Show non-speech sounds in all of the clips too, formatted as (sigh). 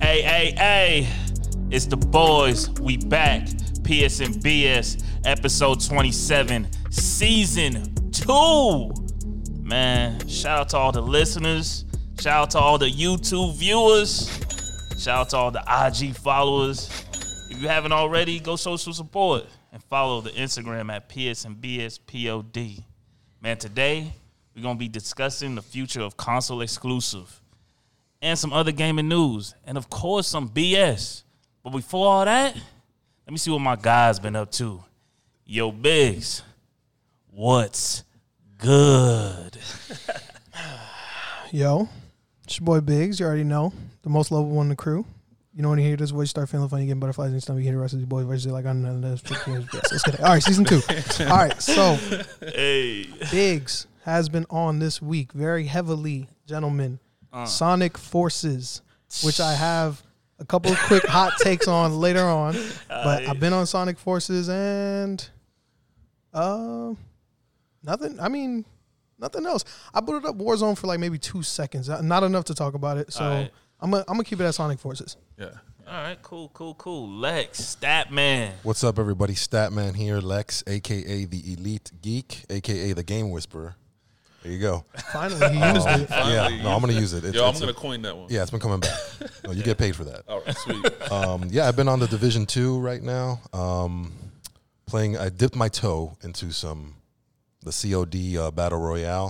Hey, hey, hey. It's the boys. We back. PS and BS, episode 27, season two. Man, shout out to all the listeners. Shout out to all the YouTube viewers. Shout out to all the IG followers. If you haven't already, go social support and follow the Instagram at PS and BS POD. Man, today we're gonna be discussing the future of console exclusive and some other gaming news, and of course some BS. But before all that, let me see what my guy's been up to. Yo, Biggs, what's good? Yo, it's your boy Biggs. You already know the most lovable one in the crew. You know when you hear this voice, you start feeling funny, getting butterflies in your stomach. You hear the rest of these boys' voices you're like I know this. Let's get it. All right, season two. All right, so Hey, Biggs has been on this week very heavily, gentlemen. Sonic Forces, which I have a couple of quick hot takes on later on, but I've been on Sonic Forces and um, nothing. I mean, nothing else. I booted up Warzone for like maybe two seconds, Uh, not enough to talk about it. So Alright. I'm gonna I'm gonna keep it at Sonic (laughs) Forces. Yeah. all right, cool, cool, cool. Lex, Statman. man. What's up, everybody? Statman here, Lex, aka the Elite Geek, aka the Game Whisperer. There (laughs) you go. Finally, he used Um, it. yeah, no, I'm gonna use it. It's, Yo, I'm it's a- gonna coin that one. yeah, it's been (laughs) coming back. No, you get paid for that. All right, sweet. (laughs) Um, yeah, I've been on the Division Two right now. Um, playing, I dipped my toe into some the COD uh, Battle Royale.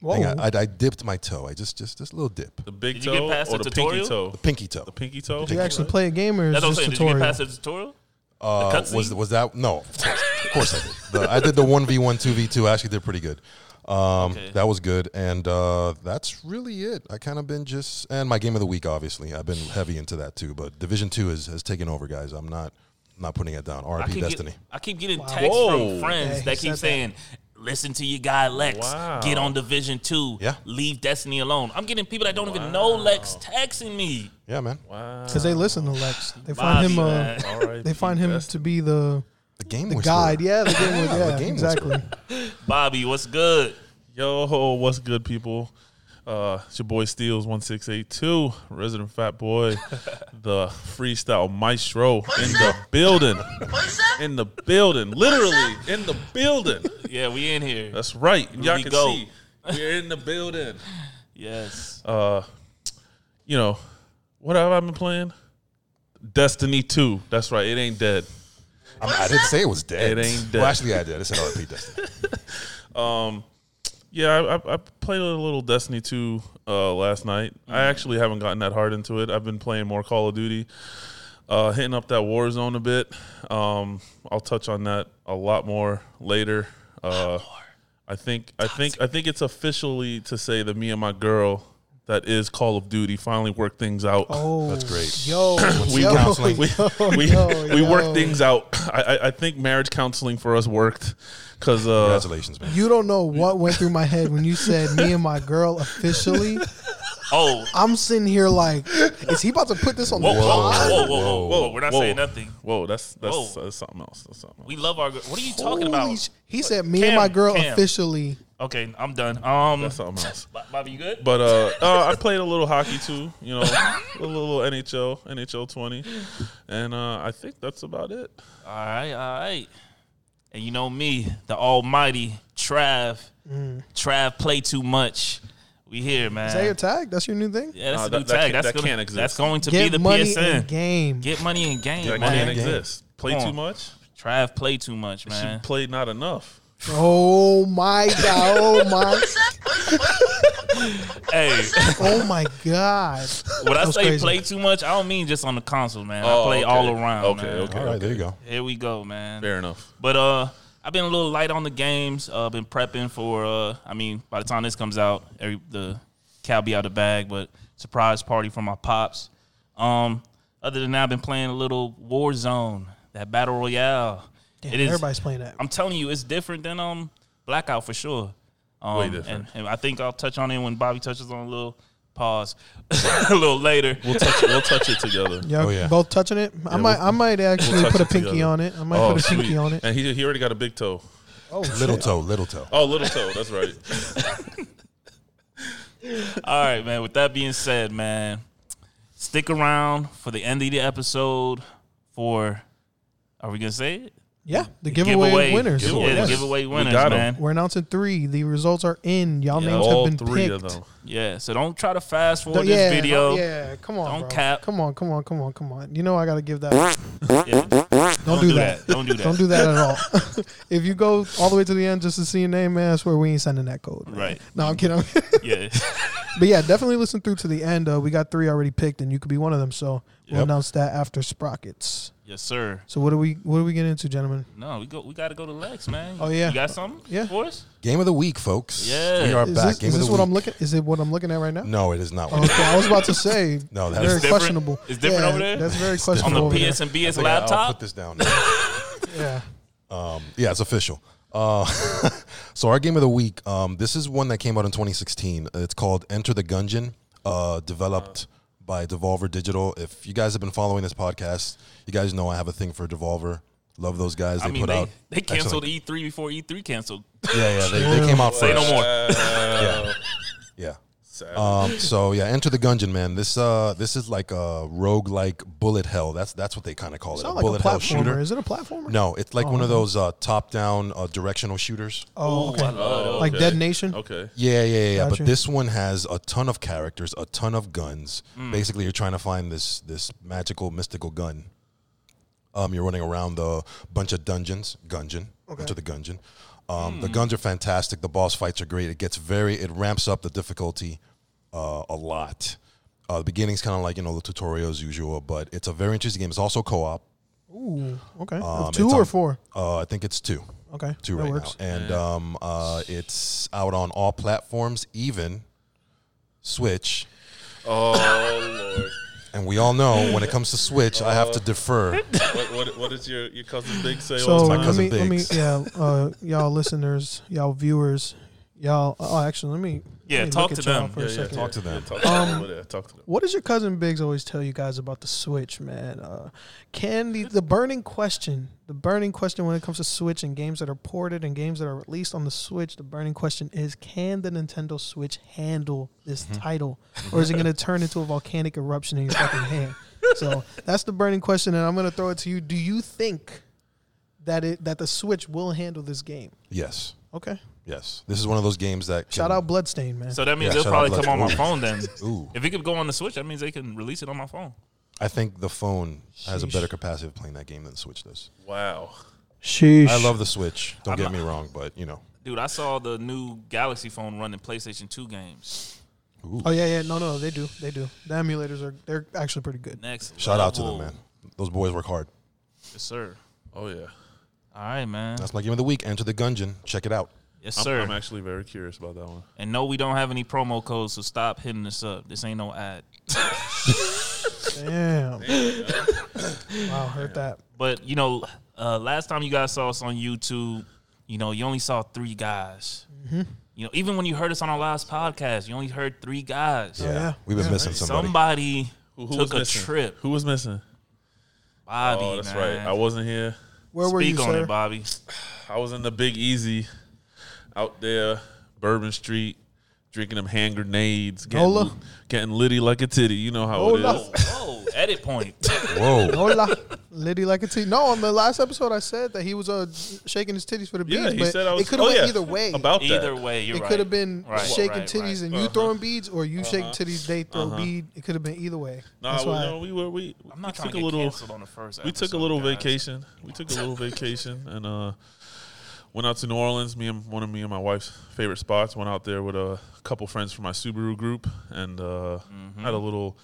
Whoa. Thing, I, I, I dipped my toe. I just just just a little dip, The big Did you get toe past or the the, tutorial? pinky toe? the pinky toe. The pinky toe. Did you actually play a game or is it That's what I'm saying. just Did you get tutorial? past the tutorial? Uh, cutscene? was was that no? Of course, of course I did. The, I did the one v one, two v two. I actually did pretty good. Um, Okay. That was good, and uh, that's really it. I kind of been just and my game of the week. Obviously, I've been heavy into that too. But Division Two has has taken over, guys. I'm not not putting it down. I RIP keep, Destiny. get, I keep getting texts from Whoa. friends Yeah, he that said keep that. saying, listen to your guy Lex, Wow. get on Division 2, Yeah. leave Destiny alone. I'm getting people that don't even know Lex texting me. yeah, man. Wow. Because they listen to Lex. They Bobby, find him. Uh, Oh, man. All right. they find him to be the The game. the whisperer. guide. Yeah, the game (laughs) with, yeah, game exactly. Bobby, what's good? Yo, what's good, people? Uh, it's your boy Steels one six eight two, resident (laughs) fat boy, the freestyle maestro in the building, in the building, literally in the building. Yeah, we in here. That's right. Y'all we can go. see we're in the building. Yes. Uh, you know, what have I been playing? Destiny two. That's right. It ain't dead. I'm, I didn't say it was dead. It ain't Well, dead. actually, I did. I said RIP Destiny. Yeah, I, I, I played a little Destiny 2 uh, last night. Mm-hmm. I actually haven't gotten that hard into it. I've been playing more Call of Duty, uh, hitting up that Warzone a bit. Um, I'll touch on that a lot more later. Uh, I think I think I think it's officially to say that me and my girl that is Call of Duty finally worked things out. Oh, That's great. Yo, (coughs) We yo, counseling. We, we, yo, we yo. worked things out. I, I, I think marriage counseling for us worked because uh, Congratulations, (laughs) man. (laughs) You don't know what went through my head when you said me and my girl officially. Oh, I'm sitting here like, is he about to put this on whoa, the whoa, whoa, pod? whoa, whoa, whoa, Whoa, We're not whoa. saying nothing. Whoa, that's that's, Whoa. that's something else. That's something else. We love our girl. What are you Holy talking about? sh- He said me Cam, and my girl Cam. officially. Okay, I'm done. Um, That's something else. Bo- Bobby, you good? But uh, uh, I played a little hockey too, you know, a little, little NHL, NHL 20. And uh, I think that's about it. All right, all right. And you know me, the almighty Trav. Mm. Trav play too much. We here, man. Is that your tag? That's your new thing. Yeah, that's Nah, a new that- that tag. can't- that's that gonna, can't exist. That's going to Get be the money PSN. in game. Get money in game, That man. can't exist. Play Come on. too much? Trav play too much, man. She played not enough. Oh (laughs) my god! Oh (laughs) my! hey, Oh my god! (laughs) when I was say crazy. play too much, I don't mean just on the console, man. I Oh, play okay. all around. Okay, man. okay. All right, there you go. Here we go, man. Fair enough. But uh, I've been a little light on the games. Uh, been prepping for. Uh, I mean, by the time this comes out, every, the cow be out of the bag. But surprise party for my pops. Um, other than that, I've been playing a little Warzone, that battle royale. Damn, It is- everybody's playing that. I'm telling you, it's different than um Blackout for sure. Um, Way different. And, and I think I'll touch on it when Bobby touches on a little pause (laughs) a little later. We'll touch, we'll touch it together. Y'all Oh, yeah. both touching it. I might, I might actually touch put a it pinky together. on it. I might Oh, put a sweet. pinky on it. And he, he already got a big toe. Oh, Little toe, little toe. Oh, little toe. That's right. All right, man. With that being said, man, Stick around for the end of the episode for. Are we gonna say it? Yeah, the giveaway, winners. Yeah, the Yes. giveaway winners, got 'em. man. We're announcing three. The results are in. Y'all Yeah, names all have been three picked. of them. Yeah, so don't try to fast forward Th- yeah, oh, this video. Yeah, come on. Don't bro. cap. Come on, come on, come on, come on. You know I gotta give that. (laughs) Yeah, Don't, Don't, do that. Don't do that. Don't do that at all. (laughs) if you go all the way to the end just to see your name, man, I swear we ain't sending that code. man. (laughs) Right. No, I'm kidding. Yeah. but yeah, definitely listen through to the end. Uh, we got three already picked, and you could be one of them. So we'll Yep. announce that after Sprockets. yes, sir. So what do we what do we get into, gentlemen? No, we go. We gotta go to Lex, man. Oh, yeah. You got something? Yeah. For us? Game of the week, folks. Yeah. we are Is back. this, Game is of this the what week. I'm Oh. looking? Is it what I'm looking at right now? No, it is (laughs) not. Okay, I was about to say. (laughs) No, that very is different. questionable. It's different Yeah, over there? That's very On the questionable. over there. PS and BS I'll put laptop. this down. now. Yeah. Um, yeah, it's official. Uh, (laughs) so our game of the week. Um, this is one that came out in 2016. It's called Enter the Gungeon, uh, developed by Devolver Digital. If you guys have been following this podcast, you guys know I have a thing for Devolver. Love those guys. They I mean, put they, out. they canceled excellent- E3 before E3 canceled. Yeah, yeah. They, they came out Say first. no more. Uh, Yeah. sad. Um, so yeah, Enter the Gungeon, man. This uh, this is like a rogue-like bullet hell. That's that's what they kind of call it. It's not a like a bullet hell platformer. shooter. Is it Oh. a platformer? No, it's like one of those uh, top-down uh, directional shooters. Oh, okay. I love those. Like Dead Nation. okay. Yeah, yeah, yeah. yeah. Gotcha. But this one has a ton of characters, a ton of guns. Basically, you're trying to find this this magical, mystical gun. Um, you're running around the bunch of dungeons, gungeon, into the gungeon. Um, The guns are fantastic. The boss fights are great. It gets very, it ramps up the difficulty uh, a lot. Uh, the beginning's kind of like you know the tutorial as usual, but it's a very interesting game. It's also co-op. Ooh, okay. Um, Two it's or on- four? Uh, I think it's two, Okay. two that right works. now, and um, uh, it's out on all platforms, even Switch. Oh lord. Oh. And we all know when it comes to Switch, I have to defer. What, what, what does your, your cousin Big say? So all the my time? let cousin me, let me, Biggs. (laughs) yeah, uh, y'all listeners, y'all viewers, y'all. Oh, actually, let me. Yeah, let me talk look to at y'all them. for a yeah, yeah, second. talk to them. Yeah, talk to them. over there, talk to them. What does your cousin Biggs always tell you guys about the Switch, man? Uh, can the, the burning question, the burning question when it comes to Switch and games that are ported and games that are released on the Switch, the burning question is can the Nintendo Switch handle this title? Or is it going to turn into a volcanic eruption in your fucking hand? So that's the burning question, and I'm going to throw it to you. Do you think that it that the Switch will handle this game? Yes, Okay. yes. This is one of those games that can, Shout out Bloodstained, man. So that means Yeah, it'll shut probably up, come on my Lex. phone then. Ooh, If it could go on the Switch, that means they can release it on my phone. I think the phone has a Sheesh. better capacity of playing that game than the Switch does. Wow. Sheesh. I love the Switch. Don't I'm get not- me wrong, but you know, Dude, I saw the new Galaxy phone running PlayStation 2 games. ooh. Oh yeah, yeah. No, no, they do. They do. The emulators are they're actually pretty good. Next. Shout out to them, level. man. Those boys work hard. Yes, sir. Oh yeah. All right, man. That's my game of the week. Enter the Gungeon. Check it out. Yes, I'm, sir. I'm actually very curious about that one. and no, we don't have any promo codes, so stop hitting us up. This ain't no ad. Damn. (laughs) wow, heard that. But you know, uh, last time you guys saw us on YouTube, you know, you only saw three guys. You know, even when you heard us on our last podcast, you only heard three guys. Yeah, Oh, yeah. we've been Yeah. missing somebody. Somebody Who, who took was a missing? trip. Who was missing? Bobby, oh, that's man. right. I wasn't here. Where Speak were you, on sir? it, (laughs) Bobby. I was in the Big Easy, out there, Bourbon Street, drinking them hand grenades, getting, Hola. getting litty like a titty. You know how Hola. it is. Whoa, Oh, edit point. Whoa. (laughs) Hola, lady like a T. No, on the last episode I said that he was uh, shaking his titties for the beads, Yeah, he but said I was. it could oh, have went yeah, either way. About that. Either way, you're it right. could have been Right, shaking right, titties right. and Uh-huh. you throwing beads, or you shaking titties, they throw bead. It could have been either way. Nah, That's well, why. no, we were we. I'm not trying we took to a get little. canceled on the first. We took a episode, little guys. vacation. We took a little vacation and uh, went out to New Orleans. Me and one of me and my wife's favorite spots. Went out there with a couple friends from my Subaru group and uh, Mm-hmm. had a little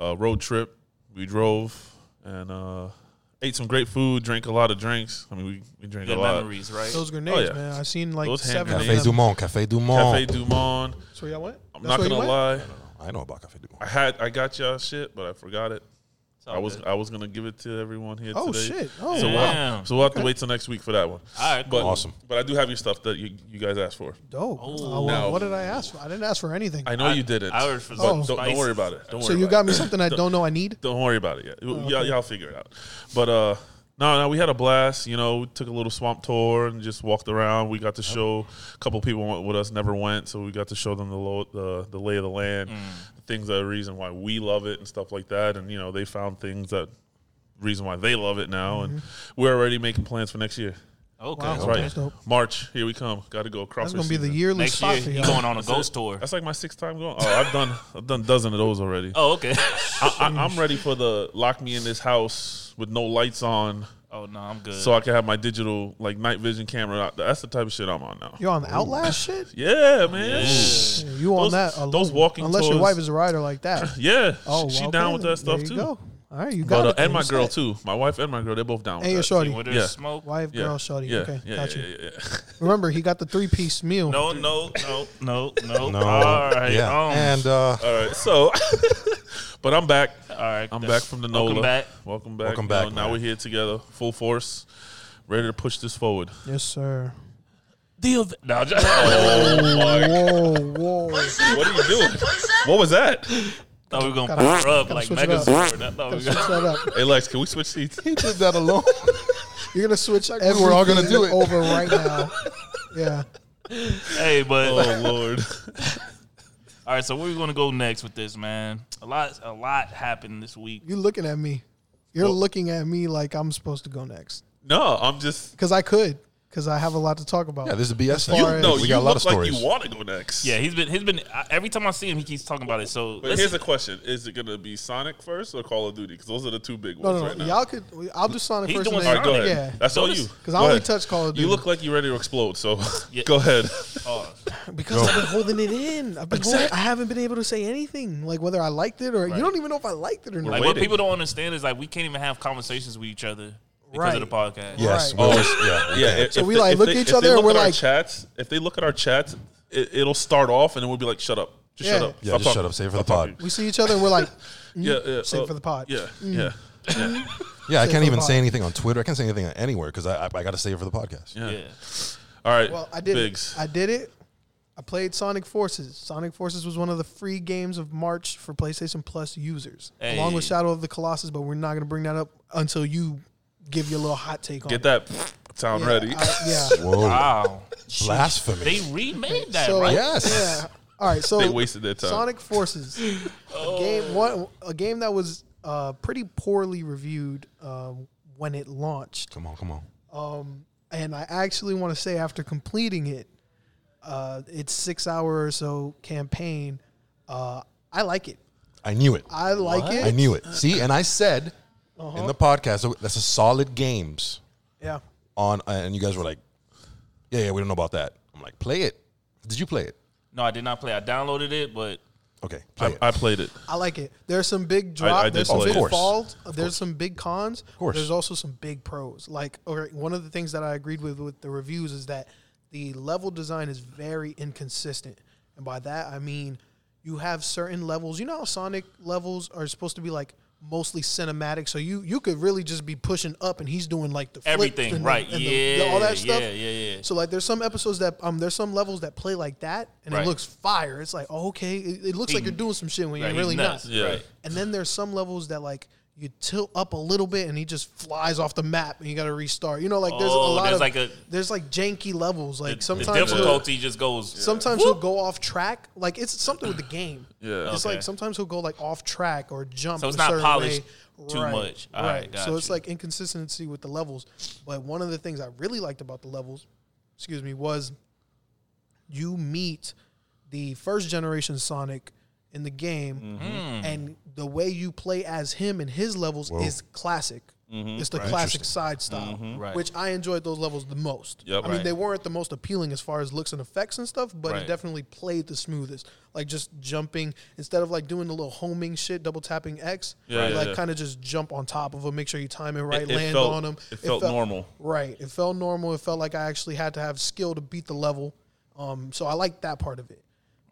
uh, road trip. We drove and uh, ate some great food, drank a lot of drinks. I mean, we, we drank Good a lot. memories, right? Those grenades, Oh, yeah. man. I seen like Those hand seven of grenades. Cafe them. Dumont. Cafe Cafe Dumont. Dumont. That's where y'all went. I'm That's where not you gonna went? lie. I know about Cafe I Dumont. had I got y'all shit, but I forgot it. It's all I was good. I was gonna give it to everyone here. Oh today. shit! Oh So we'll, wow, Damn. have, so we'll have to wait till next week for that one. All right, But, cool. Awesome. But I do have your stuff that you, you guys asked for. dope. Oh, Uh, now- well, what did I ask for? I didn't ask for anything. I know I- you didn't. I heard for but some don't, don't spices. worry about it. Don't worry. So you (laughs) about got it. me something I don't know I need. Don't worry about it yet. Y'all, y'all figure it out. But uh, No, no, we had a blast. You know, we took a little swamp tour and just walked around. We got to show a couple people went with us never went, so we got to show them the low, the the lay of the land, Mm. the things that are reason why we love it and stuff like that. And you know, they found things that reason why they love it now, and Mm-hmm. we're already making plans for next year. Okay. Wow. That's Okay. right, That's dope. March. Here we come. Got to go across. That's gonna our be the season. yearly Next spot year, for you y'all. going on a ghost tour. That's like my sixth time going. Oh, I've done I've done dozens of those already. Oh, okay. (laughs) I, I, I'm ready for the lock me in this house with no lights on, oh, no, I'm good. so I can have my digital like night vision camera. That's the type of shit I'm on now. You're on the Outlast shit. Yeah, man. Yeah. Yeah, you on Those- that? Alone. those walking unless your tours- wife is a rider like (laughs) that. Yeah, Oh, she, she well, down okay, with that stuff there you too. Go. All right, you got But uh, it. and my You girl set. too. My wife and my girl, they're both down. And your with that. shorty, Where there's Yeah. smoke. wife, Yeah. girl, shorty. Yeah, okay, yeah, got you. yeah, yeah, yeah. (laughs) Remember, he got the three piece meal. (laughs) No, no, no, no, no. No. All right. Yeah. um, (laughs) and uh, All right, so, (laughs) but I'm back. all right. I'm that's- back from the NOLA. welcome back. Welcome back. Welcome back, Now- now man. we're here together, full force, ready to push this forward. Yes, sir. The ev- no, just- (laughs) Whoa, whoa. What are you doing? What was that? thought we were gonna pop her up like switch it up. Megazord. I thought we Switch were that up. Hey, Lex, can we (laughs) switch seats? he did that alone. You're gonna switch. we were all gonna everything do it. over right now. Yeah. (laughs) Hey, but Oh Lord. all right. So where we gonna go next with this, man? A lot, a lot happened this week. You looking at me? You're looking at me like I'm supposed to go next No, I'm just. because I could because I have a lot to talk about. yeah, this is BS. You- You, Alright. No, we you got a lot look of like stories. you want to go next. Yeah, he's been, he's been. I, every time I see him, he keeps talking about it. So But let's- here's a question: Is it gonna be Sonic first or Call of Duty? Because those are the two big no, ones no, no. right now. Y'all could. I'll do Sonic He's first. doing and All then- right, go ahead. Yeah. That's all Notice- you. 'Cause I Go only ahead. touch Call of You Duty. look like you're ready to explode. So (laughs) go ahead. oh, Because I've been holding it in. I've been holding, I haven't been able to say anything, like whether I liked it or you don't even know if I liked it or not. like what waiting. people don't understand is like we can't even have conversations with each other because of the podcast. Yes. Right. we always- yeah. we Yeah. can't. if- So if we, they- like, if look they- at each if they other and look we're at our like- chats. If they look at our chats, it, it'll start off and then we'll be like, "Shut up, just shut Yeah. up, Yeah, Stop just shut talking. up. Save it for the Stop talking." pod. We see each other and we're (laughs) like, Yeah, yeah. Save uh, for the Mm. pod. Yeah, yeah, yeah, Yeah, I Save can't for even the say pod. anything on Twitter. I can't say anything anywhere because I I, I got to save it for the podcast. yeah, Yeah. All right. well, I did Biggs. it. I did it. I played Sonic Forces. Sonic Forces was one of the free games of March for PlayStation Plus users, along with Hey. Shadow of the Colossus, but we're not going to bring that up until you give your little hot take on Get it. that sound ready. (laughs) I- yeah. Whoa, Wow. blasphemy! They remade that, So- right? yes. Yeah. All right. So They wasted their time. Sonic Forces, a game one, a game that was uh, pretty poorly reviewed uh, when it launched, Come on, come on. and I actually want to say after completing it, uh, its six hour or so campaign, uh, I like it. I knew it. I like it. Uh-huh. I knew it. See, and I said in the podcast so that's a solid games Yeah. on, uh, and you guys were like, "Yeah, yeah, we don't know about that." I'm like, "Play it." Did you play it? No, I did not play. I downloaded it, but Okay, play I, it. I played it. I like it. There's some big drop. I did there's some play big it. Of course. faults. There's some big cons. Of course. There's also some big pros. Like, okay, one of the things that I agreed with with the reviews is that the level design is very inconsistent, and by that I mean you have certain levels. You know how Sonic levels are supposed to be like mostly cinematic, so you you could really just be pushing up, and he's doing like the flips everything, and the- right? and the- yeah, all that stuff. Yeah, yeah, yeah. So like, there's some episodes that um, there's some levels that play like that, and Right. it looks fire. It's like, oh, okay, it, it looks like you're doing some shit when Right, you're he's really nuts. not. Yeah. Right. And then there's some levels that like you tilt up a little bit, and he just flies off the map, and you got to restart. You know, like there's Oh, a lot there's of like a- there's like janky levels. Like the sometimes he'll- difficulty just goes. sometimes he'll go off track. Like it's something with the game. (clears throat) Yeah. it's Okay. like sometimes he'll go like off track or jump. So it's a not certain polished way. too Right, much. All right. right, got so it's you. like inconsistency with the levels. But one of the things I really liked about the levels, excuse me, was you meet the first generation Sonic in the game, Mm-hmm. Hmm. and the way you play as him and his levels is classic. Mm-hmm. It's the classic side style, Right. which I enjoyed those levels the most. Yep. I mean, Right. they weren't the most appealing as far as looks and effects and stuff, but Right. it definitely played the smoothest. Like just jumping instead of like doing the little homing shit, double tapping X. Yeah, you, yeah, like yeah. kind of just jump on top of them, make sure you time it right, It- it land felt- on them. it felt normal. Right. It felt normal. It felt like I actually had to have skill to beat the level. Um, so I liked that part of it.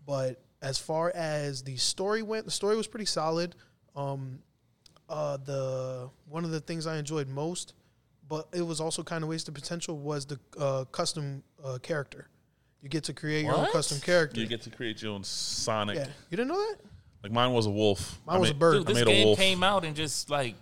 But as far as the story went, the story was pretty solid. Um, uh, the one of the things I enjoyed most, but it was also kind of wasted potential was the uh, custom uh, character. You get to create your own What? custom character. You get to create your own Sonic. yeah, you didn't know that? Like mine was a wolf. Mine I was a made- bird. I Dude, this made a game wolf. came out and just like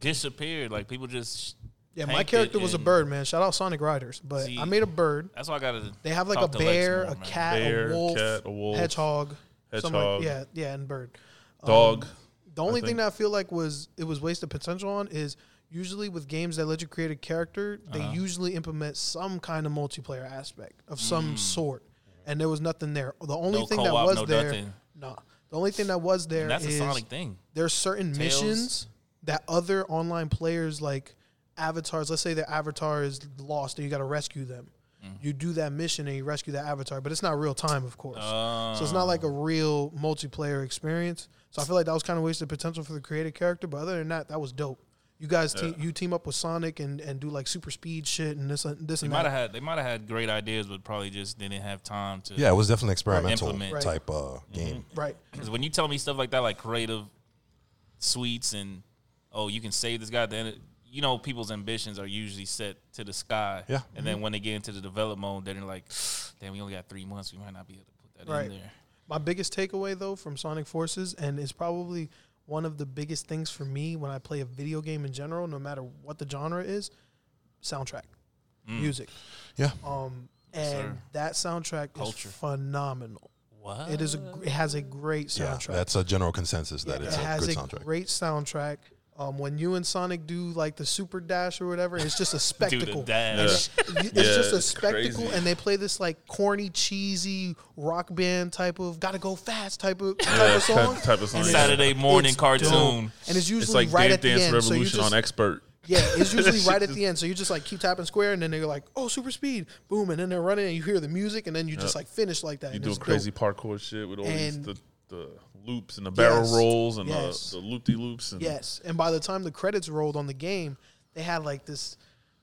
disappeared. Like people just Yeah, my painted character was a and- bird, man. Shout out Sonic Riders, but See- I made a bird. That's why I got to. They have like talk to a Lex more, bear, a man. cat, Bear, a, wolf, cat, a wolf, hedgehog, something hedgehog. like yeah, yeah, and bird. Dog. Um, The only thing think- that I feel like was it was wasted potential on is usually with games that let you create a character, they Uh-huh. usually implement some kind of multiplayer aspect of some sort, and there was nothing there. The only Hmm. No thing that co-op, was no there, nothing. nah. The only thing that was there And that's a is Sonic thing. there's certain Tails. missions that other online players like avatars let's say their avatar is lost and you got to rescue them Mm-hmm. you do that mission and you rescue that avatar but it's not real time of course so it's not like Oh. a real multiplayer experience so i feel like that was kind of wasted potential for the creative character but other than that that was dope you guys te- you team up with sonic and, and do like super speed shit and this and this They and might that have had. They might have had great ideas, but probably just didn't have time to. Yeah, it was definitely an experimental Implement. Right. Mm-hmm. type uh, game. right Because when you tell me stuff like that, like creative suites and oh, you can save this guy, at the end. of- you know, people's ambitions are usually set to the sky. Yeah. And then when they get into the development mode, then they're like, damn, we only got three months. We might not be able to put that Right. in there. My biggest takeaway though from Sonic Forces, and it's probably one of the biggest things for me when I play a video game in general, no matter what the genre is, soundtrack, music, Yeah, um, and Mm. sir. that soundtrack Culture. is phenomenal. What? It is a gr- it has a great yeah. soundtrack. That's a general consensus that Yeah, it's it a has good a soundtrack. great soundtrack. Um, when you and Sonic do like the super dash or whatever, it's just (laughs) a Do spectacle. the dash. Yeah. It's Yeah, just a it's spectacle, crazy. and they play this like corny, cheesy rock band type of "Gotta Go Fast" type of type of type- song. type of song, And it's- yeah. Saturday morning it's cartoon. dope. and it's usually It's like right Dance at the Dance end. So you Revolution just, on expert. yeah, (laughs) it's usually right at the end. So you just like keep tapping square, and then they're like, "Oh, super speed!" Boom, and then they're running, and you hear the music, and then you just like finish like that. You and doing it's dope. crazy parkour shit with all these And- the, the loops and the barrel Yes. rolls and Yes. the, the loop de loops and Yes, and by the time the credits rolled on the game, they had like this,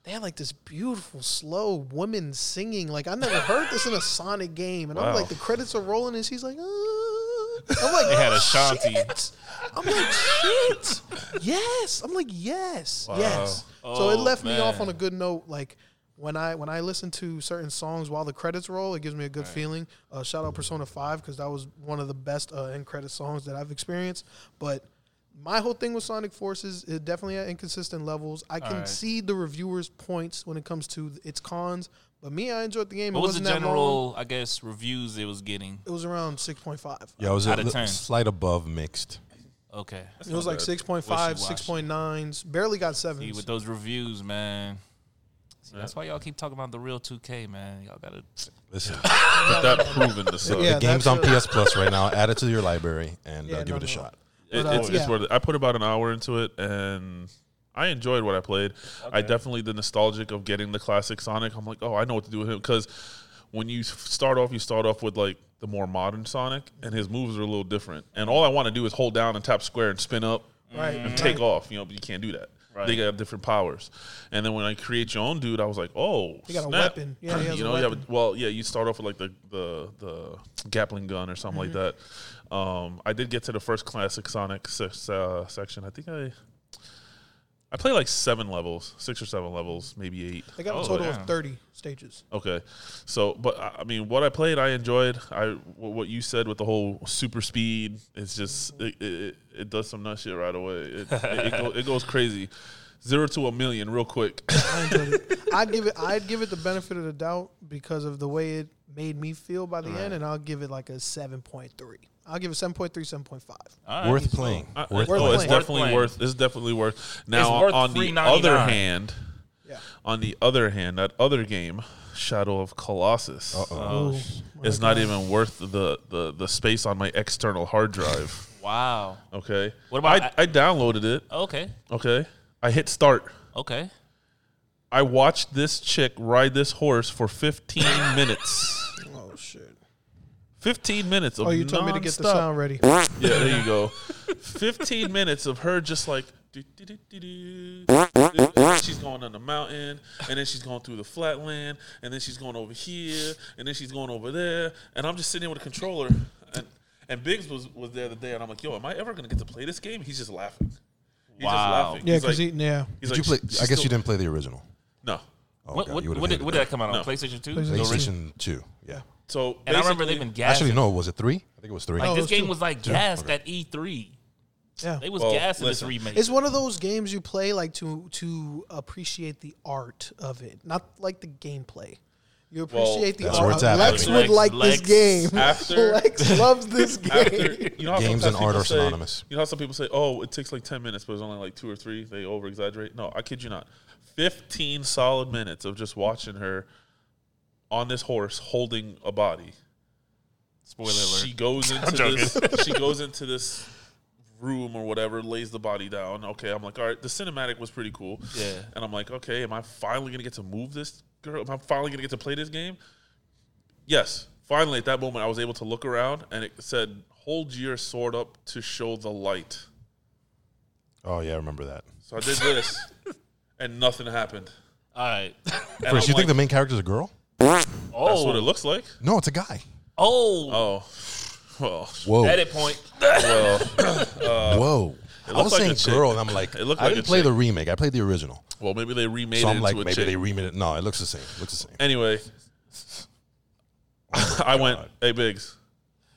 they had like this beautiful slow woman singing. Like I never heard this in a Sonic game, and I'm Wow. like, the credits are rolling, and she's like, "Ah." (laughs) I'm like, They had "Oh, Ashanti." shit." I'm like, shit, yes. I'm like, yes, yes. so it Oh, left me off man. on a good note, like. When I when I listen to certain songs while the credits roll, it gives me a good feeling. Uh, shout out Persona Five because that was one of the best uh, end credit songs that I've experienced. But my whole thing with Sonic Forces is definitely at inconsistent levels. I can right. see the reviewers' points when it comes to its cons, but me, I enjoyed the game. What it was the wasn't that long. general, I guess, reviews it was getting? It was around six point five. Yeah, it was Out a of li- 10. slight above mixed. Okay. It was like 6.5, 6.9s. Barely got See, with sevens. those reviews, man. See, that's why y'all keep talking about the real 2K, man. Y'all gotta. Listen, But that proven to suck. Yeah, It- that- games that's on a- PS Plus right now. Add it to your library and Yeah, uh, give no, it a no. shot. it's, that's- it's yeah. worth it. I put about an hour into it and I enjoyed what I played. I definitely the nostalgic of getting the classic Sonic. I'm like, oh, I know what to do with him because when you s- start off, you start off with like the more modern Sonic, and his moves are a little different. And all I want to do is hold down and tap square and spin up Right, Mm. and right. take off. You know, but you can't do that. They got different powers. And then when I create your own dude, I was like, oh, He got a snap. weapon. Yeah, (clears throat) he has you a know, you have a- weapon. well, yeah, you start off with like the the the Gatling gun or something Mm-hmm. like that. Um, I did get to the first classic Sonic se- uh, section. I think I. I play like seven levels, six or seven levels, maybe eight. They got a Oh, total yeah. of 30 stages. Okay, so but I I mean, what I played, I enjoyed. I wh- what you said with the whole super speed, it's just it, it, it- it does some nut shit right away. It it, it, go, it goes crazy, zero to a million real quick. (clears throat) I enjoyed it. I'd give it I'd give it the benefit of the doubt because of the way it made me feel by the end, and I'll give it like a 7.3. I'll give it 7.3, 7.5. All right. worth playing. I- worth oh, playing. it's playing. definitely Worth worth. It's definitely worth. Now worth on the $3.99. other hand, Yeah. on the other hand, that other game, Shadow of Colossus, Ooh. is not even worth the, the the space on my external hard drive. Wow. Okay. What about- I, I downloaded it. Okay. Okay. I hit start. Okay. I watched this chick ride this horse for 15 (laughs) minutes. Oh, shit. 15 minutes of Oh, you told me to get the nonstop- sound ready. Yeah, there (laughs) you go. 15 minutes of her just like do, do, do, do, do. And she's going on the mountain and then she's going through the flatland and then she's going over here and then she's going over there and I'm just sitting there with a controller and and Biggs was was there the day and I'm like, "Yo, am I ever going to get to play this game?" He's just laughing. He's Wow. just laughing. Yeah, He's because like- he, yeah. he's Did like, you play? "She's I guess still-" you didn't play the original. No. Oh, what, God, what, you would've what, did, hated what that. did that come out on? No. PlayStation 2? PlayStation The two. original- PlayStation Two. Yeah. So And I remember basically- they've been gassed. Actually, no. Was it three? I think it was three. Like, Oh, it this was game two. was like gassed at E3. Yeah. They was Well, gassing listen. this remake. It's one of those games you play like to to appreciate the art of it, not like the gameplay. You appreciate that's the where art. it's at. Lex would Lex, like Lex. this game. (laughs) After- Lex loves this game. (laughs) After, you know how Games sometimes and art people are say- synonymous. You know how some people say, "Oh, it takes like ten minutes," but it's only like two or three. They over exaggerate. No, I kid you not. Fifteen solid minutes of just watching her on this horse holding a body. Spoiler She (laughs) goes into joking. this. she goes into this room or whatever, lays the body down. Okay, I'm like, all right. The cinematic was pretty cool. Yeah. and I'm like, okay, am I finally gonna get to move this girl? Am I finally gonna get to play this game? Yes. Finally, at that moment, I was able to look around, and it said, "Hold your sword up to show the light." Oh yeah, I remember that. So I did (laughs) this, and nothing happened. All (laughs) right. And Chris, I'm you like, think the main character's a girl? Oh, that's what it looks like? No, it's a guy. oh, Oh, (sighs) well, Whoa, edit point. well, whoa. I was like saying a chick. girl, and I'm like, It looked I like didn't a play chick. the remake. I played the original. well, maybe they remade So it I'm into like, a maybe chick. they remade it. No, it looks the same. Looks the same. anyway, I went, "Hey, Biggs,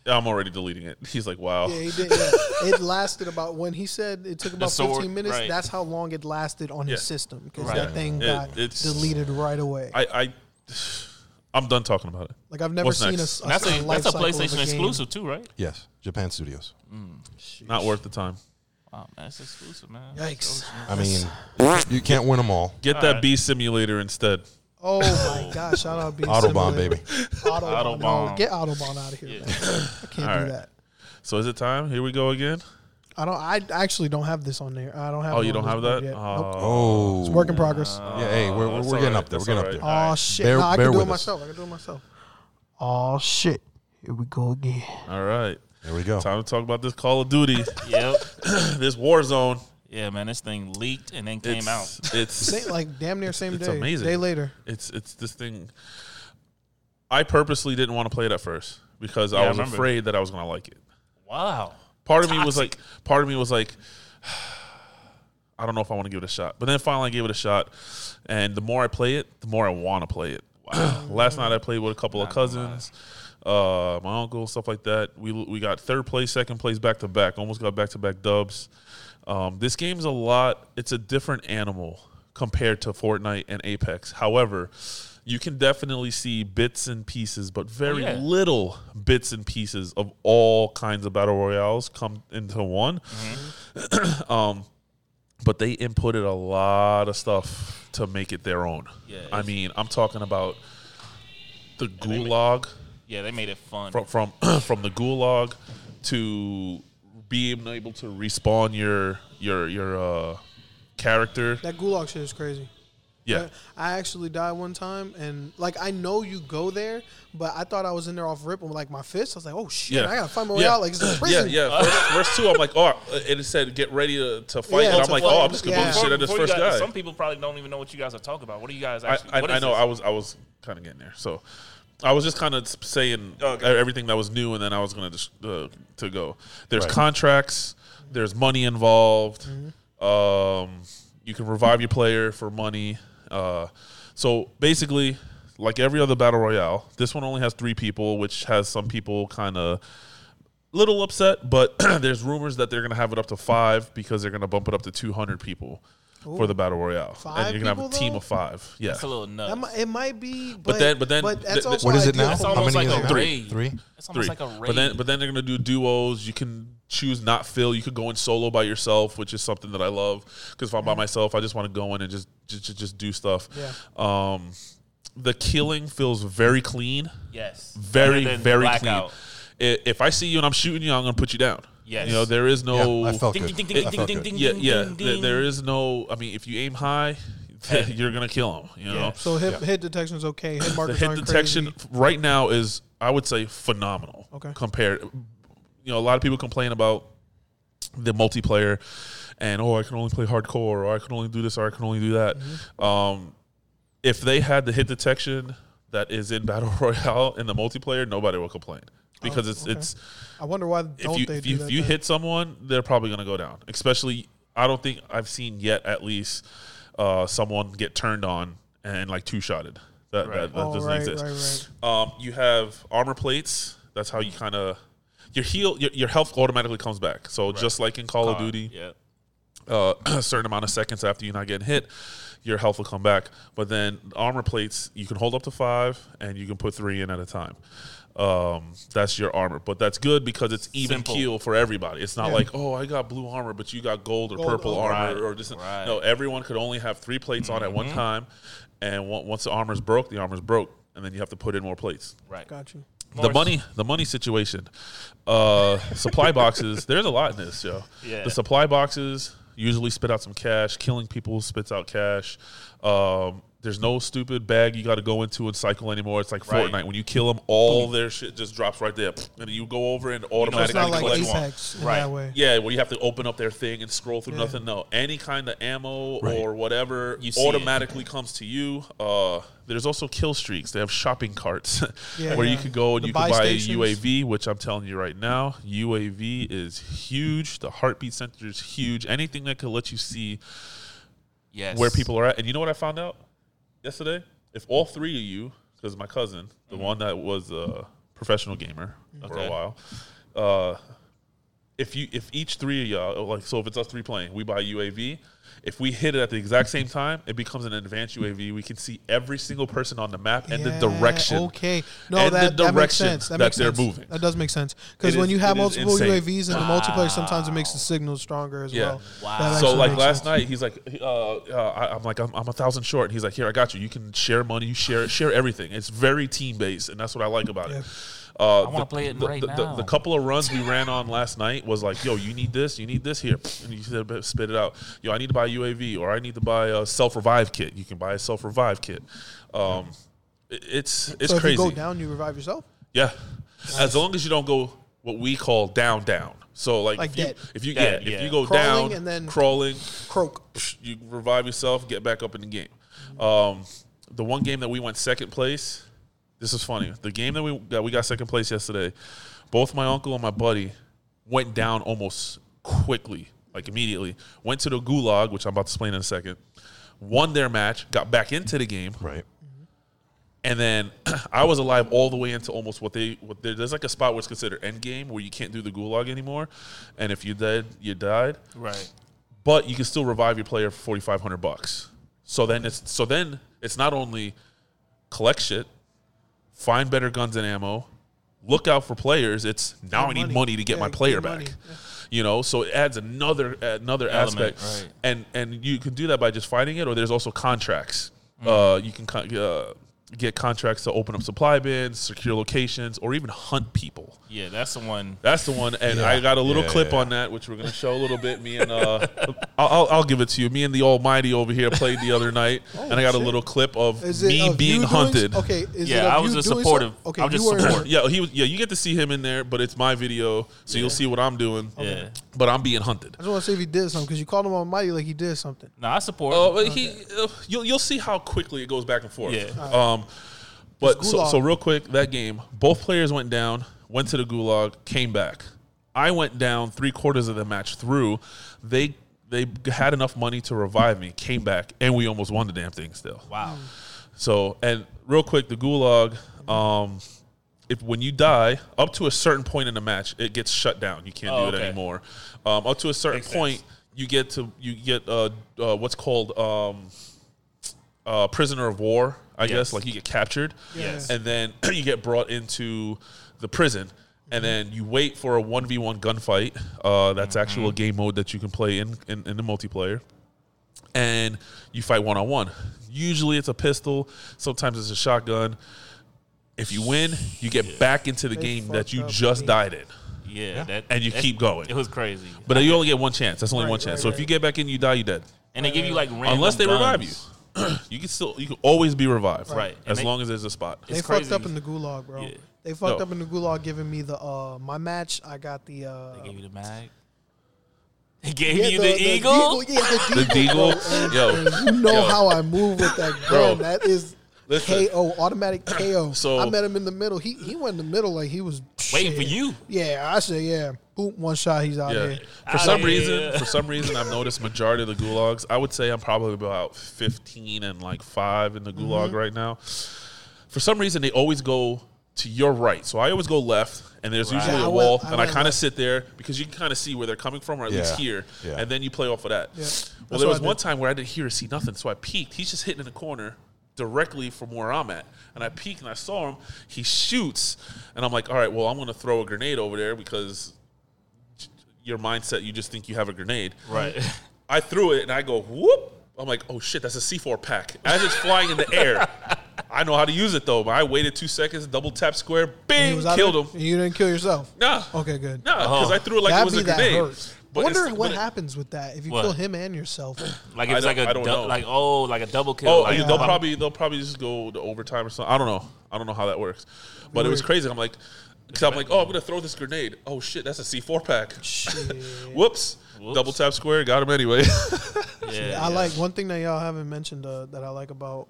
I'm already deleting it." He's like, "Wow." Yeah, he did. Yeah. It lasted about when he said it took about sword, 15 minutes. right. That's how long it lasted on his Yeah. system because Right. that thing It- got it's- deleted right away. I, I, I'm done talking about it. like I've never what's seen a, next? s- That's a a, life that's a cycle of PlayStation game. exclusive too, right? Yes, Japan Studios. Not worth the time. Wow, Oh, man, that's exclusive, man. Yikes! I mean, you can't win them all. Get that B simulator instead. Oh my gosh! Shout out being similar. Autobahn, baby. (laughs) Autobahn, Autobahn. No, get Autobahn out of here. man. I can't do Alright. that. So is it time? Here we go again. I don't. I actually don't have this on there. I don't have. Oh, it you on don't this have board that? Yet. Nope. Oh, Oh, It's work in progress. Yeah, hey, we're, we're, that's we're all getting right, up there. We're that's all getting up right. there. oh alright. shit! Bear- no, I bear can do it with us. myself. I can do it myself. Oh shit! Here we go again. Oh. all right. There we go. Time to talk about this Call of Duty, (coughs) yep. this Warzone. Yeah, man, this thing leaked and then came It's, out. It's Same, like damn near same It's day. amazing. Day later. it's it's this thing. I purposely didn't want to play it at first because Yeah, I I was remember. afraid that I was going to like it. Wow. Part of me was like, part of me was like, I don't know if I want to give it a shot. But then finally, I gave it a shot, and the more I play it, the more I want to play it. (clears throat) Last night I played with a couple of cousins, uh, my uncle, stuff like that. We we got third place, second place, back to back. Almost got back to back dubs. Um, this game's a lot. It's a different animal compared to Fortnite and Apex. However, you can definitely see bits and pieces, but very yeah. little bits and pieces of all kinds of battle royales come into one but they inputted a lot of stuff to make it their own. Yeah, I it's- mean, I'm talking about the gulag Yeah, they made it fun. from from (clears throat) from the gulag to being able to respawn your your your uh, character. That gulag shit is crazy. Yeah, I actually died one time, and like I know you go there, but I thought I was in there off rip with like my fist. I was like, oh shit, yeah. I gotta find my way out. Like (clears throat) it's a yeah, prison. yeah. First, first two, I'm like, oh, and it said get ready to, to fight, Yeah, and I'm to like, fight. oh, I'm just gonna Yeah. beat the shit out of this Before you first guys- guy. Some people probably don't even know what you guys are talking about. What are you guys I, actually? I, what is I know this? I was I was kind of getting there. So I was just kind of saying Oh, e-, everything that was new, and then I was going to uh, to go. There's Right. contracts. There's money involved. Mm-hmm. Um, you can revive your player for money. Uh, so basically, like every other battle royale, this one only has three people, which has some people kind of little upset, but (clears throat) there's rumors that they're going to have it up to five because they're going to bump it up to 200 people for the battle royale, Five and you're going to have a people, team though? of five. Yeah, That's a little nuts. That mi- it might be, but, then- but then- but that's th- also What is it ideal now? for How me. almost like is a it? three. Three. That's three. almost like a raid. But then, but then they're gonna do duos. You can choose not fill. You could go in solo by yourself, which is something that I love. Because if I'm by myself, I just want to go in and just just, just just do stuff. Yeah. Um, the killing feels very clean, yes, very Better than very blackout. clean. I- If I see you and I'm shooting you, I'm gonna put you down. Yes. You know there is no. Yeah, I felt Ding, good. ding, ding, I ding, felt ding, good. ding, Yeah, ding, yeah. ding, th- ding. There is no. I mean, if you aim high, (laughs) you're gonna kill him. You know. Yeah. So hit hit detection is okay. Hit the markers hit aren't detection crazy. f- right now is I would say phenomenal. Okay. Compared, you know, a lot of people complain about the multiplayer and oh, I can only play hardcore or I can only do this or I can only do that. Mm-hmm. Um, if they had the hit detection that is in (laughs) battle royale in the multiplayer, nobody will complain because it's Oh, okay. it's I wonder why if don't you they if do you, that? if you then? hit someone, they're probably going to go down. Especially, I don't think I've seen yet at least uh, someone get turned on and like two shotted. That, that, that Oh, doesn't right, exist. right, Um, you have armor plates. That's how you kind of your heal your, your health automatically comes back. So just like in Call of Duty, Yeah. uh, a (clears throat) certain amount of seconds after you're not getting hit, your health will come back. But then armor plates, you can hold up to five, and you can put three in at a time. Um, that's your armor, but that's good because it's even Simple. keel for everybody. It's not like oh, I got blue armor, but you got gold or purple oh, armor right, or this. right. Mm-hmm. No, everyone could only have three plates on at one time, and on- once the armor's broke, the armor's broke, and then you have to put in more plates Right. Got you. More the money, the money situation, uh, supply boxes. There's a lot in this, yo. Yeah. The supply boxes usually spit out some cash. Killing people spits out cash. Um, there's no stupid bag you got to go into and cycle anymore. It's like Right. Fortnite. When you kill them, all their shit just drops right there, and you go over and So it's automatically not like collect Ace one. Apex in Right. that way. Yeah, where you have to open up their thing and scroll through nothing. No, any kind of ammo or whatever You see it. automatically comes to you. Uh, there's also kill streaks. They have shopping carts (laughs) Yeah, where you yeah. could go and The you could buy buy stations. a UAV, which I'm telling you right now, UAV is huge. The heartbeat sensor is huge. Anything that could let you see Yes. where people are at. And you know what I found out yesterday? If all three of you, because my cousin, the one that was a professional gamer for Okay. a while, uh, if you if each three of y'all like so if it's us three playing, we buy UAV. If we hit it at the exact same time, it becomes an advanced UAV. We can see every single person on the map and Yeah, the direction. Okay. No, And the that, that makes direction sense. That, that makes they're sense. moving. That does make sense. Because It when is- you have it is multiple insane. UAVs in the multiplayer, sometimes it makes the signals stronger as Yeah. well. Wow. That so actually like makes last sense. night, he's like, uh, uh, I- I'm like, I'm, I'm a thousand short. And he's like, here, I got you. You can share money. You share share everything. It's very team based, and that's what I like about Yeah. it. Uh, wanna the- play it the, right the, the- now. The, couple of runs we (laughs) ran on last night was like, yo, you need this, you need this here, and you said, spit it out. Yo, I need to buy UAV or I need to buy a self revive kit. You can buy a self revive kit. Um, it- it's it's so if crazy. you go down, you revive yourself. Yeah. As long as you don't go what we call down down. So like, Like if you, dead. if you Dead, yeah, yeah. if you go Crawling down and then- crawling, Croak. psh, you revive yourself, get back up in the game. Um, the one game that we went second place, this is funny. The game that we that we got second place yesterday, both my uncle and my buddy went down almost quickly, like immediately. Went to the gulag, which I'm about to explain in a second. Won their match, got back into the game, Right. and then (clears throat) I was alive all the way into almost what they what there, there's like a spot where it's considered end game where you can't do the gulag anymore, and if you dead, you died Right. but you can still revive your player for 4500 bucks so then it's so then it's not only collect shit find better guns and ammo look out for players it's now i need money, money. to get Yeah, my player get back money. you know so it adds another another Element, aspect right. and and you can do that by just finding it or there's also contracts Mm. uh, you can con- uh, get contracts to open up supply bins secure locations or even hunt people Yeah, that's the one. that's the one, and I got a little Yeah, clip yeah. on that, which we're gonna show a little bit. Me and uh, I'll, I'll, I'll give it to you. Me and the Almighty over here played the other night, and I got a Oh, shit. little clip of Is it me of you being doing- hunted. Okay. Is Yeah, it of I was you just doing supportive. So, okay, I'm just you were- (laughs) supportive. Yeah, he was. Yeah, you get to see him in there, but it's my video, so you'll see what I'm doing. Yeah. but I'm being hunted. I just want to see if he did something because you called him Almighty like he did something. No, I support. Oh, but he, uh, you'll you'll see how quickly it goes back and forth. Yeah. Um, but It's so, gulag. so real quick, that game, both players went down, went to the gulag, came back. I went down three quarters of the match through. They they had enough money to revive me, came back, and we almost won the damn thing still. wow. Mm. So, and real quick, the gulag, um, if when you die, up to a certain point in the match, it gets shut down. You can't Oh, do it okay. anymore. Um, up to a certain Makes point, you get to you get uh, uh, what's called um, uh, prisoner of war. I guess like you get captured, Yes. and then (clears throat) you get brought into the prison. And then you wait for a one v one gunfight. Uh, that's Mm-hmm. actual game mode that you can play in, in, in the multiplayer and you fight one on one. Usually it's a pistol, sometimes it's a shotgun. If you win, you get back into the game that fucked you up just me. died in, Yeah. That, and you that's- keep going. It was crazy. But you only get one chance. That's only Right, one chance. right, so if right. you get back in, you die, you dead. And they give you like random Unless they revive you, guns. (clears throat) you can still you can always be revived. Right. And As they- long as there's a spot. They It's fucked crazy. up in the gulag, bro. Yeah. They fucked No. up in the gulag, giving me the uh my match. I got the uh They gave you the mag. They gave yeah, you the, eagle. Yeah, (laughs) the The deagle, (laughs) yo, You know Yo. how I move with that Bro. gun. That is Listen. KO, automatic (clears throat) KO. So- I met him in the middle. He he went in the middle like he was Waiting shit. for you. Yeah, I said yeah. Boom, one shot, he's out Yeah. there. For some Outta reason, here. for some reason, I've noticed majority of the gulags. I would say I'm probably about Mm-hmm. 15 and like five in the gulag right now. For some reason, they always go to your right. So I always go left, and there's usually Yeah, a I wall, went- I and I went kind of sit there because you can kind of see where they're coming from, or at least Yeah, here, yeah. and then you play off of that. Well, That's there what was I did. one time where I didn't hear or see nothing, so I peeked. He's just hitting in the corner directly from where I'm at, and I peek and I saw him. He shoots, and I'm like, all right, well, I'm going to throw a grenade over there because your mindset, you just think you have a grenade. Right. (laughs) I threw it and I go whoop. I'm like, oh shit, that's a C4 pack. As it's flying in the air, (laughs) I know how to use it though. But I waited two seconds, double tap square, He bing, was out killed of it? him. You didn't kill yourself. Nah, Okay, good. nah, because I threw it like it That'd was be a that grenade. hurts. But Wonder it's- what but it- happens with that if you What? kill him and (clears throat) yourself. Like I it's don't- like a I don't du- know. like oh like a double kill. Oh, like, yeah, they'll I'm- probably they'll probably just go to overtime or something. I don't know. I don't know how that works, but it was Weird. crazy. I'm like, because I'm like, oh, I'm gonna throw this grenade. Oh shit, that's a C4 pack. Whoops. Double tap square, got him anyway. (laughs) yeah, I yeah. like one thing that y'all haven't mentioned uh, that I like about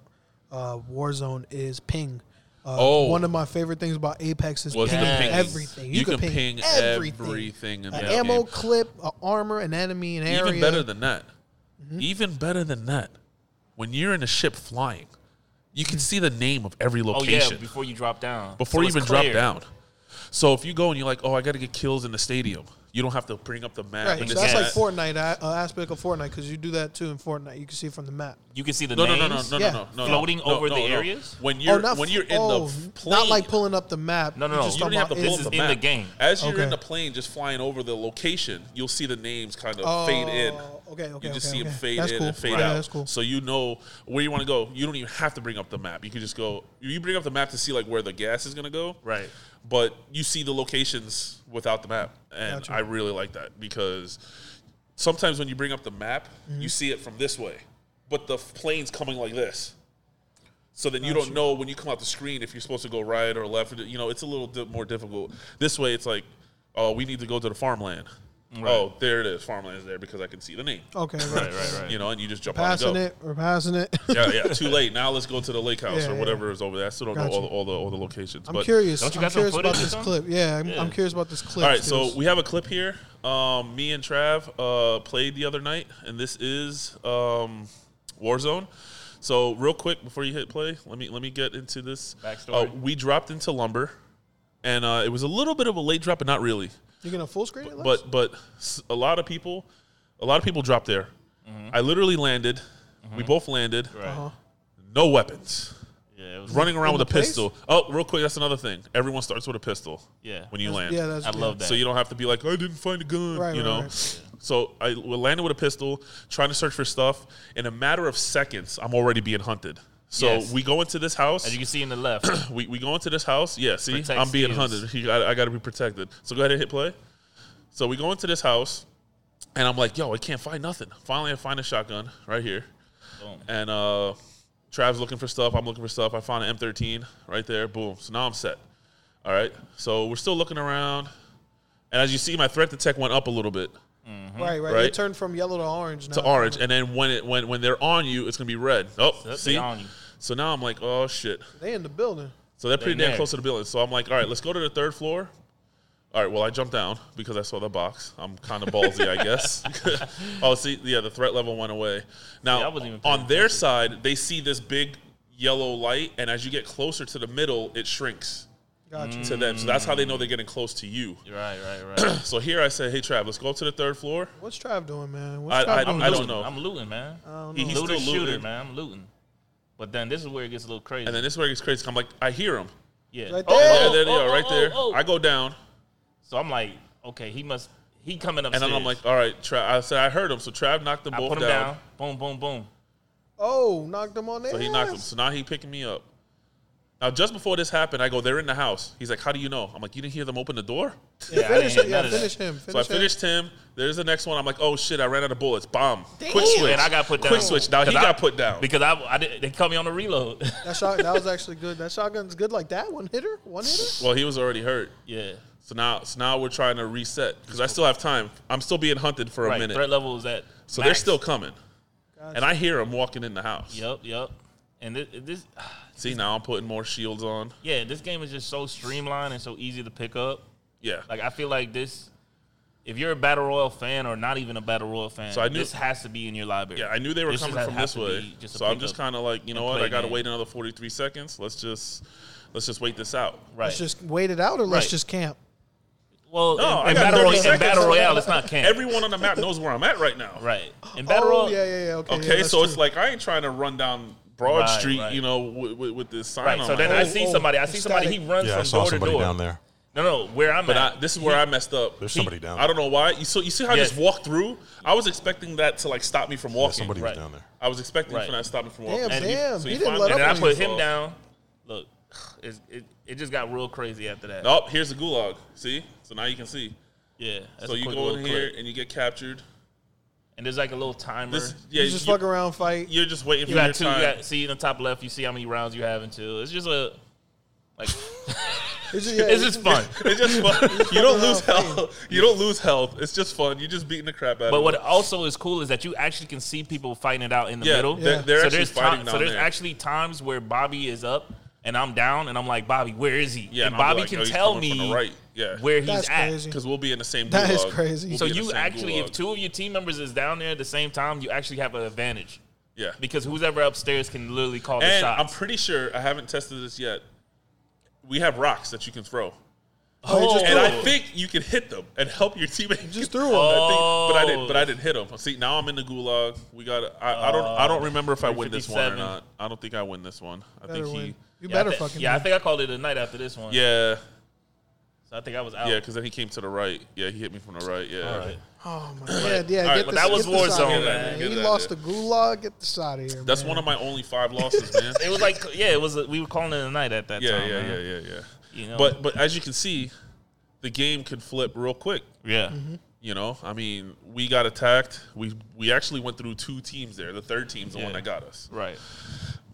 uh, Warzone is ping. Uh, Oh. One of my favorite things about Apex is Was ping the ping. everything. You can ping everything in An that ammo game. clip, an armor, an enemy, an area. Mm-hmm. Even better than that. Even better than that. When you're in a ship flying, you Mm-hmm. can see the name of every Oh yeah, location before you drop down. So before you it's even clear. drop down. So if you go and you're like, oh, I got to get kills in the stadium, you don't have to bring up the map. Right, and so this that's and like that. Fortnite uh, uh, aspect of Fortnite because you do that too in Fortnite. You can see it from the map. Oh, You can see the No, no, names. no, Yeah. no, no, no, no, no, Floating no, over no, the no. areas? When you're not when f- you're in oh, the f- plane, not like pulling up the map. No, no, You're no, just You Just talking don't even have to about pull in up is the in the map. game. As you're in Okay. the plane, just flying over the location, you'll see the names kind of Oh, fade in. okay, okay, You just okay, see them okay. fade That's in cool. and fade Right. out. Yeah, that's cool. So you know where you want to go. You don't even have to bring up the map. You can just go. You bring up the map to see like where the gas is gonna go. Right. But you see the locations without the map, and Gotcha. I really like that because sometimes when you bring up the map, Mm-hmm. you see it from this way, but the f- plane's coming like this. So then you don't know when you come out the screen if you're supposed to go right or left. You know, it's a little di- more difficult. This way, it's like, oh, we need to go to the farmland. Oh, there it is. Farmland is there because I can see the name. Okay, right. Right, right, right. You know, and you just jump on Passing and go. it or passing it. Yeah, yeah. Too late. Now let's go to the lake house Yeah, or yeah. whatever is over there. I still don't know Gotcha. all the, all the all the locations. I'm but curious. Don't you I'm got some curious about footage or this something? clip. Yeah, I'm, I'm curious about this clip. All right, skills. so we have a clip here. Um, me and Trav uh, played the other night, and this is um, Warzone. So real quick before you hit play, let me let me get into this. Backstory. Uh, we dropped into lumber, and uh, it was a little bit of a late drop, but not really. you gonna full screen it? Lex? But but s- a lot of people, a lot of people dropped there. I literally landed. We both landed. Mm-hmm. Right. No weapons. Yeah, it was, Running around with a the Uh-huh. place? pistol. Oh, real quick, that's another thing. Everyone starts with a pistol. Yeah. When you land. yeah, that's I yeah. love that. So you don't have to be like, I didn't find a gun, Right, you right, know. right. So I we landed with a pistol, trying to search for stuff. In a matter of seconds, I'm already being hunted. So Yes. we go into this house. as you can see in the (coughs) left. we, we go into this house. Yeah, see, Protect I'm being steals. hunted. You got- I, got to be protected. So go ahead and hit play. So we go into this house, and I'm like, yo, I can't find nothing. Finally, I find a shotgun right here, Boom. and uh, Trav's looking for stuff. I'm looking for stuff. I find an M13 right there. Boom. So now I'm set. All right. So we're still looking around, and as you see, my threat detect went up a little bit Right, right. right? It turned from yellow to orange. Now. to orange, and then when it when when they're on you, it's gonna be red. Oh, They see. on you. So now I'm like, oh shit. They in the building. So they're pretty They damn next. close to the building. So I'm like, all right, let's go to the third floor. All right, well, I jumped down because I saw the box. I'm kind of ballsy, I guess. (laughs) oh, see, yeah, the threat level went away. See, I Now, wasn't even paying on their side, they see this big yellow light, and as you get closer to the middle, it shrinks Gotcha. Mm-hmm. to them. So that's how they know they're getting close to you. Right, right, right. So here I say, hey, Trav, let's go up to the third floor. What's Trav doing, man? What's I- Trav (coughs) I- doing? I don't Looting. know. I'm looting, man. Um, He- he's Looter still shooter, looting. man. I'm looting. But then this is where it gets a little crazy. And then this is where it gets crazy. I'm like, I hear him. yeah. Right Oh, there. oh, there they oh, are, right oh, there. oh, oh. I go down. So I'm like, okay, he must he coming And upstairs. then I'm like, all right, Trav. I said, I heard him. So Trav knocked them I both put him down. down. Boom, boom, boom. oh, knocked him on the So he knocked him. So now he picking me up. Now just before this happened, I go, they're in the house. He's like, how do you know? I'm like, you didn't hear them open the door? Yeah, I didn't Finish, hear yeah, none of that. finish him. So I Finish him. finished him. There's the next one. I'm like, oh shit, I ran out of bullets. Bomb. Quick switch. And I got put down. Quick switch. Now he 'Cause I- got put down. Because I, I did, they caught me on the (laughs) reload. (laughs) That shot that was actually good. That shotgun's good like that. One hitter, one hitter. Well, he was already hurt. yeah. So now, so now we're trying to reset because I still have time. I'm still being hunted for a Right. minute. Threat level is at so they're max. still coming. And I hear him walking in the house. Yep, yep. And this, this See, now I'm putting more shields on. yeah, this game is just so streamlined and so easy to pick up. Yeah. Like I feel like this if you're a battle royal fan or not even a battle royal fan, So I knew- this has to be in your library. Yeah, I knew they were This coming just from has this to be way. just a So I'm just pickup. kind of like, you know and what? play I got to game. wait another 43 seconds. Let's just let's just wait this out. right. Let's just wait it out or let's Right. just camp. well, No, I in, in got battle 30 royale, in seconds. battle royale, it's not camp. Everyone on the map knows where I'm at right now. (gasps) right. In battle oh, royale, yeah, yeah, yeah. Okay, yeah, Okay, that's so it's true. like I ain't trying to run down Broad Right, Street, right. you know, with, with, with this sign Right. on So my then head. I Oh, see oh, somebody. I see somebody. He static. runs Yeah, I from saw door to somebody door. down there. No, no, where I'm But at. I, this is where I messed up. There's somebody down I don't know why. You, so you see how I Yes. just walked through? I was expecting that to like stop me from walking. Yeah, somebody right. was down there. I was expecting Right. for that to stop me from walking. Damn, And you- damn. so He you didn't find let that- and up then on I you. put him Oh. down. Look, it's, it it just got real crazy after that. Oh, here's the gulag. See? So now you can see. Yeah. That's so a you quick go little in here clip. and you get captured. and there's like a little timer. This, yeah, You just you- fuck around, fight. you're just waiting you for got your two. You time. got, see in the top left, you see how many rounds you have until it's just a (laughs) like It's (laughs) just, yeah, it's just fun. (laughs) It's just fun. (laughs) you don't lose around, health. You don't lose health. It's just fun. You just beating the crap out Oh, But of what it. also is cool is that you actually can see people fighting it out in the Yeah, middle. they're- they're actually there's ti- fighting So down there's there. actually times where Bobby is up and I'm down and I'm like, Bobby, where is he? Yeah, and I'll be Bobby like, can "Yo, he's tell coming from me the right. Yeah. where he's That's at. crazy. Because we'll be in the same. That is gulag. crazy. We'll So be in the you same actually, if gulag. two of your team members is down there at the same time, you actually have an advantage yeah. because who's ever upstairs can literally call the And I'm shots. pretty sure I haven't tested this yet. We have rocks that you can throw, Oh, Oh. just and threw I him. think you can hit them and help your teammate. Just threw him. I think, but Oh. I didn't. But I didn't hit them. See, now I'm in the gulag. We got. I, I don't. I Uh, don't remember if I win this one or 357. not. I don't think I win this one. I Better think he. win. You yeah, better I thi- fucking yeah. I win. think I called it a night after this one. Yeah, so I think I was out. yeah. Because then he came to the right. Yeah, he hit me from the right. Yeah. Oh. All right. Oh my god, yeah, All right, get but this, that was get this Warzone, out of here, man. He Get that lost the out gulag. Get this out of here. That's man. one of my only five losses, (laughs) man. It was like yeah, it was. A, we were calling it a night at that yeah, time. yeah, man. yeah, yeah, yeah. You know? But but as you can see, the game could flip real quick. Yeah. Mm-hmm. You know, I mean, we got attacked. We we actually went through two teams there. The third team's the one Yeah. that got us. Right.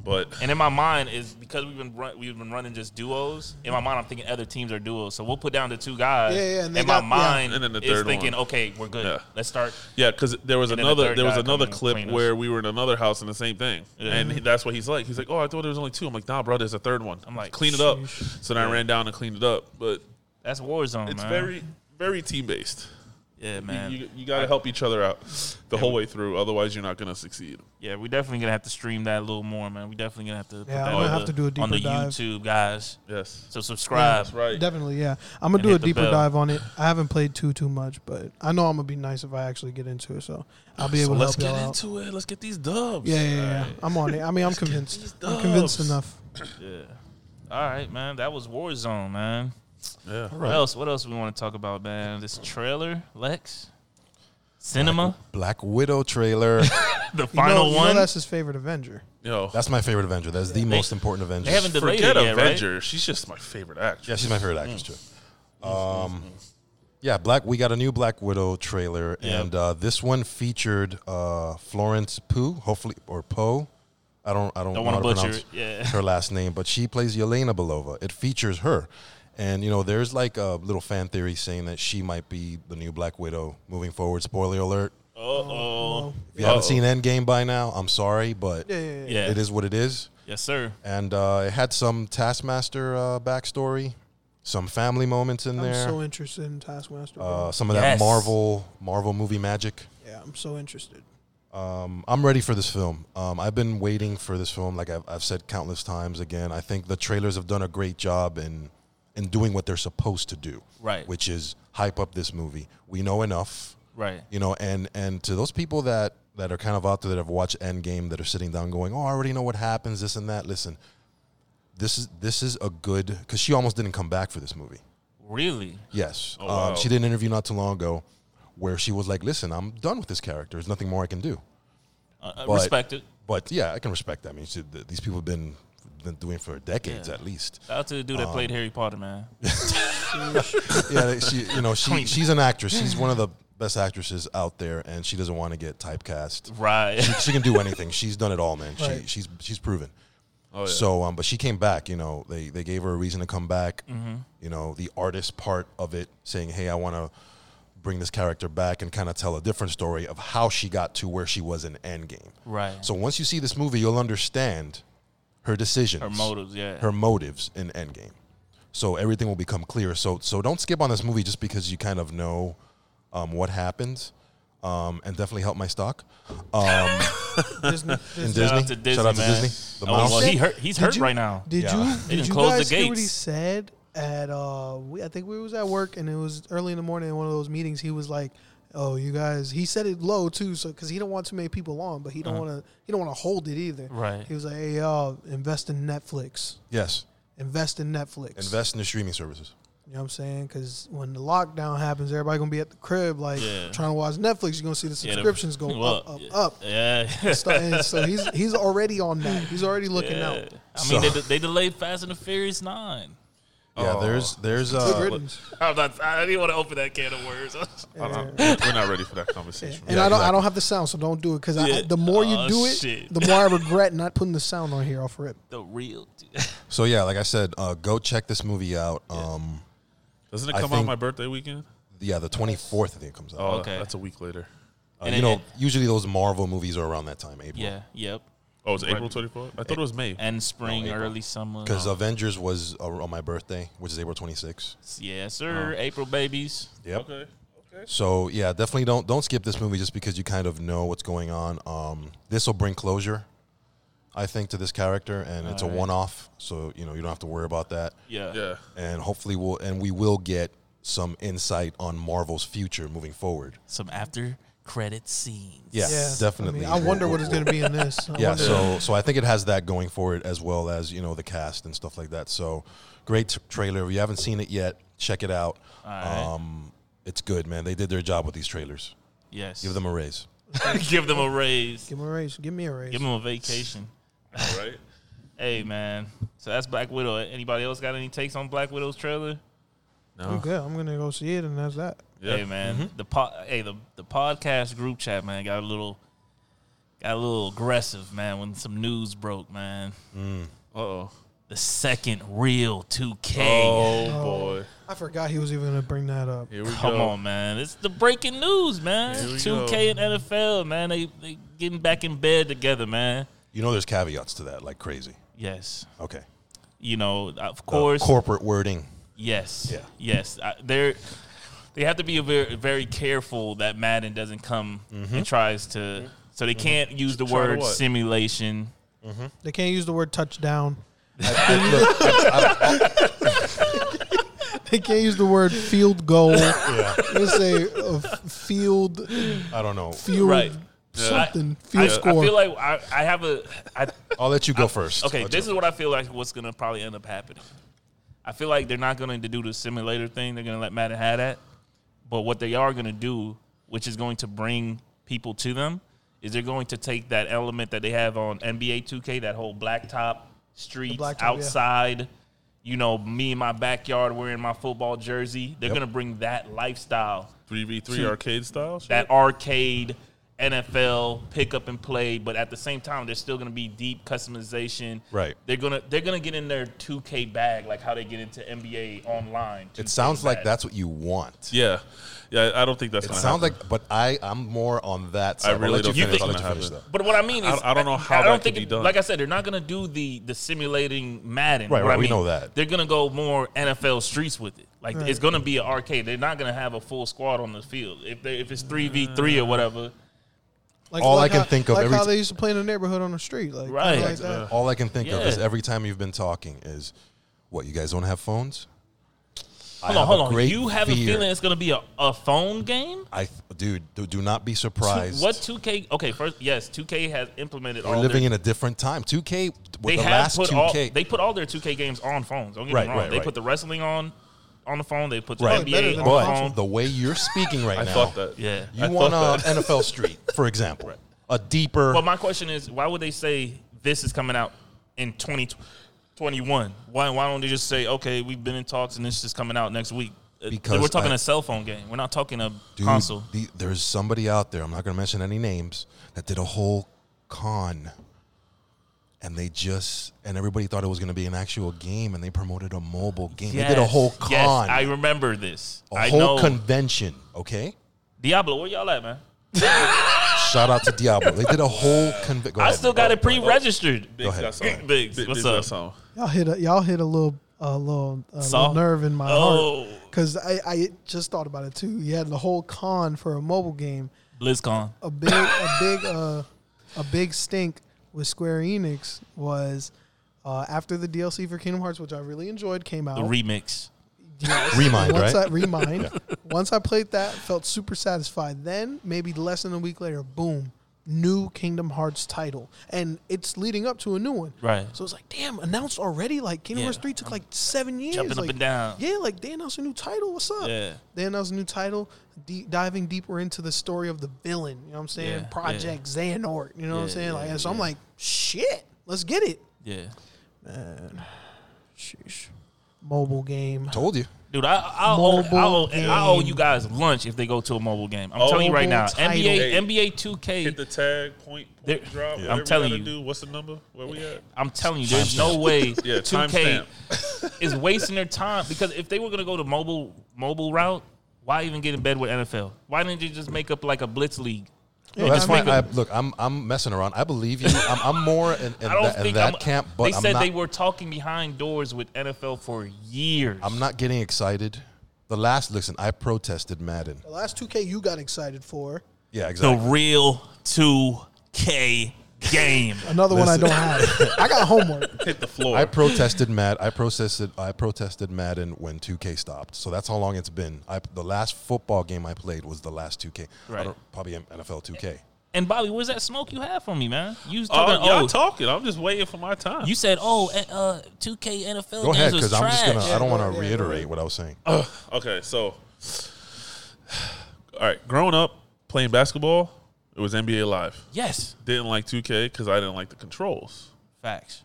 But And in my mind is because we've been run, we've been running just duos. In my mind, I'm thinking other teams are duos, so we'll put down the two guys. Yeah, yeah, and they in my got- yeah. mind, And then the is third thinking, one. okay, we're good. Yeah. Let's start. yeah, because there was And then the another third there was guy another come and clip clean us. where we were in another house and the same thing, and he, that's what he's like. He's like, oh, I thought there was only two. I'm like, nah, bro, there's a third one. I'm like, like, clean it up. So then I ran down and cleaned it up. But That's Warzone, it's man. very very team based. yeah, man. You, you got to help each other out the whole way through. Otherwise, you're not going to succeed. Yeah, we definitely gonna have to stream that a little more, man. We definitely gonna have to. put Yeah, that I'm on gonna have the- to do a deeper on the dive. YouTube, guys. Yes, So subscribe. that's right. Definitely, yeah. I'm gonna And do hit a the deeper bell. dive on it. I haven't played too too much, but I know I'm gonna be nice if I actually get into it, so I'll be So able to let's help get y'all out. into it. Let's get these dubs. Yeah, yeah, yeah. All right. I'm on it. I mean, I'm these convinced. I'm convinced dubs. enough. Yeah. All right, man. That was Warzone, man. Yeah. What else? What else we want to talk about, man? This trailer, Lex, (laughs) cinema, Black Widow trailer. the You know- final you know, one. that's his favorite Avenger. Yo, That's my favorite Avenger. That's the most important Avenger. they haven't delayed forget it yet, right? Avenger. She's just my favorite actress. (laughs) Yeah, she's my favorite actress Mm. too. Um, yeah, Black. We got a new Black Widow trailer, Yeah. and uh, this one featured uh, Florence Pugh, hopefully or Poe. I don't. I don't, Don't know wanna how to butcher pronounce it, yeah. (laughs) her last name, but she plays Yelena Belova. It features her, and you know, there's like a little fan theory saying that she might be the new Black Widow moving forward. Spoiler alert. Uh-oh. If you haven't seen Endgame by now, I'm sorry, but Yeah, yeah, yeah. Yeah. it is what it is Yes, sir. and uh, it had some Taskmaster uh, backstory, some family moments in I'm there, so interested in Taskmaster. bro. uh, some of Yes. that Marvel Marvel movie magic. yeah, I'm so interested. Um, I'm ready for this film. Um, I've been waiting for this film, like I've, I've said countless times. Again, I think the trailers have done a great job in in doing what they're supposed to do, Right. Which is hype up this movie. We know enough, Right. you know, and and to those people that that are kind of out there that have watched Endgame that are sitting down going, "Oh, I already know what happens, this and that." Listen, this is this is a good because she almost didn't come back for this movie. Really? Yes, Oh, um, wow. she did an interview not too long ago where she was like, "Listen, I'm done with this character. There's nothing more I can do." Uh, uh, But- respect it. But yeah, I can respect that. I mean, she, th- these people have been been doing it for decades Yeah. at least. Shout out to the dude that um, played Harry Potter, man. yeah, they- she (laughs) you know she Queen. she's an actress. She's one of the best actresses out there, and she doesn't want to get typecast. (laughs) Right. she, she can do anything. She's done it all, man. She, Right. she's she's proven. Oh, yeah. So, um, but she came back. You know, they they gave her a reason to come back. Mm-hmm. You know, the artist part of it, saying, "Hey, I want to bring this character back and kind of tell a different story of how she got to where she was in Endgame." Right. So once you see this movie, you'll understand her decisions, Her motives, yeah. her motives in Endgame. So everything will become clear. So so don't skip on this movie just because you kind of know um, what happens, um, and definitely help my stock. Um, (laughs) Disney. Disney. in Shout Disney, out to Disney, shout out to man. Disney. The oh, mouse. well, he hurt. He's Did hurt you- right now. Did Yeah. you They did done you closed the guys hear what he gates. said at uh we, I think we was at work and it was early in the morning in one of those meetings he was like oh you guys he said it low too so cuz he don't want too many people on but he don't want to he don't want to hold it either Uh-huh. Right. he was like hey y'all invest in Netflix Yes, invest in Netflix invest in the streaming services. you know what I'm saying cuz when the lockdown happens everybody going to be at the crib like Yeah. trying to watch Netflix you're going to see the Yeah, the- (laughs) subscriptions go well, up up up Yeah. so, and so he's he's already on that he's already looking Yeah. out (laughs) I mean, So- they, they delayed Fast and the Furious Nine. Yeah, Oh. there's there's Good uh, riddance. I'm not, I didn't want to open that can of (laughs) words. I don't- we're not ready for that conversation. And I don't, I don't have the sound, so don't do it. Because Yeah. the more you Aw, do it, shit. the more I regret not putting the sound on here off rip. the real. Dude. (laughs) so yeah, like I said, uh, go check this movie out. Um, Doesn't it I come out think- my birthday weekend? yeah, the 24th I think it comes out. Oh, Okay. that's a week later. Uh, And you it- know, it- usually those Marvel movies are around that time, April. Yeah. Yep. Oh, it's April 24th? I thought it was May. And spring, Oh, April. early summer. Because Avengers was uh, on my birthday, which is April 26th. yeah, sir. Oh. April babies. Yep. Okay. Okay. So yeah, definitely don't don't skip this movie just because you kind of know what's going on. Um, this will bring closure, I think, to this character, and it's a Alright. one-off. So you know you don't have to worry about that, Yeah. Yeah. and hopefully we'll and we will get some insight on Marvel's future moving forward. Some after credit scenes. Yeah, definitely. I, mean, I wonder what We'll- it's going to be in this. I Yeah, wonder. so so I think it has that going for it as well as you know the cast and stuff like that. So great t- trailer. If you haven't seen it yet, check it out. Alright. Um, it's good, man. They did their job with these trailers. Yes. (laughs) Give them a raise. give (laughs) them a raise. give me a raise. Give me a raise. Give them a vacation. All right. Hey man. So that's Black Widow. Anybody else got any takes on Black Widow's trailer? I'm No. good. I'm going to go see it, and that's that. Yeah. Hey man. The po- hey the, the podcast group chat, man, got a little got a little aggressive, man, when some news broke, man. Uh-oh. The second real 2K. Oh, boy. I forgot he was even going to bring that up. Here we Come go. on, man. It's the breaking news, man. Here we 2K go. and NFL, man. They, they getting back in bed together, man. You know, there's caveats to that, like crazy. Yes. Okay, You know, of The course. corporate wording. Yes. Yeah. Yes. I, they're they have to be very very careful that Madden doesn't come and tries to. So they can't use the Try Mm-hmm. to word what? simulation. They can't use the word touchdown. (laughs) (laughs) I- look, I- They can't use the word field goal. I- yeah, They say uh, f- field, I don't know. field, Right. something, I, field I score. feel like I, I have a. I, I'll let you go first. okay, I'll this ju- is what I feel like what's gonna probably end up happening. I feel like they're not going to do the simulator thing. They're going to let Madden have that. But what they are going to do, which is going to bring people to them, is they're going to take that element that they have on NBA 2K, that whole blacktop streets blacktop, yeah. outside. You know, me in my backyard wearing my football jersey. They're going to bring that lifestyle 3v3 Two. arcade style? shit? that arcade NFL pick up and play, but at the same time, there's still going to be deep customization. Right. They're gonna they're gonna get in their 2K bag, like how they get into NBA online. It sounds like that. that's what you want. Yeah. Yeah, I don't think that's It going to sounds happen. like, but I I'm more on that. Side. I I'll really let don't you think finish. I'll it's let you gonna finish happen. that. But what I mean is, I- I don't know how I that don't could think be it- done. Like I said, they're not gonna do the the simulating Madden. Right, What right, I we mean, know that. They're gonna go more NFL streets with it. Like it's gonna be an arcade. They're not gonna have a full squad on the field. If they if it's three v three Uh, or whatever, Like- all I like can how- think of like every how t- they used to play in the neighborhood on the street, like kinda Right. like that. All I can think of is Yeah. every time you've been talking is, what you guys don't have phones. I hold on, have a hold on. great You have a fear. feeling it's gonna be a, a phone game. I dude, do, do not be surprised. What 2K? Okay, first, yes, 2K has implemented We're all living their. in a different time. 2K, they with the have last put 2K, all they put all their 2K games on phones. Don't get Right, me wrong. right, they right. put the wrestling on on the phone. They put the Right. Better NBA on than the the but phone. the way you're speaking right I now, thought that. yeah. you I want uh, thought a NFL Street, (laughs) for example, a deeper. But my question is, why would they say this is coming out in 2021? Why why don't they just say, okay, we've been in talks and this is coming out next week? Uh, Because we're talking I- a cell phone game. We're not talking a Dude, console. the- there's somebody out there. I'm not going to mention any names that did a whole con, and they just and everybody thought it was going to be an actual game, and they promoted a mobile game. They did a Yes. whole Yes, con, I remember this. a I whole know. convention. Okay, Diablo, where y'all at, man? shout out to Diablo. They did a whole convention. I still got it pre-registered. Biggs ahead. got something. Biggs, what's got up? something. Y'all hit a y'all hit a little a little, a little Soft. nerve in my heart Oh, Because I, I just thought about it too. You had the whole con for a mobile game. BlizzCon. A big, a big, uh, a big stink with Square Enix was uh, after the DLC for Kingdom Hearts, which I really enjoyed, came out. The remix. Yes. Remind, once right? (laughs) I remind, once I played that, felt super satisfied. Then maybe less than a week later, boom, new Kingdom Hearts title, and it's leading up to a new one. Right. So it's like, damn, announced already. Like Kingdom Yeah. Hearts three took like seven years. Jumping up like, and down. Yeah, like they announced a new title. What's up? Yeah. They announced a new title, de- diving deeper into the story of the villain. You know what I'm saying? Yeah, Project Xehanort. You know what I'm Yeah, saying? Like, yeah, and so I'm yeah. like, shit, let's get it. Yeah. Sheesh. Mobile game. Told you. Dude, I, I, owe, Mobile I, owe, I owe game. you guys lunch if they go to a mobile game. I'm telling you right now, Mobile NBA title. NBA 2K. Hit the tag, point, There- point drop. I'm whatever you telling gotta you. Do. What's the number? Where we at? I'm telling you, there's no way (laughs) Yeah, 2K is wasting their time because if they were gonna go to mobile mobile route, why even get in bed with NFL? Why didn't you just make up like a blitz league? No, that's I fine. mean- I, look, I'm I'm messing around. I believe you. I'm, I'm more in, in, I don't that, in think that I'm, camp, but they I'm said not. they were talking behind doors with NFL for years. I'm not getting excited. The last listen, I protested Madden. The last 2K you got excited for. Yeah, the exactly. real 2K game. Another one I don't Listen. have. I (laughs) got homework. (laughs) Hit the floor. Uh, I protested Mad. I protested. I protested Madden when 2K stopped. So that's how long it's been. I, the last football game I played was the last 2K. I Right. don't- Probably NFL 2K. And Bobby, where's that smoke you had for me, man? You was Oh, talking, y'all oh, talking. I'm just waiting for my time. you said, oh, eh, uh, 2K NFL Go games ahead, was because I'm just gonna. uh, trash. I don't Yeah, want go to ahead, reiterate what I was saying. Oh. (sighs) okay, so all right, growing up playing basketball, it was NBA Live. Yes, Didn't like 2K because I didn't like the controls. facts.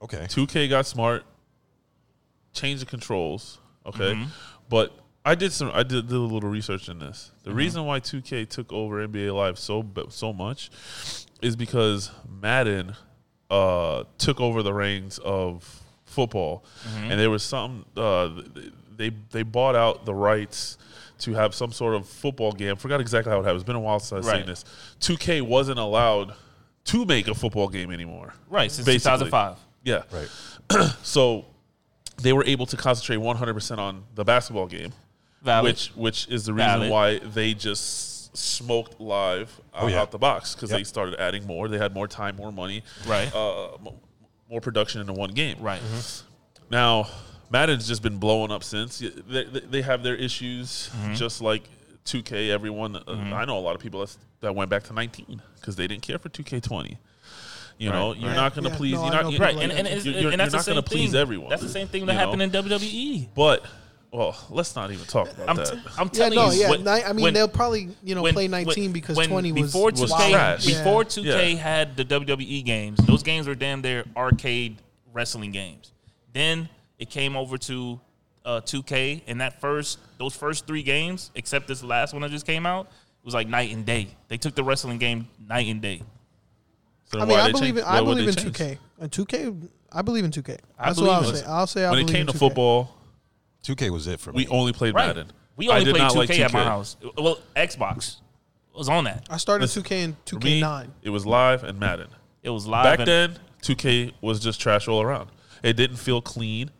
Okay. 2K got smart, changed the controls. Okay, Mm-hmm. but I did some. I did, did a little research in this. The Mm-hmm. reason why 2K took over NBA Live so b- so much is because Madden uh, took over the reins of football, Mm-hmm. and there was some uh, th- they they bought out the rights. To have some sort of football game, I forgot exactly how it happened. It's been a while since I've Right. seen this. 2K wasn't allowed to make a football game anymore. Right, since Basically. 2005. Yeah, Right. so they were able to concentrate 100% on the basketball game, Valid. which which is the reason Valid. why they just smoked live out, yeah. out the box because they Yep. started adding more. They had more time, more money, Right. Uh, m- more production into one game. right. Mm-hmm. now, Madden's just been blowing up since. Y- They, they- they have their issues, Mm-hmm. just like 2K. Everyone, uh, I know a lot of people that's, that went back to 19 because they didn't care for 2K20. You know, Right. you're Right. not going to Yeah, please. no, I you're know not you're- people Right, like and, and, that. it's, you're- you're and that's not the same gonna please thing. everyone. That's the same thing that You happened know? in WWE. But well, let's not even talk about I'm, that. t- I'm Yeah, telling no, you. yeah. when- ni- I mean, when- they'll probably you know when- play when- 19 because when 20 was before 2K, wild. trash. Yeah. Before 2K had the WWE games, those games were damn near arcade wrestling games. Then it came over to uh, 2K, and that first those first three games, except this last one that just came out, was like night and day. They took the wrestling game night and day. So I then mean, why I they believe in, changed- I why would believe in they change? 2K. And 2K, I believe in 2K. I That's what I'll believe in say. I'll say I When it believe came in to 2K. football, 2K was it for me. we only played Right. Madden. We I only did played not 2K, like at my house. Well, Xbox was on that. I started Listen, 2K in For me, 2K9. it was live and Madden. It was live. Back and- then, 2K was just trash all around. It didn't feel clean.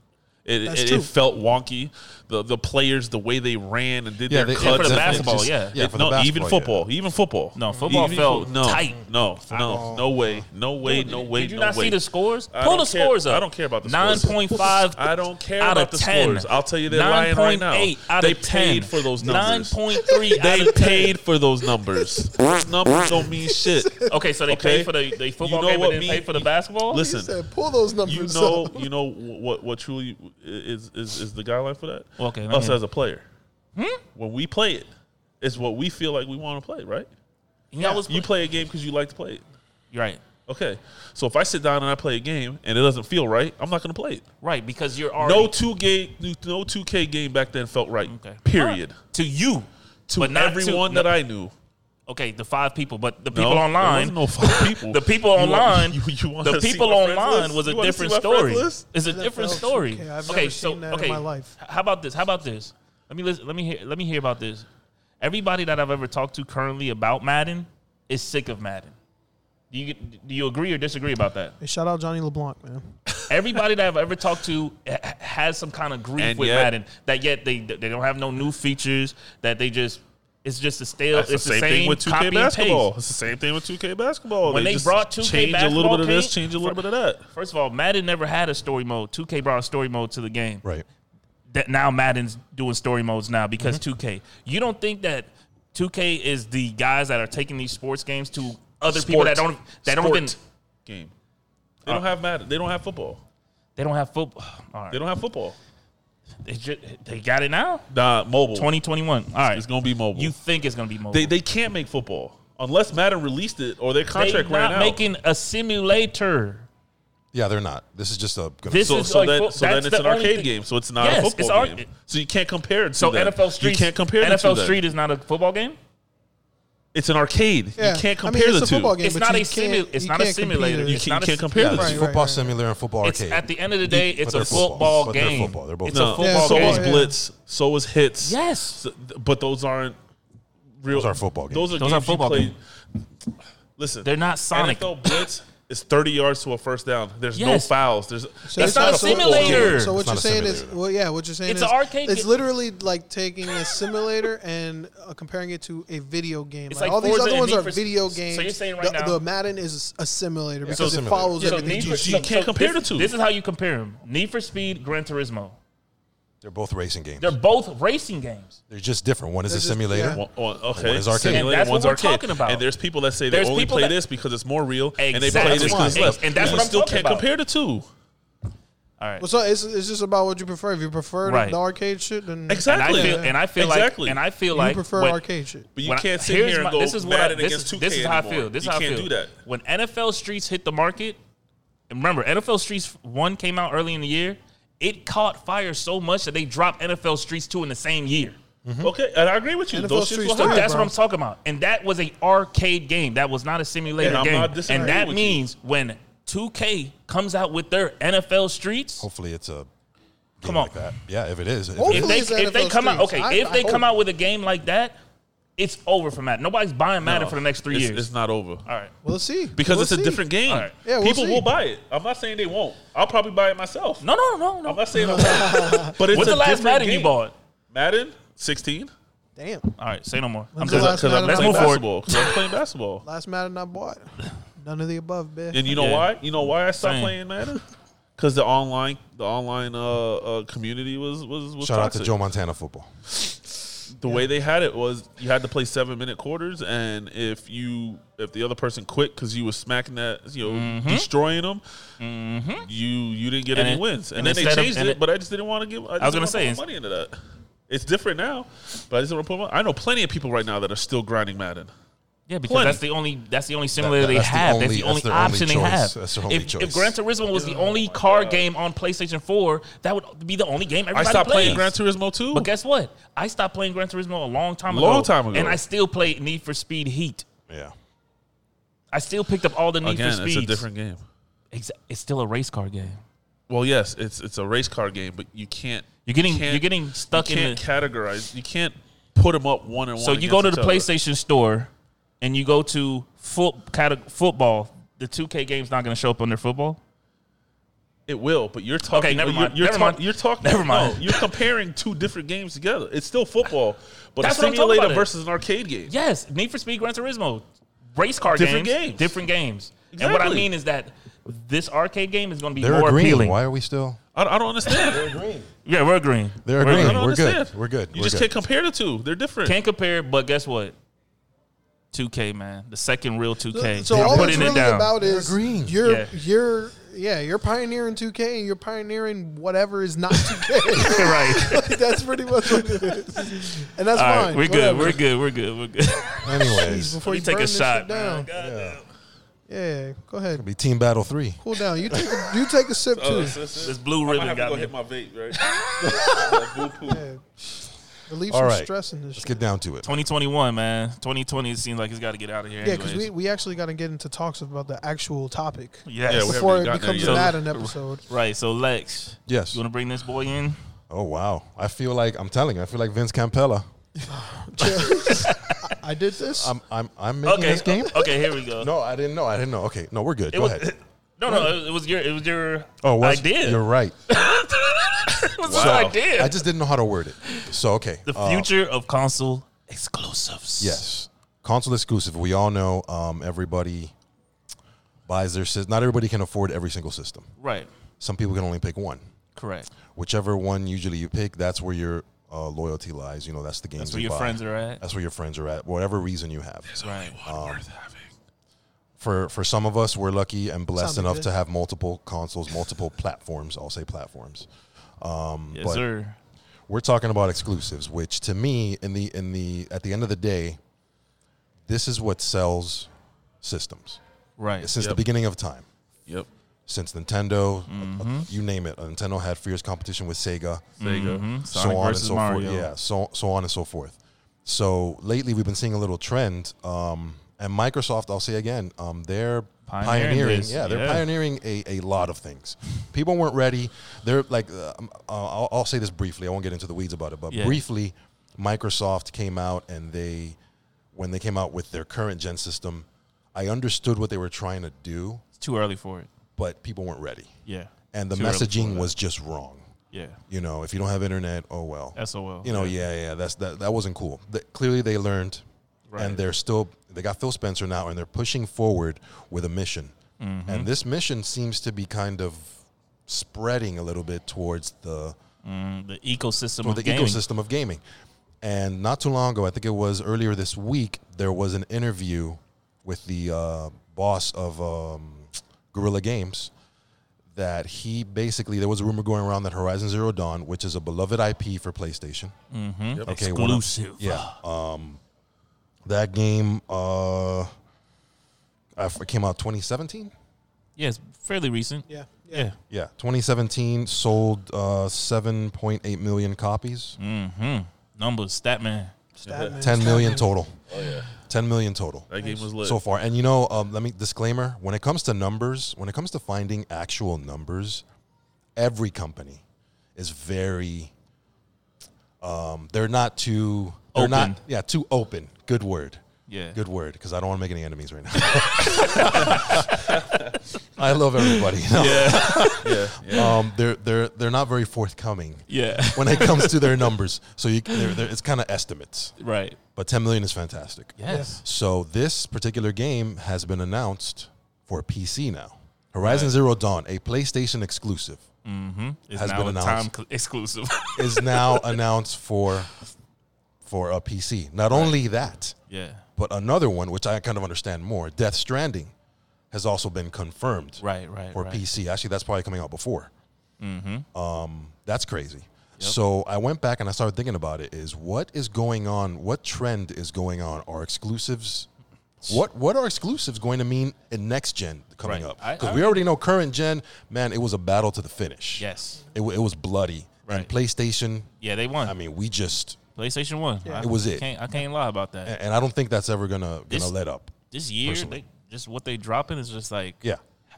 It, That's it, true. it felt wonky. The the players, the way they ran and did Yeah, their they- cuts for the and basketball, just- yeah. Yeah, it- for the no, even basketball, yeah. football, even football. No, football Even felt fo- no, tight. No, no, no way, no way, no way. Did you no not way. see the scores? I Pull the don't care- scores up. I don't care about the Nine scores. point five. (laughs) I don't care out about of the 10. scores. I'll tell you they're lying right now. 9.8 out they of 10. paid for those numbers. 9.3 out (laughs) They of 10. paid for those numbers. Those numbers don't mean shit. Okay, so they Okay. paid for the, the football You know game what and then me- paid for the basketball? He Listen, said, pull those numbers. you up." know, you know what what truly is is, is the guideline for that? Okay, let me us hear. as a player, Hmm? when we play it, it's what we feel like we want to play, right? yeah, I was, You play a game because you like to play it. you're right. Okay, so if I sit down and I play a game and it doesn't feel right, I'm not going to play it. Right, because you're already. No two game, no two K game back then felt right. Okay. Period. to you. To But not to- everyone no- that I knew, Okay, the five people, but the No, people there online. wasn't no five (laughs) people. the people You want- online, (laughs) you- you wanna the see people my friends online list? was a You wanna see different my friends story. list? It's a NFL different 2K, story. I've okay, never so seen that in okay, my life. h- how about this? How about this? Let me listen, let me hear let me hear about this. Everybody that I've ever talked to currently about Madden is sick of Madden. Do you do you agree or disagree about that? (laughs) Hey, shout out Johnny LeBlanc, man. Everybody that I've ever talked to h- has some kind of grief And with yet- Madden. That yet they they don't have no new features. That they just it's just a stale. That's it's the same, thing with 2K copy and paste. basketball. It's the same thing with 2K basketball. When they just brought 2K change a little bit basketball, of this, Kate, change a little bit of that. First of all, Madden never had a story mode. 2K brought story mode to the game. Right. That now Madden's doing story modes now because Mm-hmm. 2K. You don't think that 2K is the guys that are taking these sports games to other people that Sport. don't that don't Sport even game. They don't have Madden. They don't have football. they don't have football. (sighs) All right. They don't have football. They, just, they got it now. Nah, mobile. 2021. All right. It's gonna be mobile. You think it's gonna be mobile? they they can't make football unless Madden released it or their contract they not ran out. making a simulator. Yeah, they're not. This is just a. Gonna, This so is so like then fo- so then that's it's the an only arcade thing. game. So it's not Yes, a it's football ar- game. So you can't compare it. To So that. NFL Street. You can't compare the two NFL then. Street is not a football game. It's an arcade. Yeah. You can't I mean, compare it's the a two. football game. It's but not you a simu- can't- it's you not a can't compete simulator. with You it. You can't, not a can't sim- compare yeah, the two. this is Right, football right, right. simulator and football It's arcade. at the end of the day, it's they're a football. football But they're game. football. They're both it's No. a football so game. So is Yeah. Blitz. So is Hits. Yes. So- but those aren't real. Those are football games. Those are, Those games are you football play- games. Listen, They're not Sonic. NFL Blitz is thirty yards to a first down. There's no Yes. fouls. There's It's not a so what- simulator. So what It's not you're a saying is, simulator. well, yeah, what you're saying It's is an arcade It's ga- literally like taking a simulator and uh, comparing it to a video game. It's like, like all these Forza other and ones Need are for- video so games. you're saying right the, now- the Madden is a simulator because it simulator. follows So everything. Need you for, do. so- can't so compare this, the two. This is how you compare them: Need for Speed, Gran Turismo. they're both racing games. They're They're, both racing games. just different. One is a just- simulator. yeah. One, one, okay, One is arcade. simulator, And that's what one's we're arcade. talking about. And there's people that say There's they only people play that- this because it's more real, and they Exactly. play this because it's less. And that's You what I'm still talking can't about. compare the two. All right. Well, so it's, it's just about what you prefer. If you prefer the- Right. the arcade shit, then And Exactly. I feel, and I feel exactly. like, and I feel you like prefer what- arcade shit. But you when I- can't sit here's here and my- go this is what I- Madden this against is- 2K This is how I anymore. feel. This you is how can't I feel. do that. When NFL Streets hit the market, and remember, NFL Streets 1 came out early in the year. It caught fire so much that they dropped NFL Streets 2 in the same year. Okay, and I agree with you. NFL Those shits Street were Story high. Right, That's bro. what I'm talking about. And that was a arcade game. That was not a simulator And I'm game. not disagreeing and that with you. means when 2K comes out with their NFL Streets, Hopefully, it's a. Come Game on. Like that. Yeah, if it is. If Hopefully it if is they, it's if they NFL come out okay, Streets. I- if I they come hope. out with a game like that, it's over for Madden. Nobody's buying Madden No, for the next three it's- years. It's not over. All right. We'll see. Because We'll it's a see. different game. All right. Yeah, we'll People see. will buy it. I'm not saying they won't. I'll probably buy it myself. No, no, no, no. I'm not saying I won't. But it's When's a the last different Madden game. you bought? Madden 16. Damn. All right, say no more. When's I'm the just last Because I'm Madden Let's playing move forward. basketball. 'Cause I'm playing basketball. (laughs) Last Madden I bought. None of the above, bitch. And you know Yeah. why? You know why I stopped Same. playing Madden? Because the online the online uh, uh, community was was, was Shout toxic. out to Joe Montana football. The way they had it was you had to play seven minute quarters, and if you if the other person quit because you was smacking that you know destroying them, you you didn't get Mm-hmm. And any it- wins. And, and then they instead of- changed and it, it- but I just didn't want to give. I, was just gonna didn't wanna say, put money into that. It's different now, but I just don't put. My, I know plenty of people right now that are still grinding Madden. Yeah, because Plenty. that's the only that's the only simulator that- they that's the have. only- that's the only that's their only option they choice. have. That's their only if, if choice. Gran Turismo was the only car game on PlayStation 4, that would be the only game I everybody stopped playing plays. Gran Turismo too. But guess what? I stopped playing Gran Turismo a long time ago. Long time ago. And I still play Need for Speed Heat. Yeah. I still picked up all the Need Again, for it's Speeds. a different game. Exa- It's still a race car game. Well, yes, it's it's a race car game, but you can't. You're getting- can't- you're getting stuck you in can't categorize. You can't put them up one and So one. you go to against the each other. PlayStation Store and you go to foot, cate- football. The 2K game's not going to show up under football. It will, but you're talking. Okay, never you're- mind, You're, never talk- mind, You're talking. never mind. no, you're comparing two different games together. It's still football, but That's a what I'm talking simulator about it. versus an arcade game. Yes, Need for Speed, Gran Turismo, race car Different games, games. different games. And what I Exactly. mean is that this arcade game is going to be They're more agreeing. appealing. Why are we still? I, I don't understand. Agreeing. Yeah, we're agreeing. They're We're agreeing. I don't We're good. understand. We're good. You We're just good. can't compare the two. They're different. Can't compare, but guess what? 2K, man, the second real 2K. So They're all putting it's really it down. (laughs) about They're is agreeing. you're Yeah. you're yeah you're pioneering 2K and you're pioneering whatever is (laughs) not 2K. right. (laughs) that's pretty much what it is, and that's All fine. right, we're good. whatever. We're good. We're good. We're good. (laughs) Anyways, Before Let you me take burn a this shot, shit man. down. Yeah, go ahead. be Team Battle Three. Cool down. You take a, you take (laughs) a sip Oh, too. it's- it's- This blue I might ribbon have got me. to go hit my vape, right? Yeah. Relieve All some right. stress in this. Let's Shit. get down to it. 2021, man. 2020 it seems like it's got to get out of here. Yeah, because we, anyways. we actually got to get into talks about the actual topic Yes. Yeah, we have- before haven't it gotten there becomes yet. a Madden episode. Right. So Lex, Yes. you want to bring this boy in? Oh wow. I feel like I'm telling you. I feel like Vince Campella. (laughs) (laughs) I- I did this. I'm I'm I'm making this game. Okay. Here we go. No, I didn't know. I didn't know. Okay. No, we're good. It (laughs) Go was- ahead. No, no, it- it was your it was your Oh, what's- idea. (laughs) You're right. it was So, your idea. I just didn't know how to word it. So okay, the uh, future of console exclusives. Yes. Console exclusive. We all know um, everybody buys their system. Not everybody can afford every single system. Right. Some people can only pick one. Correct. Whichever one usually you pick, that's where your uh, loyalty lies. You know, that's the games That's where you your buy. friends are at. That's where your friends are at. Whatever reason you have. right. For for some of us, we're lucky and blessed Sounded enough good. to have multiple consoles, multiple platforms. I'll say platforms. Um, Yes, but sir. we're talking about exclusives, which to me, in the in the at the end of the day, this is what sells systems. Right. since the Yep. beginning of time. Yep. Since Nintendo, Mm-hmm. uh, you name it, uh, Nintendo had fierce competition with Sega, There you go. so Sonic on and versus so Mario. forth. Yeah, so so on and so forth. So lately, we've been seeing a little trend, um, and Microsoft. I'll say again, um, they're Pioneering pioneering. this, yeah, they're yeah. pioneering a, a lot of things. People weren't ready. They're like, uh, um, uh, I'll, I'll say this briefly. I won't get into the weeds about it, but Yeah. briefly, Microsoft came out and they, when they came out with their current gen system, I understood what they were trying to do It's too early for it. but people weren't ready. Yeah. And the Too early for messaging that. was just wrong. Yeah. You know, if you don't have internet, oh well. SOL. You know, yeah, yeah, that's that that wasn't cool. Th- clearly they learned Right. and they're still they got Phil Spencer now and they're pushing forward with a mission. And this mission seems to be kind of spreading a little bit towards the Mm, the ecosystem or of the gaming. ecosystem of gaming. And not too long ago, I think it was earlier this week, there was an interview with the uh, boss of um, Guerrilla Games that he basically there was a rumor going around that Horizon Zero Dawn, which is a beloved IP for PlayStation, okay, one of- Mm-hmm. Exclusive. yeah, um, that game uh, I f- came out 2017. Yeah, it's fairly recent. Yeah. Yeah. Yeah, 2017 sold uh, 7.8 million copies. Mm-hmm. Numbers, Statman. Statman, 10 million Statman. total. Oh yeah. 10 million total. That game was lit. So far. And you know, um, let me disclaimer, when it comes to numbers, when it comes to finding actual numbers, every company is very um, they're not too they're Open. not yeah, too open. Good word. Yeah. Good word, because I don't want to make any enemies right now. (laughs) I love everybody. No. (laughs) yeah. yeah. Um, they're they're they're not very forthcoming Yeah. when it comes to their numbers. So you, they're, they're, it's kind of estimates, right. but 10 million is fantastic. Yes. So this particular game has been announced for PC now. Horizon Zero Dawn, a PlayStation exclusive, Mm-hmm. It's Has now been a announced. time cl- (laughs) exclusive. (laughs) is now announced for for a PC. Not only that, yeah. but another one which I kind of understand more, Death Stranding, has also been confirmed Right, right, for right. Mm-hmm. PC. Actually, that's probably coming out before. Um, that's crazy. So I went back and I started thinking about it: is what is going on? What trend is going on? Are exclusives? What what are exclusives going to mean in next gen coming Right. up? I- Because I- we already know current gen, man, it was a battle to the finish. Yes. it, wa- it was bloody. Right. And PlayStation, Yeah, they won. I mean, we just PlayStation One. I, It was it. Can't, I can't lie about that. and I don't think that's ever gonna gonna This- let up. this year, personally. they, just what they dropping is just like, Yeah,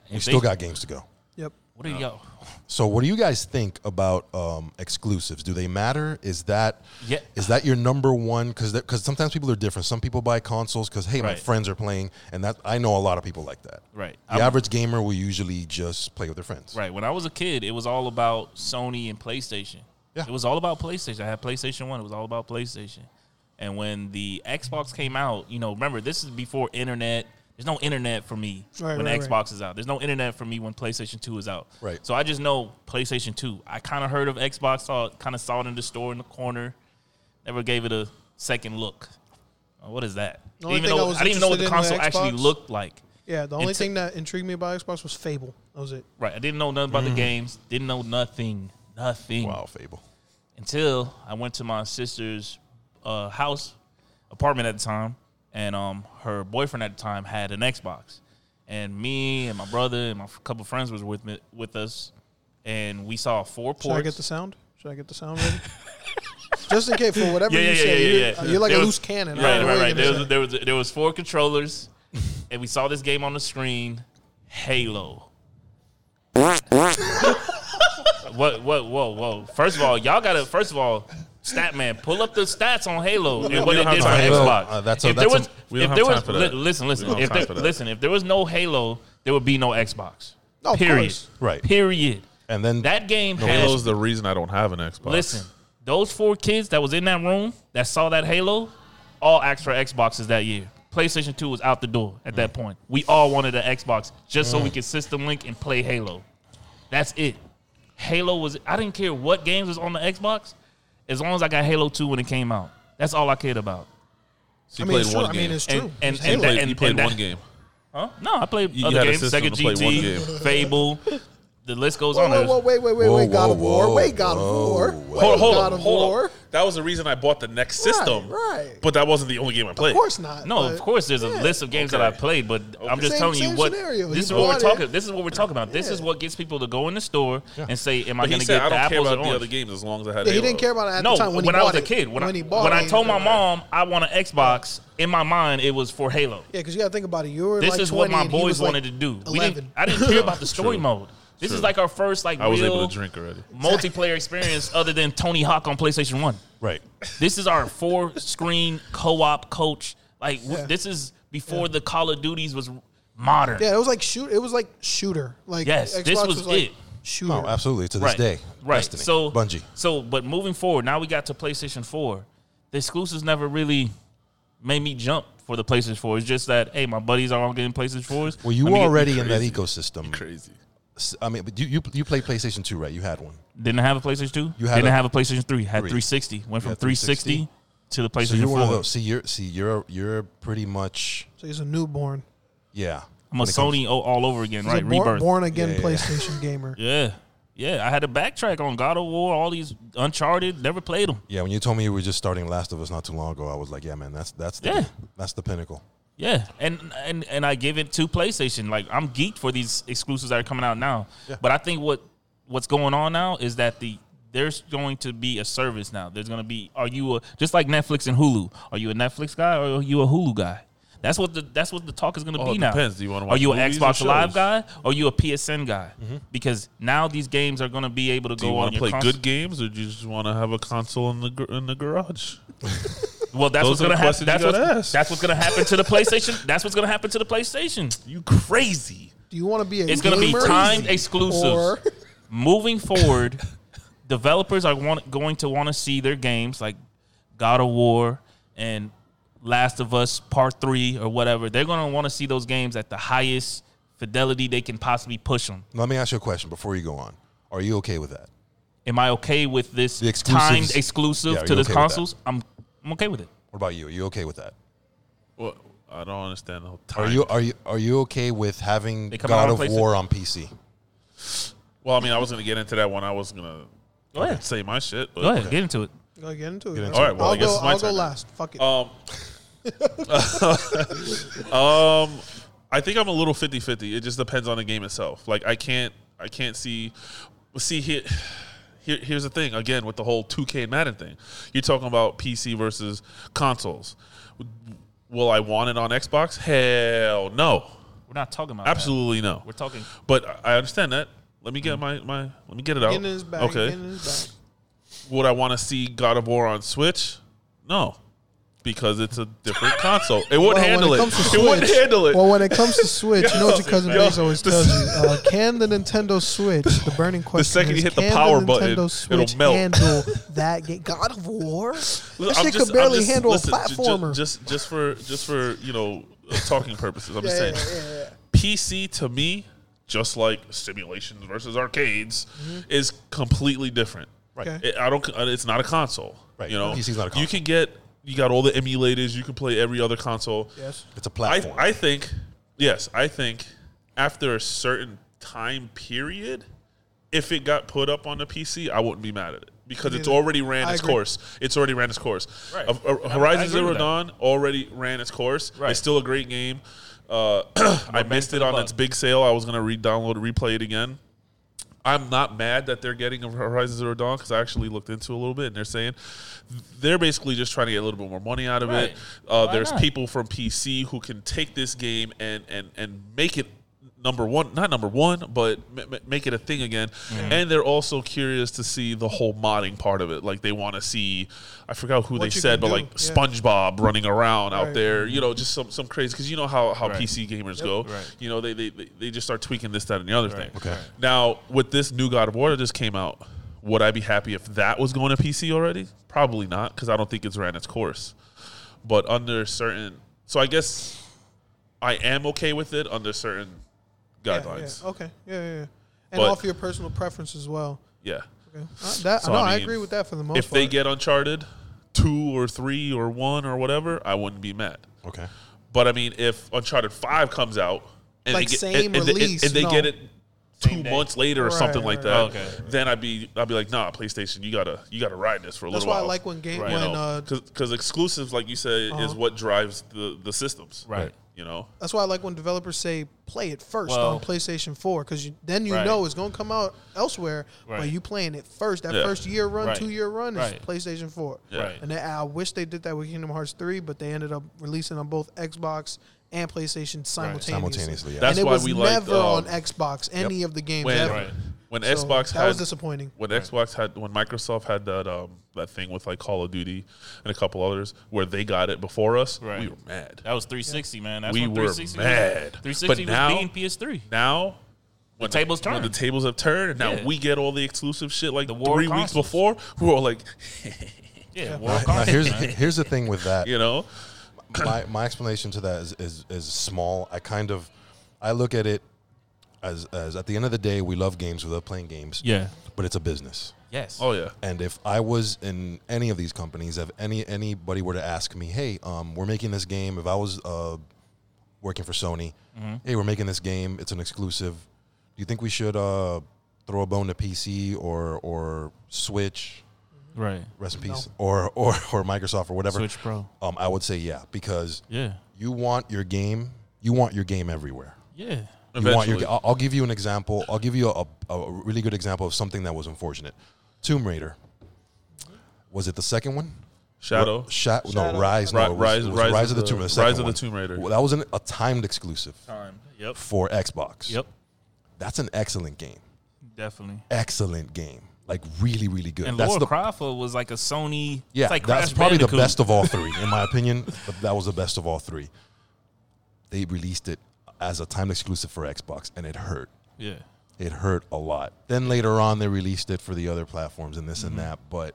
we If still they- got games to go. Yep. what are y'all? So, what do you guys think about um, exclusives? Do they matter? Is that Yeah. Is that your number one? Because because sometimes people are different. Some people buy consoles because hey, my Right. friends are playing, and that I know a lot of people like that. Right. The I'm- average gamer will usually just play with their friends. Right. When I was a kid, it was all about Sony and PlayStation. Yeah. It was all about PlayStation. I had PlayStation 1. It was all about PlayStation. And when the Xbox came out, you know, remember, this is before internet. There's no internet for me Right, when right, Xbox right. is out. There's no internet for me when PlayStation 2 is out. Right. So I just know PlayStation 2. I kind of heard of Xbox, saw kind of saw it in the store in the corner. Never gave it a second look. Uh, What is that? The only Didn't thing even I know, was I didn't even know what the interested console in with actually Xbox- looked like. Yeah. The only It's- thing that intrigued me about Xbox was Fable. That was it. Right. I didn't know nothing Mm-hmm. about the games. Didn't know nothing. Nothing. Wow, Fable. until I went to my sister's uh, house apartment at the time, and um, her boyfriend at the time had an Xbox, and me and my brother and my f- couple friends was with me, with us, and we saw four ports. Should I get the sound? Should I get the sound ready? Just in case for whatever yeah, yeah, you yeah, say, yeah, you're, yeah, uh, yeah. you're like There a was- loose cannon. I Right, don't know what right, right. you're gonna There say. was, there was there was four controllers, and we saw this game on the screen, Halo. what? What? Whoa! Whoa! First of all, y'all gotta. First of all, Statman, pull up the stats on Halo and what it don't have did on time for Xbox. that. Uh, that's a- if there that's a- was, we don't if have there time was, for that. li- listen, We listen. don't If have there, time for that. listen, if there was no Halo, there would be no Xbox. No, of Period. course. Right. Period. And then That game has Halo's the reason I don't have an Xbox. Listen, those four kids that was in that room that saw that Halo, all asked for Xboxes that year. PlayStation 2 was out the door at that Mm. point. We all wanted an Xbox just so we could system link and play Halo. That's it. Halo was I didn't care what games was on the Xbox, as long as I got Halo 2 when it came out. That's all I cared about. I So you mean, played it's true. one I game. mean, it's And- true. and- It's and Halo. that- Played- you played that- one game. Huh? No, I played You- you other had a games, system Sega to play one GT, game. Fable. The list goes Whoa, on. whoa, whoa, wait, wait, wait, Whoa, wait. God of whoa, War. whoa, Wait, God whoa, of War. whoa. Wait, Hold, hold God on, of hold War. on. That was the reason I bought the next Right, system. right. But that wasn't the only game I played. Of course not. No, but- of course there's a yeah. list of games that I played, but I'm just Same- telling you same what scenario. this is You what we're bought talking. it. This is what we're talking about. This is Yeah. what gets people to go in the store and say, "Am I But going to he said get I the don't care apples or about the orange?" other games as long as I had. Yeah, he Halo. didn't care about it at No, the time when, when, he I bought was a it. kid, when, when he I bought when it, uh, I told my mom I want an Xbox, in my mind it was for Halo. yeah, because you got to think about it. You were This like is 20 what my and he boys was, like, wanted to do. We didn't, 11. I didn't care about the story (laughs) True. mode. This is True. like our first like I was real able to drink already. multiplayer experience other than Tony Hawk on PlayStation One. right. This is our four screen co op coach. Like w- this is before the Call of Duties was modern. Yeah, it was like shoot. It was like shooter. Like Yes, Xbox this was like it. Shooter. No, absolutely. To this right. day. Right. Destiny, So Bungie. So but moving forward, now we got to PlayStation 4. The exclusives never really made me jump for the PlayStation 4. It's just that, hey, my buddies are all getting PlayStation 4s. Well, you Let were me get- already in that ecosystem. Crazy. S- I mean, but you, you you played PlayStation 2, right? You had one. didn't have a PlayStation 2. You had didn't a- have a PlayStation 3. Had Three. 360. Went from had 360 to the PlayStation So you're 4. one of those. See, you're see, you're you're pretty much So he's a newborn. yeah. I'm a when it comes- Sony o- all over again, He's right? a born, Rebirth. born again Yeah, yeah, yeah. PlayStation (laughs) gamer. Yeah. Yeah, I had to backtrack on God of War, all these Uncharted, never played them. Yeah, when you told me you were just starting Last of Us not too long ago, I was like, yeah, man, that's that's the, Yeah. that's the pinnacle. Yeah, and and and I give it to PlayStation. Like I'm geeked for these exclusives that are coming out now. But I think what what's going on now is that the there's going to be a service now. There's going to be are you a, just like Netflix and Hulu? Are you a Netflix guy or are you a Hulu guy? That's what the that's what the talk is going to Oh, be it now. depends. Do you wanna Are watch you an movies or Xbox Live shows? guy Mm-hmm. or are you a PSN guy? Because now these games are going to be able to Do go you on want to your play console. good games or do you just want to have a console in the gar- in the garage? Well, that's what's Those are going to happen. the questions That's you gotta what's, ask. that's what's going to happen to the PlayStation. that's what's going to happen to the PlayStation. You crazy. Do you want to be a It's going gonna to be timed (laughs) Or (laughs) exclusives. Moving forward, (laughs) developers are want, going to want to see their games like God of War and Last of Us Part 3 or whatever. They're going to want to see those games at the highest fidelity they can possibly push them. Let me ask you a question before you go on. Are you okay with that? Am I okay with this The exclusives- timed exclusive Yeah, are to you this okay with consoles? I'm I'm okay with it. What about you? Are you okay with that? Well, I don't understand the whole time. Are you are you are you okay with having They come out God of on PlayStation- War on PC? Well, I mean, I was gonna get into that one. I was gonna Go ahead. say my shit. But Go ahead, get into it. Gonna get into it. into All it. All right, well, I'll I guess go. it's my I'll go turn. last. Fuck it. Um, (laughs) um, I think I'm a little 50-50. It just depends on the game itself. Like I can't, I can't see. See here, here, here's the thing. Again, with the whole 2K and Madden thing, you're talking about PC versus consoles. Will I want it on Xbox? Hell no, We're not talking about that. absolutely no. We're talking But I- I understand that. Let me get my, my let me get it out. Getting Mm. in his bag. okay. Getting in his (laughs) bag. Would I want to see God of War on Switch? No, because it's a (laughs) different console. It wouldn't Well, handle it. (laughs) comes to it wouldn't Switch- handle it. Well, when it comes to Switch, you know what your cousin (laughs) Yo, Mace always the- tells (laughs) you: uh, Can the Nintendo Switch, the burning question, second is, you hit (laughs) the can power Nintendo button, it'll Switch melt. (laughs) handle that game? God of War, that Look, I'm shit just- could I'm barely just- handle listen, a ju- ju- platformer. Just, just for just for you know uh, talking purposes. I'm (laughs) just yeah, saying. yeah, yeah, yeah. PC to me, just like simulations versus arcades, Mm-hmm. is completely different. Right. Okay. It, I don't. uh, It's not a console. Right. You know, PC's not a You console. can get. You got all the emulators. You can play every other console. yes. It's a I, platform. I think, yes, I think after a certain time period, if it got put up on the PC, I wouldn't be mad at it because it's neither. already ran I its agree. course. It's already ran its course. Right. Uh, uh, I- I Horizon agree Zero with that. Dawn already ran its course. Right. It's still a great game. Uh, (clears throat) I missed it the on buck. its big sale. I was going to re-download, replay it again. I'm not mad that they're getting Horizon Zero Dawn because I actually looked into it a little bit, and they're saying they're basically just trying to get a little bit more money out of Right. it. Uh, Why there's not? people from PC who can take this game and and and make it number one, not number one, but ma- ma- make it a thing again. Mm-hmm. And they're also curious to see the whole modding part of it. Like they want to see, I forgot who they you can said, but do, like yeah. SpongeBob running around out Right. there, you know, just some some crazy because you know how how Right. PC gamers go. Right. You know, they, they they they just start tweaking this, that, and the other thing. Okay. Right. Now with this new God of War that just came out, would I be happy if that was going to PC already? Probably not, because I don't think it's ran its course. But under certain, so I guess I am okay with it under certain Yeah, Oh. guidelines. yeah, Okay. Yeah, yeah, yeah. And But- off your personal preference as well. Yeah. Okay. Uh, that, So, no, I I, mean, agree with that for the most If part. they get Uncharted two or three or one or whatever, I wouldn't be mad. Okay. But I mean, if Uncharted Five comes out and Like, they get, same and, and they- release, and they no. get it two Same day. months later or something Right, like that, right, right. then I'd be I'd be like, nah, PlayStation, you gotta you gotta ride this for a That's little why I while. like when game Right. when you uh, because exclusives, like you say, is Uh-huh. what drives the the systems, Right. You know, that's why I like when developers say play it first Well- on PlayStation 4 because you, then you Right. know it's going to come out elsewhere, Right. but you playing it first. That Yeah. first year run, Right. two year run is Right. PlayStation 4. Yeah. Right. And then I wish they did that with Kingdom Hearts 3, but they ended up releasing on both Xbox and PlayStation simultaneously. Simultaneously, yeah. That's and it why was we liked, never on um, Xbox any of the games when ever. Right. when So Xbox that had was disappointing. when Xbox had when Microsoft had that um that thing with like Call of Duty and a couple others where they got it before us, Right. we were mad. That was 360, man. That's We when were 360 was- mad. 360 But was now- beating PS3. Now. When tables when turned. the tables have turned, and now Yeah. we get all the exclusive shit like The war three weeks consoles. before. We're all like, Yeah, Now, World now here's Cup, man. here's the thing with that. you know, my, my explanation to that is, is is small. I kind of I look at it as as at the end of the day, we love games, we love playing games. Yeah. But it's a business. Yes. oh yeah, And if I was in any of these companies, if any anybody were to ask me, hey, um, we're making this game, if I was uh, working for Sony, Mm-hmm. hey, we're making this game, it's an exclusive. Do you think we should uh, throw a bone to PC or or Switch, Right. rest in peace, or, or or Microsoft or whatever? Switch Pro. Um, I would say yeah, because Yeah. you want your game you want your game everywhere Yeah. you want your, Eventually. ga- I'll, I'll give you an example i'll give you a, a, a really good example of something that was unfortunate tomb raider was it the second one Shadow. Sha- Shadow. no rise no Ri- it was- Rise- it was Rise of rise, of the the- tomb raider Rise second of the one. Tomb Raider. Well, that was an, a timed exclusive Time. Yep. for xbox Yep. that's an excellent game Definitely. excellent game like really really good And that's Laura the Crawford was like a Sony. yeah, it's like that's Crash probably the Bandicoot. best of all three, (laughs) in my opinion. But that was the best of all three. They released it as a time exclusive for Xbox, and it hurt. Yeah. It hurt a lot. Then later on, they released it for the other platforms and this and Mm-hmm. that, but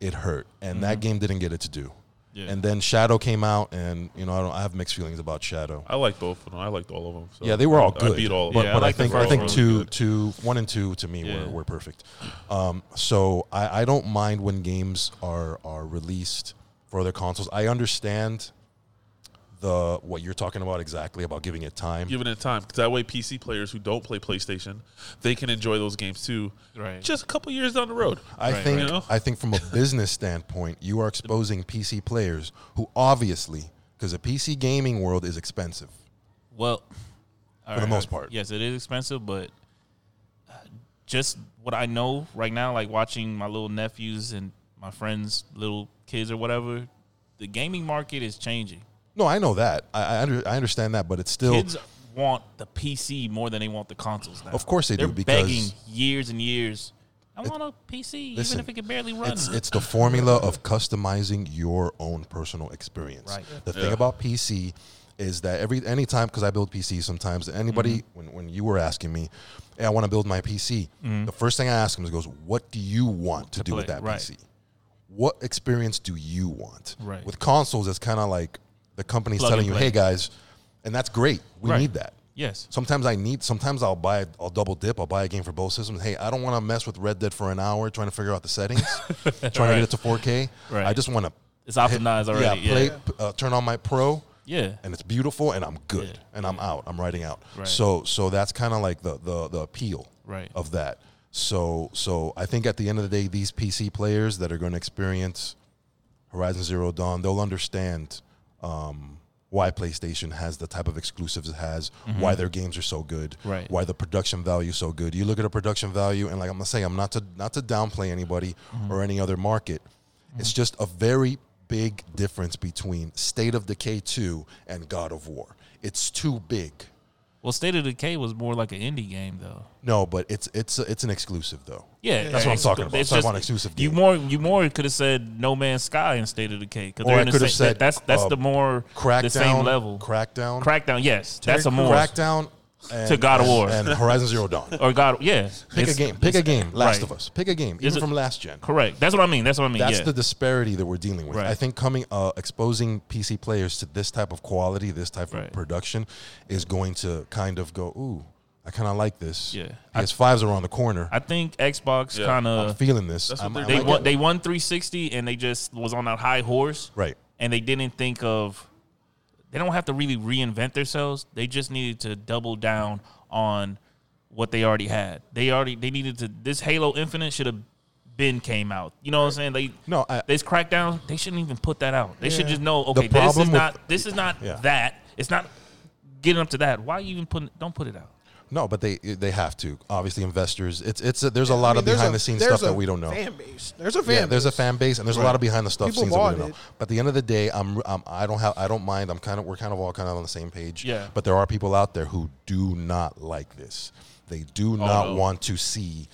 it hurt, and that game didn't get it to do. Yeah. And then Shadow came out, and you know I don't I have mixed feelings about Shadow. I like both of them. I liked all of them. So Yeah, they were all I- good. I beat all of but, them. Yeah, I but I, like the think first I think one. two, two, one and two to me Yeah. were, were perfect. Um, so I, I don't mind when games are are released for other consoles. I understand the what you're talking about exactly about giving it time. Given it time, 'cause that way PC players who don't play PlayStation, they can enjoy those games too. Right. Just a couple years down the road. I Right, think right. You know? I think from a business standpoint, you are exposing PC players who obviously because the PC gaming world is expensive. Well, for the most part. Yes, it is expensive, but uh, just what I know right now, like watching my little nephews and my friends' little kids or whatever, the gaming market is changing. No, I know that. I I, under, I understand that, but it's still Kids want the PC more than they want the consoles now. Of course they They're do, because- begging years and years. I want a PC, listen, even if it can barely run. It's it's the formula of customizing your own personal experience. Right. The thing about PC is that every anytime because I build PCs sometimes anybody Mm-hmm. when, when you were asking me, hey, I want to build my PC. The first thing I ask them is goes, what do you want to, do with Mm-hmm. play, that right. PC? What experience do you want? Right. With consoles, it's kind of like the company's Plug telling and you, play. hey guys, and that's great. We Right. need that. yes. Sometimes I need. Sometimes I'll buy. I'll double dip. I'll buy a game for both systems. Hey, I don't want to mess with Red Dead for an hour trying to figure out (laughs) the settings, trying to get it to 4K. Right. I just want to. It's optimized already. Yeah, Yeah. play. p- Uh, turn on my pro, yeah. and it's beautiful, and I'm good, Yeah. and I'm out. I'm writing out. Right. So, so that's kind of like the the the appeal Right. of that. So, so I think at the end of the day, these PC players that are going to experience Horizon Zero Dawn, they'll understand um, why PlayStation has the type of exclusives it has, why their games are so good, Mm-hmm. Right. why the production value is so good. You look at a production value, and like I'm gonna say, I'm not to not to downplay anybody Mm-hmm. or any other market. It's just a very big difference between State of Decay 2 and God of War. It's too big. Well, State of Decay was more like an indie game though. No, but it's it's it's an exclusive though. Yeah, That's what I'm talking about. So I want exclusive You game. more you more could have said No Man's Sky and State of Decay because Or they're I in the could same, have said, that- that's that's uh, the more Crackdown. the same level. Crackdown. Crackdown, yes, that's a more Crackdown. And, To God of and- War. and Horizon (laughs) Zero Dawn. or God, yeah. Pick a it's- game. Pick a game. Last right. of Us. Pick a game. Is Even it- from last gen. Correct. That's what I mean. That's what I mean. That's yeah. the disparity that we're dealing with. Right. I think coming uh, exposing PC players to this type of quality, this type Right. of production, is going to kind of go, ooh, I kind of like this. Yeah. PS5s are on the corner. I, I think Xbox Yeah. kind am of feeling this. That's what I'm- they're I they doing. like won it. they won 360 and they just was on that high horse right. and they didn't think of they don't have to really reinvent themselves. They just needed to double down on what they already had. They already they needed to this Halo Infinite should have been came out. You know what I'm saying? They No, I, this crackdown, they shouldn't even put that out. They should Yeah. just know, okay, this is problem with- not this is not Yeah. that. It's not getting up to that. Why you even putting don't put it out? no, but they they have to. Obviously, investors. It's it's a, there's a I lot mean, of there's behind a- the scenes there's stuff that a we don't know. Fan base. There's a fan. Yeah, there's a base. fan base, and there's a Right. lot of behind the stuff People scenes that we bought don't know. it. But at the end of the day, I'm, I'm I don't have I don't mind. I'm kind of we're kind of all kind of on the same page. Yeah. But there are people out there who do not like this. They do not Oh, no. want to see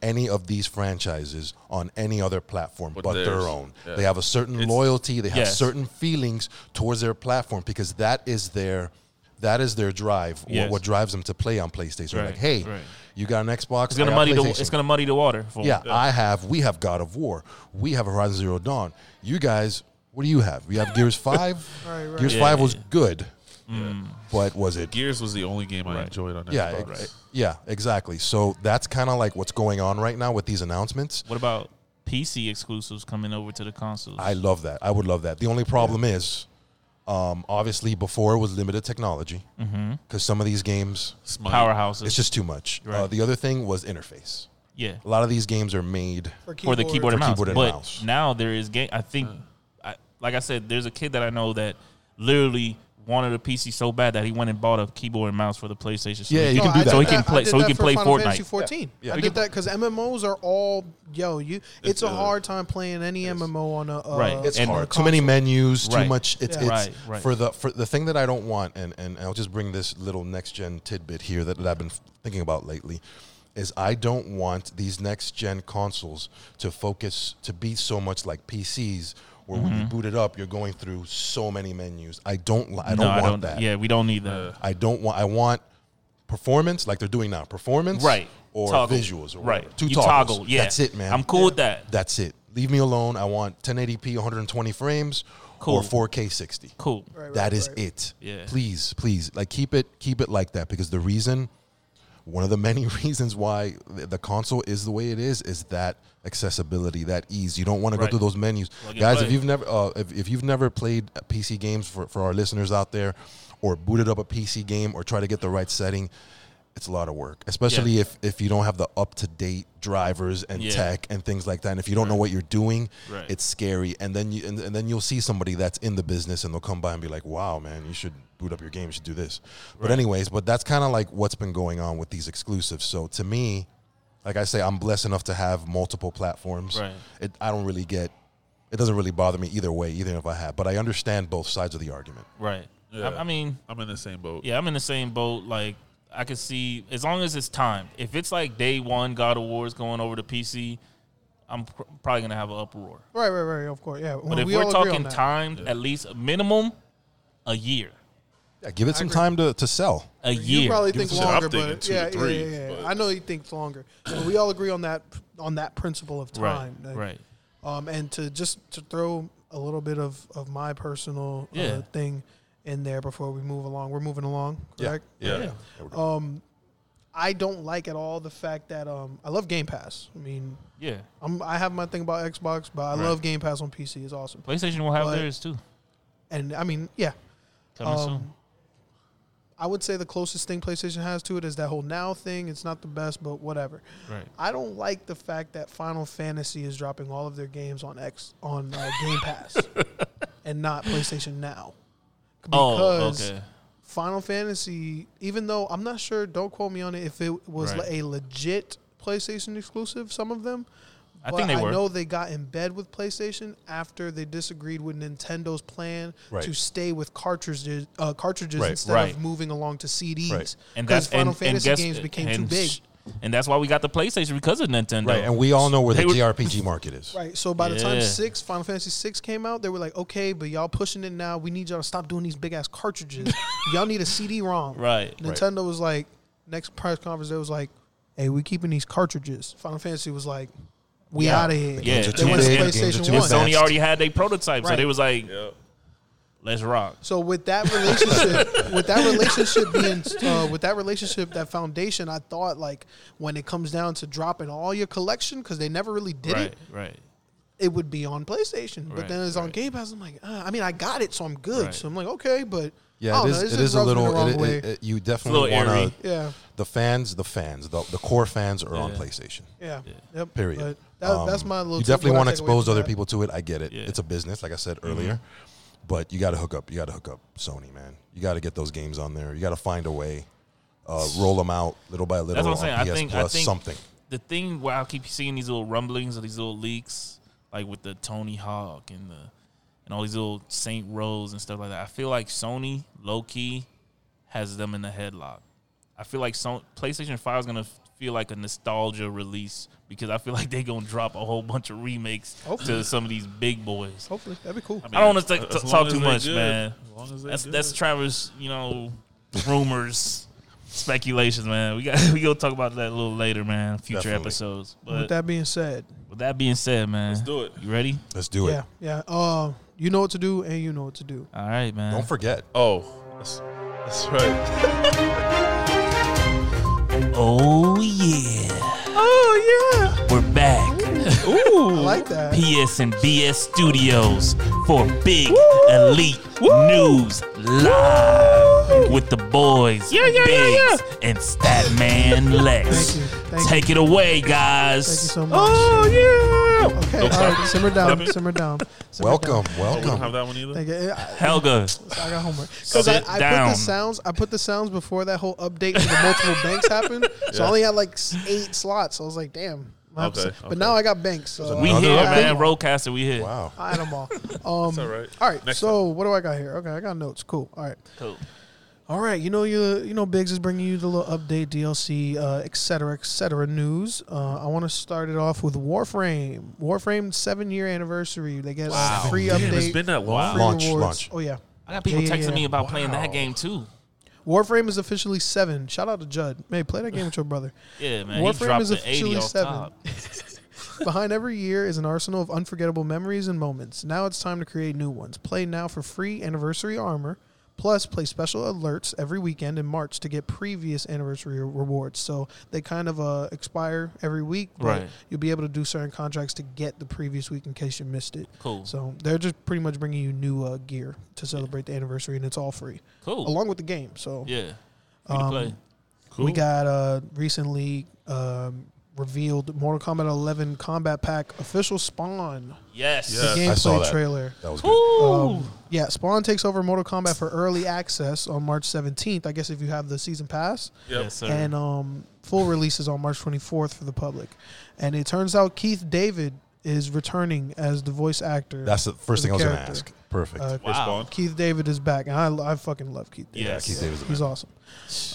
any of these franchises on any other platform but, their theirs. own. Yeah. They have a certain loyalty. They have Yes. certain feelings towards their platform because that is their. That is their drive. What, Yes. what drives them to play on PlayStation? Right, Like, hey, right. you got an Xbox? It's gonna muddy the it's gonna muddy the water for 'em. Yeah, I have. We have God of War. We have Horizon Zero Dawn. You guys, what do you have? We have Gears Five. (laughs) Right, right. Gears Yeah, Five was yeah. good, but was it? Gears was the only game I Right. enjoyed on Xbox. yeah, ex- yeah, exactly. So that's kind of like what's going on right now with these announcements. What about PC exclusives coming over to the consoles? I love that. I would love that. The only problem is, um, obviously, before it was limited technology because Mm-hmm. some of these games, Smite. Powerhouses. it's just too much. Uh, Right. the other thing was interface. yeah. A lot of these games are made. for the keyboard and mouse. keyboard and but mouse. now there is game. I think, I, like I said, there's a kid that I know that literally wanted a PC so bad that he went and bought a keyboard and mouse for the PlayStation. So Yeah, he you can, can- do I that. So he did can that- I play- did so he that can for play Final Fortnite. Fantasy 14. Yeah. I We did that because MMOs are all yo. You, it's, a uh, hard time playing any MMO on a uh, Right. It's and- hard. Too many menus. Right. Too much. It's, Yeah. it's Right, right. for the for the thing that I don't want, and and I'll just bring this little next gen tidbit here that, that I've been f- thinking about lately, is I don't want these next gen consoles to focus to be so much like PCs. Where when Mm-hmm. you boot it up, you're going through so many menus. I don't. li- I don't no, I want don't. that. Yeah, we don't need that. I don't want. I want performance like they're doing now. Performance, right. Or Toggle. visuals, or right. whatever. Two you toggles. toggle. Yeah, that's it, man. I'm cool with that. That's it. Leave me alone. I want 1080p, 120 frames, Cool. or 4K 60. Cool. Right, That right, is right. it. Yeah. Please, please, like keep it, keep it like that. Because the reason, one of the (laughs) many reasons why th- the console is the way it is, is that accessibility, that ease. You don't want to Right. go through those menus, Plug and guys. If play. you've never, uh, if, if you've never played uh, PC games for for our listeners out there, or booted up a PC game, or try to get the right setting. It's a lot of work, especially if, if you don't have the up to date drivers and Yeah. tech and things like that. And if you don't know what you're doing, Right. it's scary. And then you and, and then you'll see somebody that's in the business and they'll come by and be like, "Wow, man, you should boot up your game. You should do this." But anyways, but that's kind of like what's been going on with these exclusives. So to me, like I say, I'm blessed enough to have multiple platforms. Right. It, I don't really get. It doesn't really bother me either way, even if I have. But I understand both sides of the argument. Right. Yeah. I, I mean, I'm in the same boat. yeah, I'm in the same boat. Like, I could see as long as it's timed. If it's like day one, God of War's going over to PC, I'm pr- probably gonna have an uproar. Right, right, right. Of course, yeah. But if we we are all agree on talking that. timed, at least a minimum, a year. Yeah, give it some agree. time to, to sell. A You year. probably Give think us a shot. I'm longer, thinking but two to yeah, three, yeah, yeah, yeah. but- I know you think longer. But we all agree on that on that principle of time. Right. Like, Right. Um, and to just to throw a little bit of, of my personal Yeah. uh, thing in there before we move along. We're moving along, correct? Yeah. Yeah. I don't like at all the fact that um, I love Game Pass. I mean, Yeah. I'm, I have my thing about Xbox, but I love Game Pass on PC. It's awesome. PlayStation will have But- theirs too. And I mean, yeah, Coming Um, soon. I would say the closest thing PlayStation has to it is that whole now thing. It's not the best, but whatever. Right. I don't like the fact that Final Fantasy is dropping all of their games on X on uh, Game (laughs) Pass and not PlayStation Now. Oh, Because okay. Final Fantasy, even though I'm not sure, don't quote me on it, if it was Right. a legit PlayStation exclusive, some of them, I But think they I were. know they got in bed with PlayStation after they disagreed with Nintendo's plan Right. to stay with cartridges, uh, cartridges Right, instead right. of moving along to CDs. Right. and because that's Final and, Fantasy and guess, games became and, too big. and that's why we got the PlayStation because of Nintendo. Right, and we all know where the They were- JRPG market is. Right. So by the time Yeah. six Final Fantasy six came out, they were like, okay, but y'all pushing it now. We need y'all to stop doing these big (laughs) ass cartridges. y'all need a CD-ROM. Right. Nintendo was like, next press conference, they was like, hey, we keeping these cartridges. Final Fantasy was like, we Yeah. out of here. Yeah. They went Nintendo to games are PlayStation too And One. fast. Sony already had their prototype, so Right. they was like, Yeah. "Let's rock." So with that relationship, with that relationship being, uh, with that relationship, that foundation, I thought like when it comes down to dropping all your collection because they never really did Right. it, Right. it would be on PlayStation. But Right, then it's on right. Game Pass. I'm like, uh, I mean, I got it, so I'm good. Right. So I'm like, okay, but I Yeah, don't it know, is. Oh, this It just is a rubs me little. the wrong It, way. it, it- you definitely little want airy. to. yeah, The fans, the fans, the, the core fans are on Yeah. PlayStation. yeah, yep. Period. But that, that's Um, my little. You tip, definitely what I want to take away from expose other that. people to it. I get it. Yeah. Mm-hmm. It's a business, like I said earlier. But you got to hook up. You got to hook up Sony, man. You got to get those games on there. You got to find a way. Uh, roll them out little by little That's what I'm on saying. PS I think. Plus. I think something. The thing where I keep seeing these little rumblings or these little leaks, like with the Tony Hawk and the and all these little Saint Rose and stuff like that. I feel like Sony low key has them in the headlock. I feel like Sony, PlayStation Five is gonna f- feel like a nostalgia release because I feel like they're gonna drop a whole bunch of remakes to Hopefully. some of these big boys. Hopefully, that'd be cool. I don't want to As long talk as too they much, good. man. As long as they That's good. that's Travis, you know, rumors, (laughs) speculations, man. We got (laughs) we gonna talk about that a little later, man. Future Definitely. episodes. with But that being said, with that being said, man, let's do it. You ready? Let's do it. yeah, yeah. Uh, you know what to do, and you know what to do. All right, man. Don't forget. Oh, that's, that's right. oh yeah, Oh yeah. we're back. (laughs) I like that. PS and BS Studios for big elite news live with the boys, yeah, yeah, Biggs and Statman Lex. Thank you, thank Take it away, guys. Thank you so much. Oh yeah. Okay, all right, (laughs) simmer down, Clapping. simmer down. simmer Welcome, down. Oh, we don't have welcome. that one either. Thank you. I- Helga. I got (laughs) homework because I, Sit I put down. the sounds. I put the sounds before that whole update with the (laughs) multiple banks happened. So I Yeah. only had like s- eight slots. I was like, damn. I have to Okay, s- But okay. now I got banks. So We Another here, update? man. Roadcaster, we here. Wow. I had them (laughs) all. Um, all right. All right. Next so what do I got here? Okay, I got notes. Cool. All right. Cool. All right, you know you you know Biggs is bringing you the little update DLC, uh, et cetera, et cetera news. Uh, I want to start it off with Warframe. Warframe seven year anniversary. They get a free Damn, update. it's been that long. Wow. free Launch, rewards. launch. Oh yeah, I got people Yeah, yeah, texting yeah. me about playing that game too. Warframe is officially seven. Shout out to Judd. Hey, play that game with your brother. Yeah, (laughs) man. he Warframe dropped is an 80 officially off seven. top. (laughs) Behind every year is an arsenal of unforgettable memories and moments. Now it's time to create new ones. Play now for free anniversary armor. Plus, play special alerts every weekend in March to get previous anniversary re- rewards. So they kind of uh, expire every week, but Right. you'll be able to do certain contracts to get the previous week in case you missed it. Cool. So they're just pretty much bringing you new uh, gear to celebrate the anniversary, and it's all free Cool. along with the game. So yeah. Free to Um, play. Cool. we got uh, recently um, revealed Mortal Kombat 11 Combat Pack official Spawn Yes. Yeah. I saw gameplay that. trailer. That was good. Woo. Um, yeah, Spawn takes over Mortal Kombat for early access on March 17th. I guess if you have the season pass, Yep. Yes, sir. and um, full release is on March 24th for the public. And it turns out Keith David is returning as the voice actor. That's the first The thing I was going to character. ask. Perfect. Uh, Wow. (laughs) Respond. Keith David is back, and I, I fucking love Keith. David. Yeah, Keith David's the He's awesome.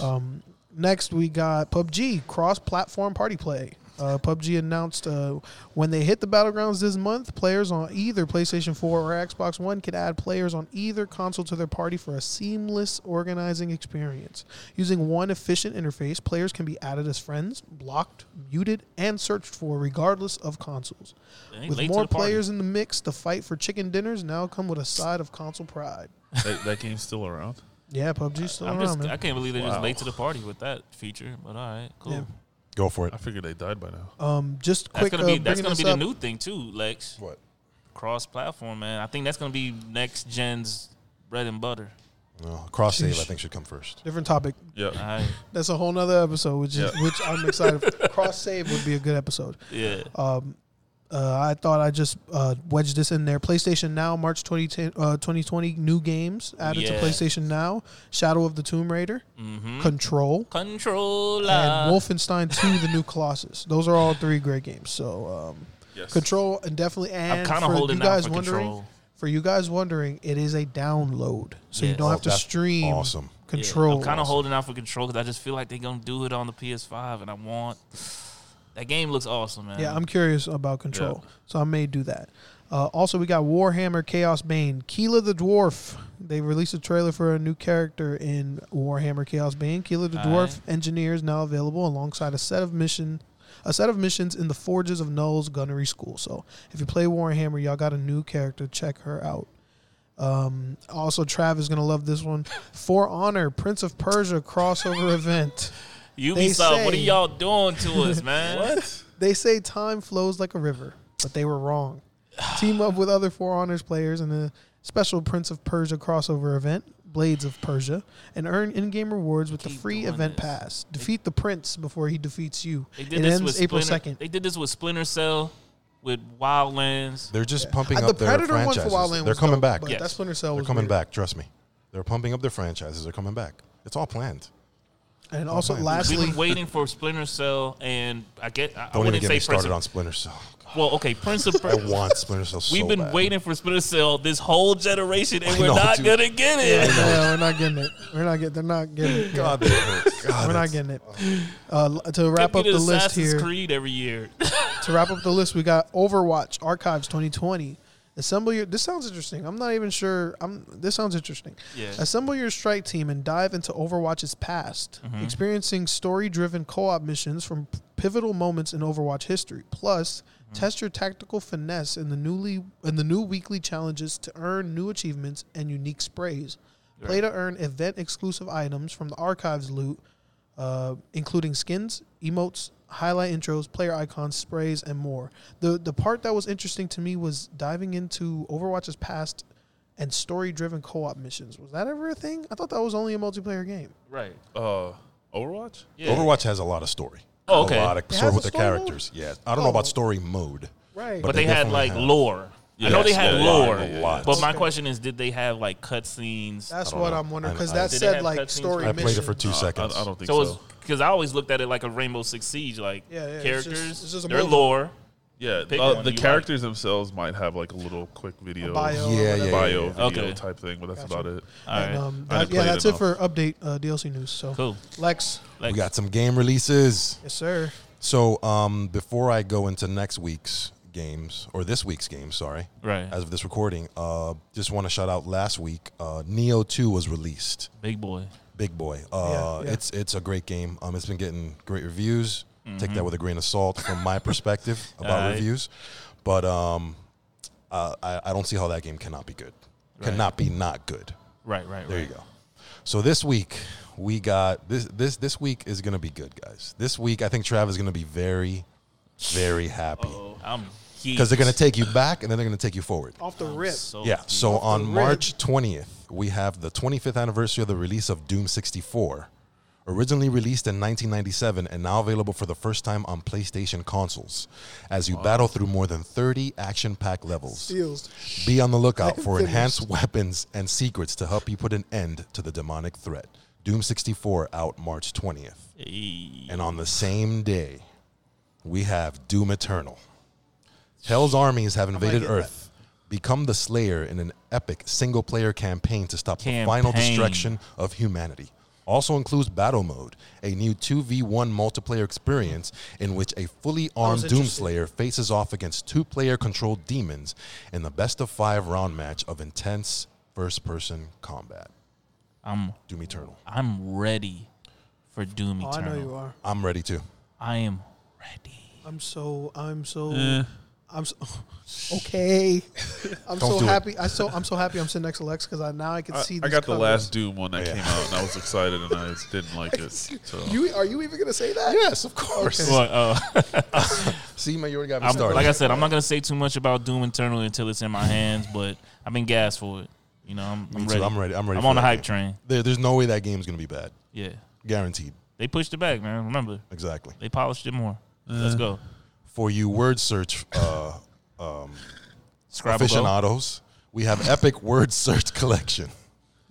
Um, next, we got PUBG cross-platform party play. Uh, PUBG announced uh, when they hit the battlegrounds this month, players on either PlayStation 4 or Xbox One can add players on either console to their party for a seamless organizing experience. Using one efficient interface, players can be added as friends, blocked, muted, and searched for, regardless of consoles. They ain't With late to more the party. players in the mix, the fight for chicken dinners now come with a side of console pride. that, that game's still around. Yeah, PUBG's still I'm around, just, man. I can't believe they're just Wow. late to the party with that feature, but all right, cool. Yeah. Go for it. I figured they died by now. Um, just That's quick. gonna be uh, that's bringing gonna this be the up. new thing too, Lex. What? Cross platform, man. I think that's gonna be next gen's bread and butter. No, cross save. Sheesh. I think should come first. Different topic. All Yeah. right. That's a whole nother episode, which is, Yeah. which I'm excited. (laughs) for. Cross save would be a good episode. (laughs) Yeah. Uh, I thought I just uh, wedged this in there. PlayStation Now, March 2010, uh, 2020, new games added Yeah. to PlayStation Now: Shadow of the Tomb Raider, mm-hmm. Control, Controller. and Wolfenstein 2: The New Colossus. Those are all three great games. So um, Yes. Control and definitely and I'm kind of for holding you out guys for wondering control. for you guys wondering, it is a download. So you Yes. don't Oh, have to that's stream awesome. Yeah, control. I'm kind of holding out for control because I just feel like they're gonna do it on the PS5, and I want (sighs) that game looks awesome, man. Yeah, I'm curious about control, so I may do that. Uh, also, we got Warhammer Chaos Bane, Keela the Dwarf. They released a trailer for a new character in Warhammer Chaos Bane. Keela the Dwarf Alright. engineer is now available alongside a set of mission, a set of missions in the Forges of Null's Gunnery School. So, if you play Warhammer, y'all got a new character. Check her out. Um, also, Trav is gonna love this one. For Honor, Prince of Persia crossover (laughs) event. they Ubisoft, what are say- y'all doing to (laughs) us, man? What? They say time flows like a river, but they (sighs) were wrong. Team up with other Four Honors players in a special Prince of Persia crossover event, Blades of Persia, and earn in-game rewards with the Keep free doing event this. pass. Defeat the prince before he defeats you. They It did this with ends April Splinter, second. They did this with Splinter Cell, with Wildlands. They're just pumping Uh, the up their Predator one for franchises. Wildland They're was coming dope, back. but Yes. that Splinter Cell They're was coming weird. back. Trust me. They're pumping up their franchises. They're coming back. It's all planned. And also, fine. We've (laughs) lastly, been waiting for Splinter Cell, and I get I, I Don't even wouldn't get say me Prince started on of, Splinter Cell. Well, okay, Prince of (laughs) I Persia. want Splinter Cell so We've been bad. waiting for Splinter Cell this whole generation, and I we're know, not dude. gonna get (laughs) it. yeah, we're not getting it. We're not getting. They're not getting it. (laughs) God, that hurts. (laughs) God, we're not that's- getting it. Uh, l- to wrap Get up me the to list Assassin's here, Creed every year. (laughs) to wrap up the list, we got Overwatch Archives 2020. Assemble your. This sounds interesting. I'm not even sure. I'm. This sounds interesting. Yeah. Assemble your strike team and dive into Overwatch's past, experiencing story-driven co-op missions from p- pivotal moments in Overwatch history. Plus, test your tactical finesse in the newly in the new weekly challenges to earn new achievements and unique sprays. Play to earn event-exclusive items from the archives loot, uh, including skins, emotes, highlight intros, player icons, sprays, and more. The the part that was interesting to me was diving into Overwatch's past and story-driven co-op missions. Was that ever a thing? I thought that was only a multiplayer game. right. Uh, Overwatch? Yeah. Overwatch has a lot of story. Oh, okay. A lot of has story a with the story mode? Oh. characters. Yeah. I don't know about story mode. Right. but they they, had definitely like have- lore. I Yeah, know they yes, had yeah, yeah, lore, yeah, yeah, yeah. but my Okay. question is, did they have like cutscenes? That's don't what know. I'm wondering I- because I- that Did it said have like cutscenes? story I mission. played it for two No, I- seconds. I, don't think So so. it's because I always looked at it like a Rainbow Six Siege, like Yeah, yeah, it's characters, just- it's just a their mobile. lore. yeah, pick uh, one the you characters themselves might have like a little quick video, bio. bio, or Yeah, yeah, whatever. yeah. video Okay. type thing, but that's Gotcha. about it. And, All right. um, I that- didn't yeah, play it that's it enough. for update uh, DLC news. So Cool. Lex, Like, We got some game releases. yes sir. So um, before I go into next week's games, or this week's games, sorry, right. as of this recording, uh, just want to shout out last week, uh, Neo 2 was released. Big boy. Big boy. Uh, Yeah, yeah. It's it's a great game. Um, it's been getting great reviews. Take that with a grain of salt from my perspective about Alright. reviews, but um, uh, I, I don't see how that game cannot be good. Right. Cannot be not good. Right, right, There right. you go. So this week we got this this this week is gonna be good, guys. This week I think Trav is gonna be very, very happy I'm because they're gonna take you back and then they're gonna take you forward. Off the rip. Yeah. So on the March 20th, we have the 25th anniversary of the release of Doom 64, originally released in 1997 and now available for the first time on PlayStation consoles. As you battle through more than 30 action-packed levels, Steals. be on the lookout I'm for enhanced weapons and secrets to help you put an end to the demonic threat. Doom 64 out March 20th. And on the same day, we have Doom Eternal. Hell's armies have invaded get Earth. Become the Slayer in an epic single player campaign to stop the final Campaign. destruction of humanity. Also includes Battle Mode, a new 2v1 multiplayer experience in which a fully armed Doomslayer faces off against two player controlled demons in the best of five round match of intense first person combat. I'm Doom Eternal. I'm ready for Doom Oh, I Eternal. know you are. I'm ready too. I am ready. I'm so. I'm so. Eh. I'm so, (laughs) okay. (laughs) I'm so do it. happy. I so. I'm so happy. I'm sitting next to Lex because I now I can I, see. I these got the covers. last Doom when that Yeah. came out, and I was excited, and I just didn't like it. So You are you even gonna say that? Yes, of course. Well, uh, See, man, you already got me I'm- started. like I said, I'm not gonna say too much about Doom Eternal until it's in my hands, but I've been gassed for it. You know, I'm, I'm Me too. ready. I'm ready. I'm ready I'm for on the that hype game. train. There- there's no way that game's going to be bad. Yeah, Guaranteed. they pushed it back, man. Remember, Exactly. they polished it more. Let's go. For you word search uh, Scrabble. aficionados, we have Epic Word (laughs) Search Collection.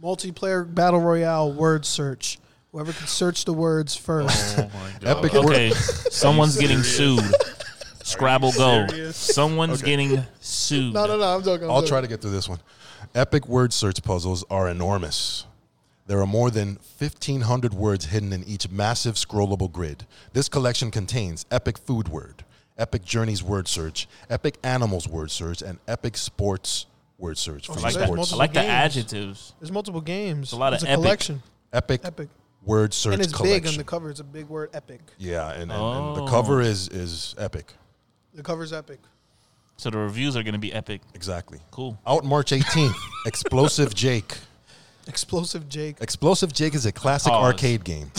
Multiplayer battle royale word search. Whoever can search the words first. oh my god, Epic Okay, someone's getting sued. Scrabble Go. Someone's getting sued. (laughs) No, no, no. I'm joking. I'm Oh. I'll joking. try to get through this one. Epic word search puzzles are enormous. There are more than 1,500 words hidden in each massive scrollable grid. This collection contains Epic Food Word, Epic Journeys Word Search, Epic Animals Word Search, and Epic Sports Word Search. from I like, so that. there's sports. I multiple like the games. adjectives. There's multiple games. It's a lot of it's a epic. collection. Epic, Epic. Word Search And it's collection. big on the cover. It's a big word, epic. yeah, and, and, and Oh. the cover is is epic. The cover's epic. So the reviews are going to be epic. Exactly. Cool. Out March 18th, Explosive Jake. Explosive Jake. Explosive Jake is a classic Pause. arcade game.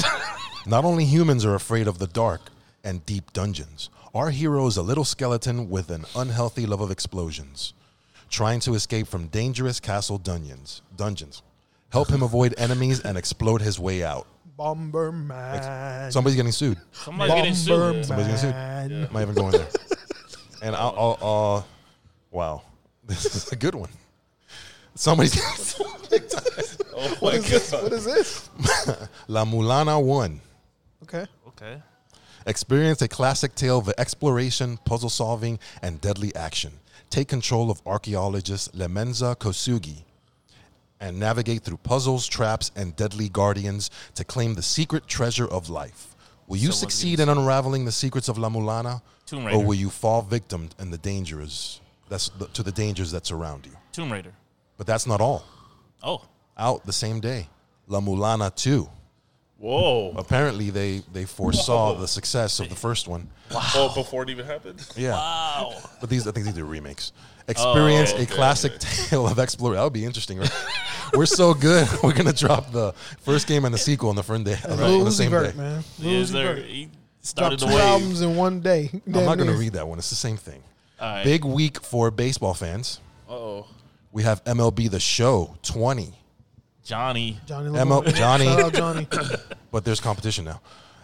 Not only humans are afraid of the dark and deep dungeons, our hero is a little skeleton with an unhealthy love of explosions, trying to escape from dangerous castle dungeons. Dungeons. Help him avoid enemies and explode his way out. Bomberman. Somebody's getting sued. Somebody's getting sued. Somebody's getting Bomberman. I'm not even going there. And I'll, I'll, I'll wow, (laughs) this is a good one. Somebody's (laughs) getting sued. What is this? What is this? La Mulana won. Okay. Okay. Experience a classic tale of exploration, puzzle solving, and deadly action. Take control of archaeologist Lemenza Kosugi and navigate through puzzles, traps, and deadly guardians to claim the secret treasure of life. Will you So what succeed in unraveling the secrets of La Mulana, Tomb or Raider. will you fall victim in the dangers that's to the dangers that surround you? Tomb Raider. But that's not all. Oh. Out the same day, La Mulana 2. Whoa. Apparently, they, they foresaw the success of the first one. Oh, before it even happened? Yeah. Wow. But these, I think these are remakes. Experience Oh, okay, a classic tale of exploration. That would be interesting, right? (laughs) We're so good. (laughs) We're gonna drop the first game and the sequel on the friend day. on the- on Lil the Uzi same Vert, day. man. Lil Yes, Uzi sir. Vert. He started Dropped the two wave. albums in one day. I'm not (laughs) gonna Damn near. read that one. It's the same thing. All right. Big week for baseball fans. Uh-oh. We have MLB The Show 20, Johnny. Johnny. Emma- Lavoie. Johnny. Shout out (laughs) Johnny. but there's competition now.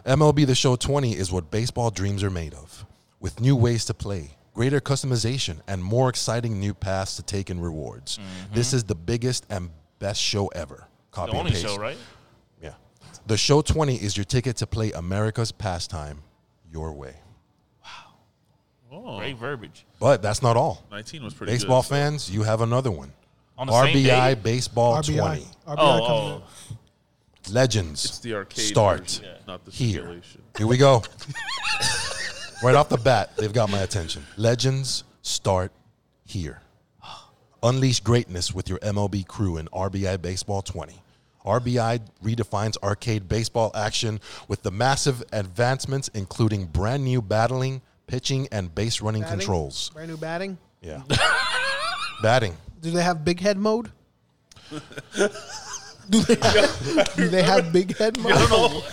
MLB The Show 20 is what baseball dreams are made of, with new ways to play, greater customization, and more exciting new paths to take and rewards. This is the biggest and best show ever. Mm-hmm. Copy The and only paste. show, right? Yeah. The show 20 is your ticket to play America's pastime your way. Oh. Great verbiage. But that's not all. 19 was pretty Baseball good. fans, you have another one. On the same RBI day? Baseball RBI. 20. RBI Oh, coming oh. up. Legends. It's the arcade Start version, not the here. simulation. Here we go. (laughs) right off the bat, they've got my attention. Legends start here. Unleash greatness with your MLB crew in RBI Baseball 20. RBI redefines arcade baseball action with the massive advancements, including brand new battling, pitching, and base running Batting? controls. Brand new batting. Yeah. (laughs) Batting. Do they have big head mode? (laughs) do, they have, do they have big head mode?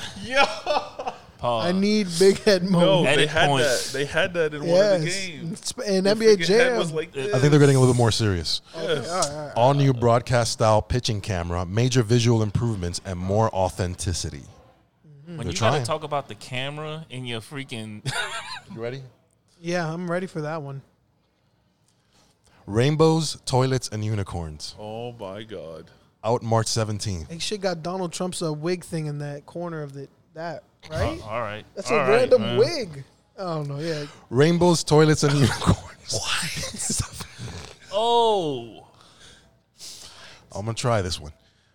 Pause. I need big head No, mode. they Edit had points. that. They had that in one of the yes. games. In The NBA freaking Jam. head was like I I think this. they're getting a little bit more serious. All right, all right. All new broadcast style pitching camera, major visual improvements, and more authenticity. when They're you gotta trying. talk about the camera in your freaking (laughs) You ready? Yeah, I'm ready for that one. Rainbows, toilets, and unicorns. Oh my god. Out March 17th. They shit got Donald Trump's uh, wig thing in that corner of the that right. Uh-uh. all right. That's all a right, random man. wig. I don't know. Yeah, Rainbows, toilets, and (laughs) unicorns. (laughs) Why? Oh. I'm gonna try this one.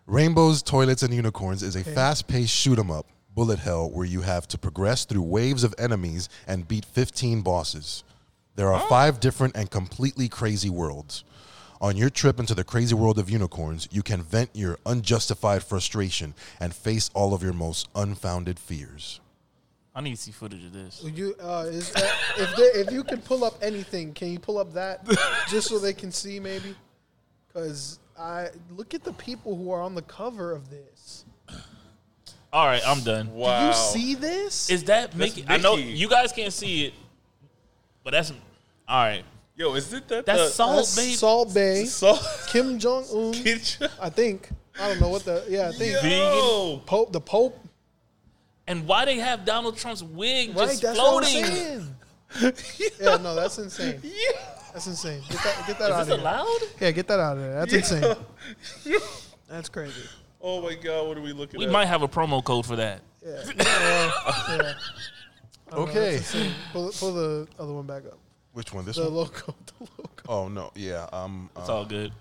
Rainbows, Toilets, and Unicorns is a fast-paced shoot 'em up bullet hell where you have to progress through waves of enemies and beat 15 bosses. There are five different and completely crazy worlds. On your trip into the crazy world of unicorns, you can vent your unjustified frustration and face all of your most unfounded fears. I need to see footage of this. Would you uh, is that, if there, if you could pull up anything, can you pull up that just so they can see maybe? Because I look at the people who are on the cover of this. All right, I'm done. Wow. You see this? Is that Mickey? I know Mickey. you guys can't see it, but that's all right. Yo, is it that That's the, salt, That's baby. Salt Bay, Uh, salt (laughs) Kim Jong Un. kitchen? I think I don't know what the yeah I think Yo. Pope the Pope And why they have Donald Trump's wig right just that's floating? what I'm Is saying. yeah no that's insane that's insane get that get that out this of here allowed? yeah get that out of there that's insane that's crazy Oh my god, what are we looking We at? might have a promo code for that. yeah. Yeah, yeah. I don't know. okay. that's the same. Pull, pull the other one back up. Which one? This The one? logo. (laughs) The logo. Oh no, yeah. I'm It's uh, all good.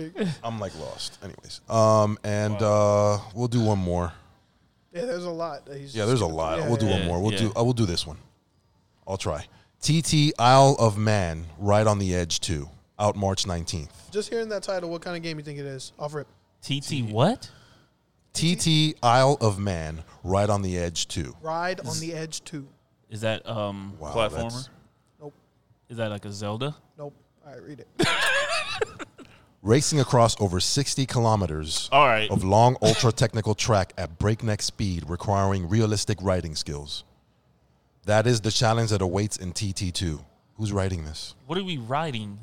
(laughs) you go. I'm like lost. Anyways, um, and uh, we'll do one more. Yeah, there's a lot. That he's Yeah, just- there's a lot. Yeah, we'll do yeah. one more. We'll Yeah. do. I will do this one. I'll try. TT Isle of Man, right on the edge too. Out March 19th. Just hearing that title, what kind of game you think it is? Off rip. TT what? TT Isle of Man, right on the edge too. Ride on the Edge 2. Is that um Wow, Platformer. Oh, that's- Nope. is that like a Zelda? Nope. All right, read it. Racing across over 60 kilometers All right. of long ultra technical track at breakneck speed, requiring realistic riding skills. That is the challenge that awaits in TT2. Who's writing this? What are we riding?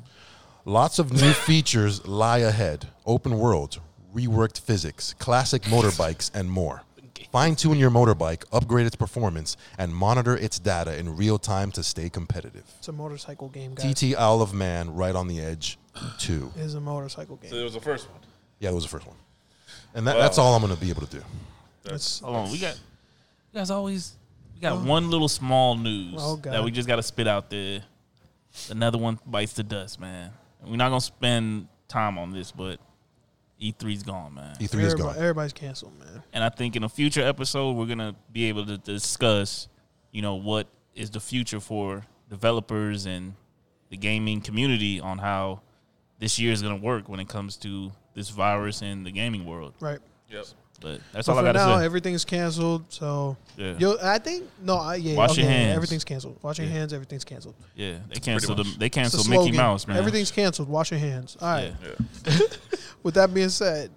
Lots of new features lie ahead open world, reworked physics, classic motorbikes, and more. Fine tune your motorbike, upgrade its performance, and monitor its data in real time to stay competitive. It's a motorcycle game, guys. TT Isle of Man, right on the edge, two. It is a motorcycle game. It was the first one. Yeah, that was the first one. And that, that's all I'm going to be able to do. It's, Hold on, we got you guys always we got one little small news Oh, God. that we just gotta spit out there. Another one bites the dust, man. We're not gonna spend time on this, but E3's gone, man. E3 E is everybody, gone. everybody's canceled, man. And I think in a future episode we're gonna be able to discuss, you know, what is the future for developers and the gaming community on how this year is gonna work when it comes to this virus in the gaming world. Right. Yep. But that's So all I for gotta now, say. everything's canceled. So Yeah. Yo, I think no, I, yeah, Wash okay, your yeah, hands. Everything's canceled. Wash your Yeah. hands. Everything's canceled. yeah, they canceled much. them. They It's a canceled slogan. Mickey Mouse, man. Everything's canceled. Wash your hands. All right. Yeah. Yeah. (laughs) With that being said,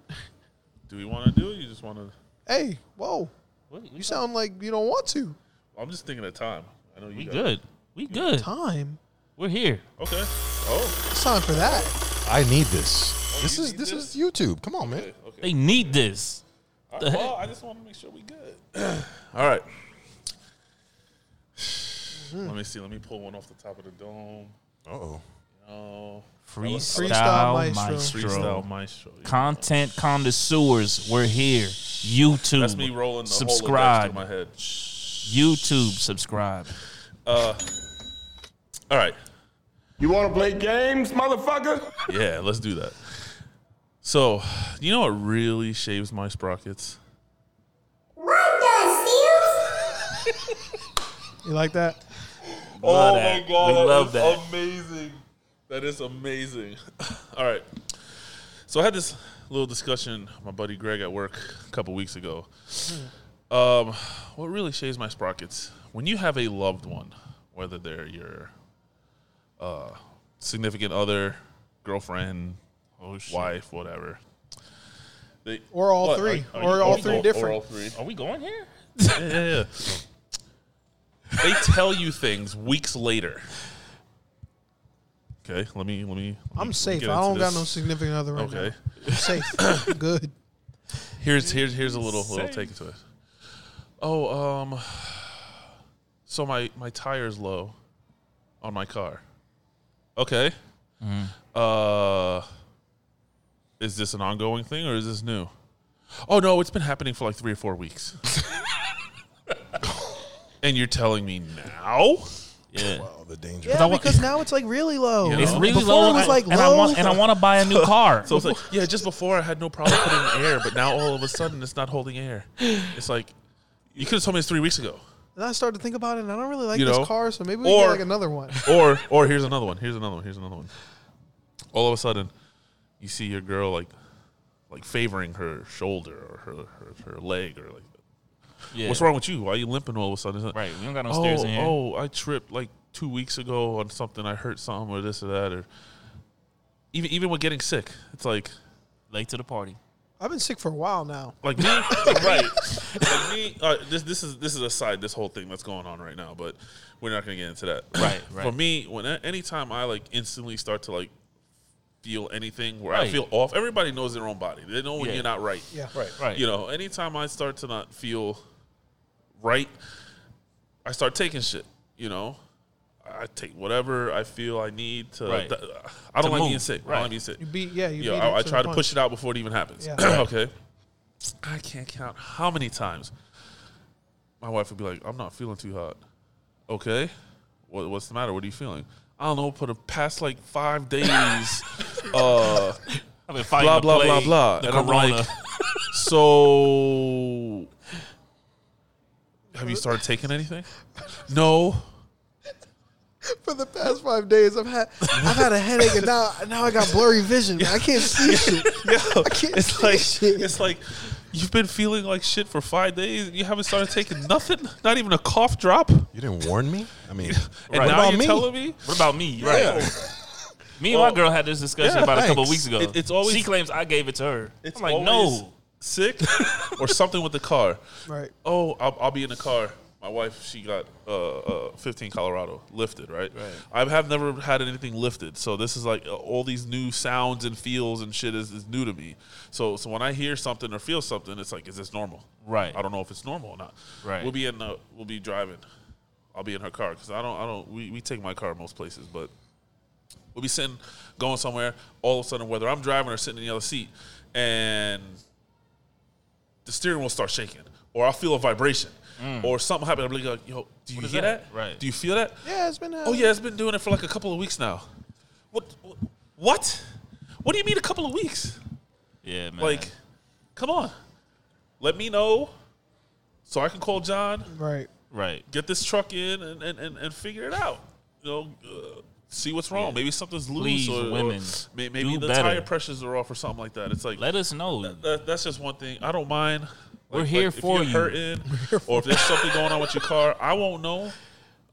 Do we want to do it? You just want to? hey, whoa, What- you sound like you don't want to. I'm just thinking of time. I know you. We got- good. We good. Time. We're here. Okay. Oh. It's time for that. I need this. This you is need this this? is YouTube. Come on, man. Okay. okay. They need this. All right, well, I just want to make sure we good. Uh, (clears throat) All right. Let me see. Let me pull one off the top of the dome. Uh oh. Oh, Freestyle, Freestyle maestro. Maestro. freestyle maestro. Yeah. Content connoisseurs, we're here. YouTube. That's me rolling the subscribe. subscribe. through my head. YouTube, subscribe. All right. You want to play games, motherfucker? Yeah, let's do that. So, you know what really shaves my sprockets? You like that? Oh Love that. We love that. Amazing. That is amazing. (laughs) All right. So I had this little discussion with my buddy Greg at work a couple weeks ago. Um, what really shaves my sprockets when you have a loved one, whether they're your uh, significant other, girlfriend, Oh, shit. wife, whatever. They, Or all What? three. Are- are or you- all are- three or- Or different. all three. Are we going here? (laughs) Yeah, yeah, yeah. they tell you things weeks later. Okay, let me let me. let me I'm safe. I get into don't got this. no significant other right Okay, now. I'm (coughs) safe. Good. here's here's here's a little little take into it. Oh, um, so my my tire's low on my car. Okay. Uh, is this an ongoing thing or is this new? Oh no, it's been happening for like three or four weeks. and you're telling me now? Yeah. Oh, Wow, the danger. Yeah, want- because now it's like really low. It's really Before low, it was I- like and low. I want and I want to buy a new car. (laughs) So (laughs) it's like, yeah, just before I had no problem putting air, but now all of a sudden it's not holding air. It's like, you could have told me this three weeks ago. And I started to think about it, and I don't really like You know? this car, so maybe we Or- get like another one. Or, or here's another one. Here's another one. Here's another one. All of a sudden, you see your girl like, like favoring her shoulder or her her, her leg or like, yeah. what's wrong with you? Why are you limping all of a sudden? It's like, Right. We don't got no stairs Oh, in here. oh, I tripped like two weeks ago on something. I hurt something or this or that or. Even, even with getting sick, it's like Late to the party. I've been sick for a while now. like (laughs) me, right? Like me, uh, this this is this is aside this whole thing that's going on right now, but we're not going to get into that. (laughs) Right, right. For me, when anytime I like instantly start to like feel anything where I Right. feel off, everybody knows their own body. They know when Yeah. you're not right. Yeah. Right. You know, anytime I start to not feel right, I start taking shit. You know, I take whatever I feel I need to. Right. th- I To don't like being move. sick. I Right. don't like being sick. You beat, yeah, you Yeah, beat I, it I the try to punch. push it out (clears throat) before it even happens. Yeah. okay. I can't count how many times my wife would be like, "I'm not feeling too hot." Okay, what, what's the matter? What are you feeling? I don't know. For the past like five (laughs) days, uh, I've been fighting blah the blah blah plague, blah. The and corona. I'm like, (laughs) so have you started taking anything? No. (laughs) (laughs) For the past five days, I've had I've had a headache, and now now I got blurry vision. man. I can't see shit. (laughs) Yeah. can't (laughs) It's see like shit. it's like you've been feeling like shit for five days. and You haven't started taking nothing, not even a cough drop. And You didn't warn me. I (laughs) mean, Right. now About you're me? telling me What about me? Right. Me and my girl had this discussion yeah, about a couple thanks. weeks ago. It- it's always- she claims I gave it to her. it's I'm like, always no. (laughs) sick or something with the car. Right. oh, I'll, I'll be in the car. My wife, she got uh, uh, 15 Colorado lifted, right? Right. I have never had anything lifted, so this is like uh, all these new sounds and feels and shit is, is new to me. So, so when I hear something or feel something, it's like, is this normal? Right. I don't know if it's normal or not. Right. We'll be in the, we'll be driving. I'll be in her car because I don't, I don't. We, we take my car most places, but We'll be sitting, going somewhere. All of a sudden, whether I'm driving or sitting in the other seat, and the steering wheel starts shaking, or I feel a vibration, or something happened. I'm like, yo, do you hear that? Mm. that? Right. Do you feel that? Yeah, it's been. Oh yeah, it's been doing it for like a couple of weeks now. What? What? What do you mean a couple of weeks? Yeah, man. Like, come on, let me know, so I can call John Right. right. get this truck in and, and, and, and figure it out. You know, uh, see what's wrong. Maybe something's loose. Please, or, or women, may- maybe do the better. tire pressures are off or something like that. It's like Let us know. that, that's just one thing. I don't mind. Like- We're here if for you're you. hurting, or if there's something going on with your car, I won't know.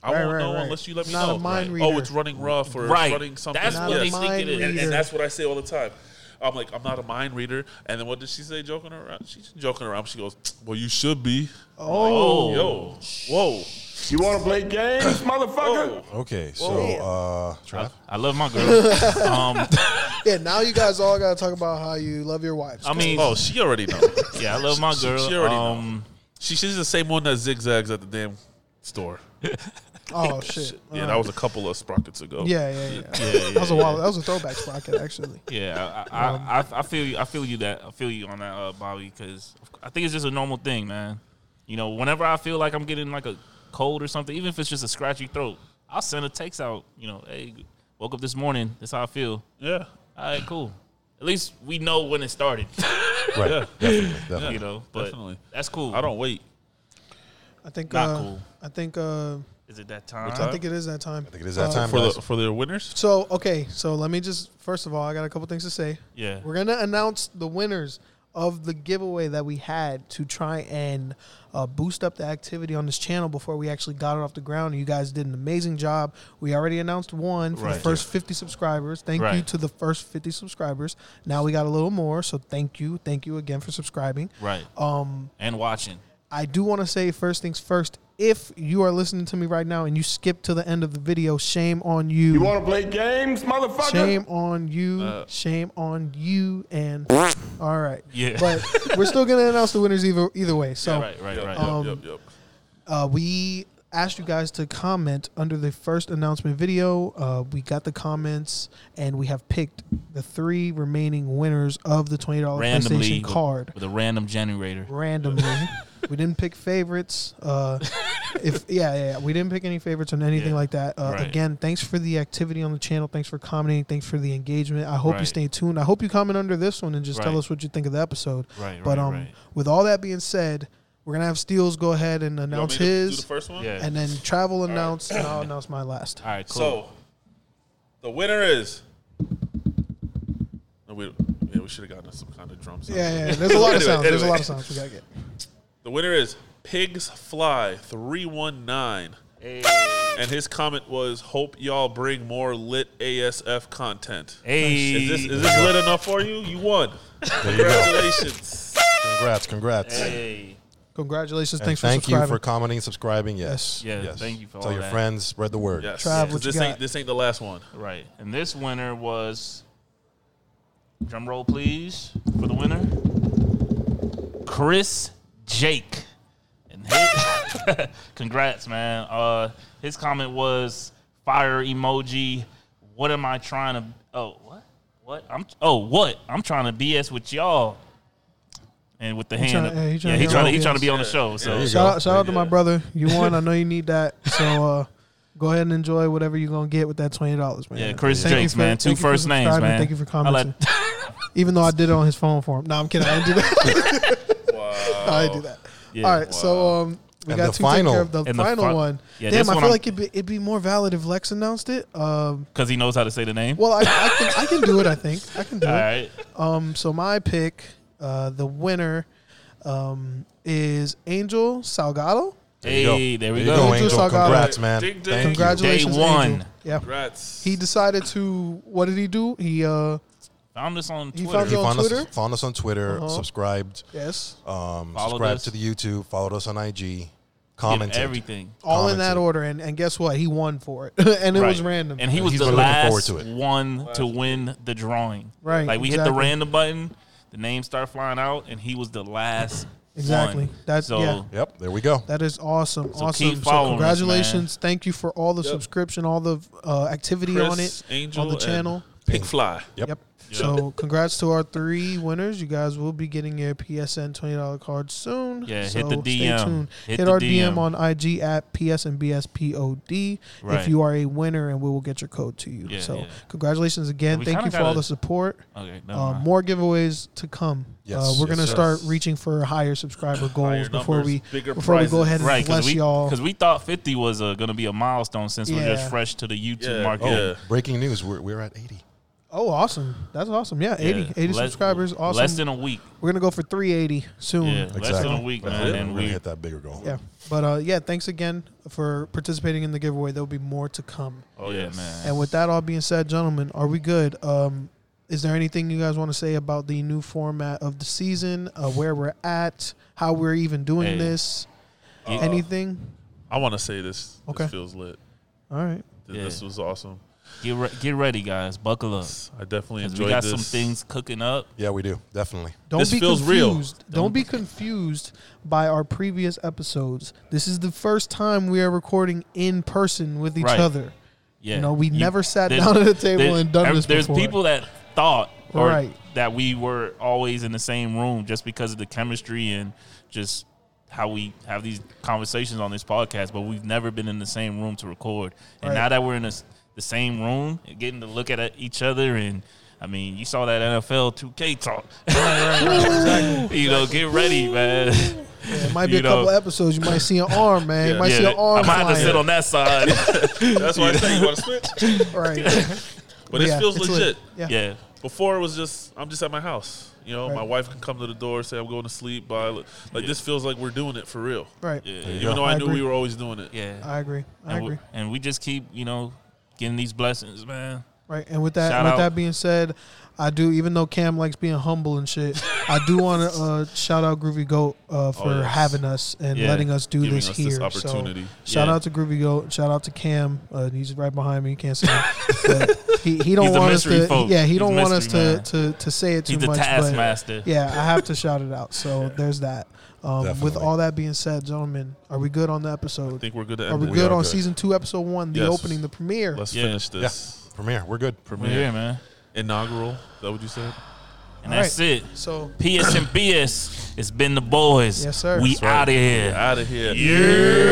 I Right, won't right, know right. unless you let me Not a know. mind Right. Oh, reader. it's running rough or Right. it's running something. That's Not what a they think mind it is. and, reader. and that's what I say all the time. I'm like, I'm not a mind reader. And then what did she say? Joking around? She's joking around. She goes, "Well, you should be." Oh, Yo, whoa. You want to play games, Oh. motherfucker? okay. So, uh, Trav, I love (laughs) my girl. um, Yeah. Now you guys all gotta talk about how you love your wives. I mean, Oh, she already (laughs) knows. yeah, I love my she- girl. she already um, she, she's the same one that zigzags at the damn store. oh shit. (laughs) Yeah, that was a couple of sprockets ago. Yeah, yeah, yeah. that was a while. That was a throwback sprocket, actually. Yeah, I, I, I, I feel you. I feel you that I feel you on that, uh, Bobby. Because I think it's just a normal thing, man. You know, whenever I feel like I'm getting like a cold or something, even if it's just a scratchy throat, I'll send a text out. You know, hey, woke up this morning. That's how I feel. Yeah. All right, cool. At least we know when it started. right? Yeah. Definitely, definitely. You know, but Definitely. that's cool. I don't wait. I think. Not uh, cool. I think. Uh, Is it that time? I think it is that time. I think it is that time. Uh, For guys. the for the winners? So okay, so let me just first of all, I got a couple things to say. Yeah. we're gonna announce the winners of the giveaway that we had to try and uh, boost up the activity on this channel before we actually got it off the ground. You guys did an amazing job. We already announced one for Right. the first 50 subscribers. Thank you Right. to the first 50 subscribers. Now we got a little more, so thank you, thank you again for subscribing. Right. Um, and watching. I do want to say first things first. If you are listening to me right now and you skip to the end of the video, shame on you. You want to play games, motherfucker? Shame on you. Uh. shame on you. And all right. Yeah. But we're still going to announce the winners either, either way. So right. Right. Right. Yep, Um, yep, yep. uh, we asked you guys to comment under the first announcement video. Uh, we got the comments and we have picked the three remaining winners of the $20 Randomly PlayStation card with, with a random generator. randomly. (laughs) we didn't pick favorites. Uh, if yeah, yeah, yeah, we didn't pick any favorites on anything Yeah. like that. Uh, Right. Again, thanks for the activity on the channel. Thanks for commenting. Thanks for the engagement. I hope you Right. stay tuned. I hope you comment under this one and just Right. tell us what you think of the episode. Right, But right, um, right. with all that being said, we're gonna have Steels go ahead and You want announce me to do his, the first one? Yeah. and then Travel announce, and I'll announce my last. All right. Cool. So the winner is No, we yeah, we should have gotten some kind of drums. Yeah, yeah, yeah. There's a lot of Anyway, sounds. There's a anyway. lot of sounds we gotta get. The winner is Pigs Fly 319. And his comment was, "Hope y'all bring more lit ASF content." Hey. is this is this lit enough for you? You won. there you go. Congratulations. Congrats, congrats. hey. Congratulations. And thanks for thank subscribing. you for commenting, subscribing. Yes. Yes. yes. Yeah, thank you for Tell all your that. friends, spread the (laughs) word. Yes. Trav, what this you ain't got? this ain't the last one. Right. And this winner was drum roll please for the winner. Chris Jake. And his, (laughs) congrats, man. Uh his comment was fire emoji. What am I trying to Oh, what? What? I'm Oh, what? I'm trying to BS with y'all. and with the hand. tryna- yeah, he yeah, tryna he get trying on he trying to his- be on the show. So Yeah. Shout out, shout out to Yeah. my brother. You (laughs) won. I know you need that. So uh, go ahead and enjoy whatever you're gonna get with that twenty dollars, man. Yeah, Chris Thank you Jakes, for- man. Two thank you for first names, subscribing. man. Thank you for I like- commenting. (laughs) Even though I did it on his phone for him. No, I'm kidding. I didn't do that. Wow. (laughs) I didn't do that. Yeah. All right. So um, we And got the two taken care final- of. The and the final fi- one. Yeah, this Damn, I one feel I'm- like it'd be, it'd be more valid if Lex announced it. Um, because he knows how to say the name. well, I, I can I can do it. I think I can do All it. right. Um, so my pick, uh, the winner, um, is Angel Salgado. Hey, you go. there we you go. Angel Angel. Salgado. Congrats, man. Ding, ding. Thank Congrats. you. Congratulations, Day one. Angel. Yeah. Congrats. He decided to. What did he do? He uh, Found us on He Twitter. found He on found us, Twitter? found us on Twitter, Uh-huh. subscribed, yes, um, Followed subscribed us. to the YouTube, followed us on IG, Did commented. everything. all in that commented. order, and, and guess what? He won for it, (laughs) and it was Right. random. And he was He's the really looking forward last to it. one to win the drawing. Right, Like we hit the exactly. random button, the names start flying out, and he was the last Exactly. one. That's- so yeah. Yep, there we go. that is awesome, So awesome. keep following us, congratulations! Thank you for all the subscription, all the uh, activity Chris, on it, Angel, on the and channel. Pink Fly. Yep. Yep. So congrats to our three winners. You guys will be getting your PSN twenty dollar card soon. Yeah, hit so the DM. Stay tuned. Hit Hit, the our DM. DM. on IG at PSNBSPOD Right. if you are a winner, and we will get your code to you. Yeah, so yeah. congratulations again. We Thank kinda you for all gotta- Oh, the support. Okay, never Uh, mind. more giveaways to come. Yes, uh, we're yes, gonna sir. start reaching for higher subscriber goals Higher before numbers, we bigger before we go ahead and Right, because bless we, y'all. 'cause we thought 50 was uh, going to be a milestone since we're just Yeah. fresh to the YouTube Yeah. market. Oh, Yeah. Breaking news, we're, we're at 80. Oh, awesome! That's awesome. Yeah, 80, 80 Less- subscribers. Awesome. Hmm. Less than a week. we're gonna go for three eighty soon. Yeah, less than a Exactly. week, That's man. it. And we're going to we, hit that bigger goal. Yeah. But uh, yeah, thanks again for participating in the giveaway. There'll be more to come. oh yeah, man. And with that all being said, gentlemen, are we good? Um, is there anything you guys want to say about the new format of the season, uh, where we're at, how we're even doing Hey. Uh, this? Anything? I want to say this. Okay. This feels lit. All right. Th- Yeah. This was awesome. Get re- get ready, guys. Buckle up. I definitely 'Cause enjoyed we got this. some (laughs) things cooking up. Yeah, we do. Definitely. Don't This be feels real. confused. Don't, be confused by our previous episodes. This is the first time we are recording in person with each Right. other. Yeah. You know, we never sat there's- down at a table there's- and done ev- this There's before. people that thought or Right. that we were always in the same room just because of the chemistry and just how we have these conversations on this podcast, but we've never been in the same room to record. And Right. now that we're in this, the same room, getting to look at uh, each other and I mean, you saw that NFL 2K talk. (laughs) You know, get ready, man. It might be You a couple know. episodes. You might see an arm, man. You might see Yeah, an arm. I might have to flying. sit on that side. That's why I said you want to (laughs) switch. Right. But this Yeah, feels it's legit. lit. (laughs) Yeah. yeah. Before it was just I'm just at my house. You know, Right. my wife can come to the door, say I'm going to sleep. By like this feels like we're doing it for real. Right. Yeah. Even though I, I knew agree. we were always doing it. Yeah. I agree. I and, agree. We, and we just keep, you know, getting these blessings, man. Right. And with that, Shout with out. that being said, I do. Even though Cam likes being humble and (laughs) shit, I do want to uh, shout out Groovy Goat uh, for yes. having us and Oh, Yeah. letting us do Giving this us here. this So, opportunity. shout Yeah. out to Groovy Goat. Shout out to Cam. Uh, he's right behind me. You can't (laughs) see him. But he, he don't He's the want us mystery to. folk. Yeah, he He's don't the want us mystery to, man. to to say it too He's the much. but taskmaster. yeah, I have (laughs) to shout it out. So there's that. Um, with Definitely. all that being said, gentlemen, are we good on the I episode? think we're good to Are end we it. good are on good. season two, episode one, the Yes. opening, the premiere? Let's Yeah. finish this. Premiere, we're good. We're here, man. Inaugural. Is that what you said? And All that's right. it. so PS and BS. It's been the boys. Yes, sir. We That's out of here. Out of here. Yeah.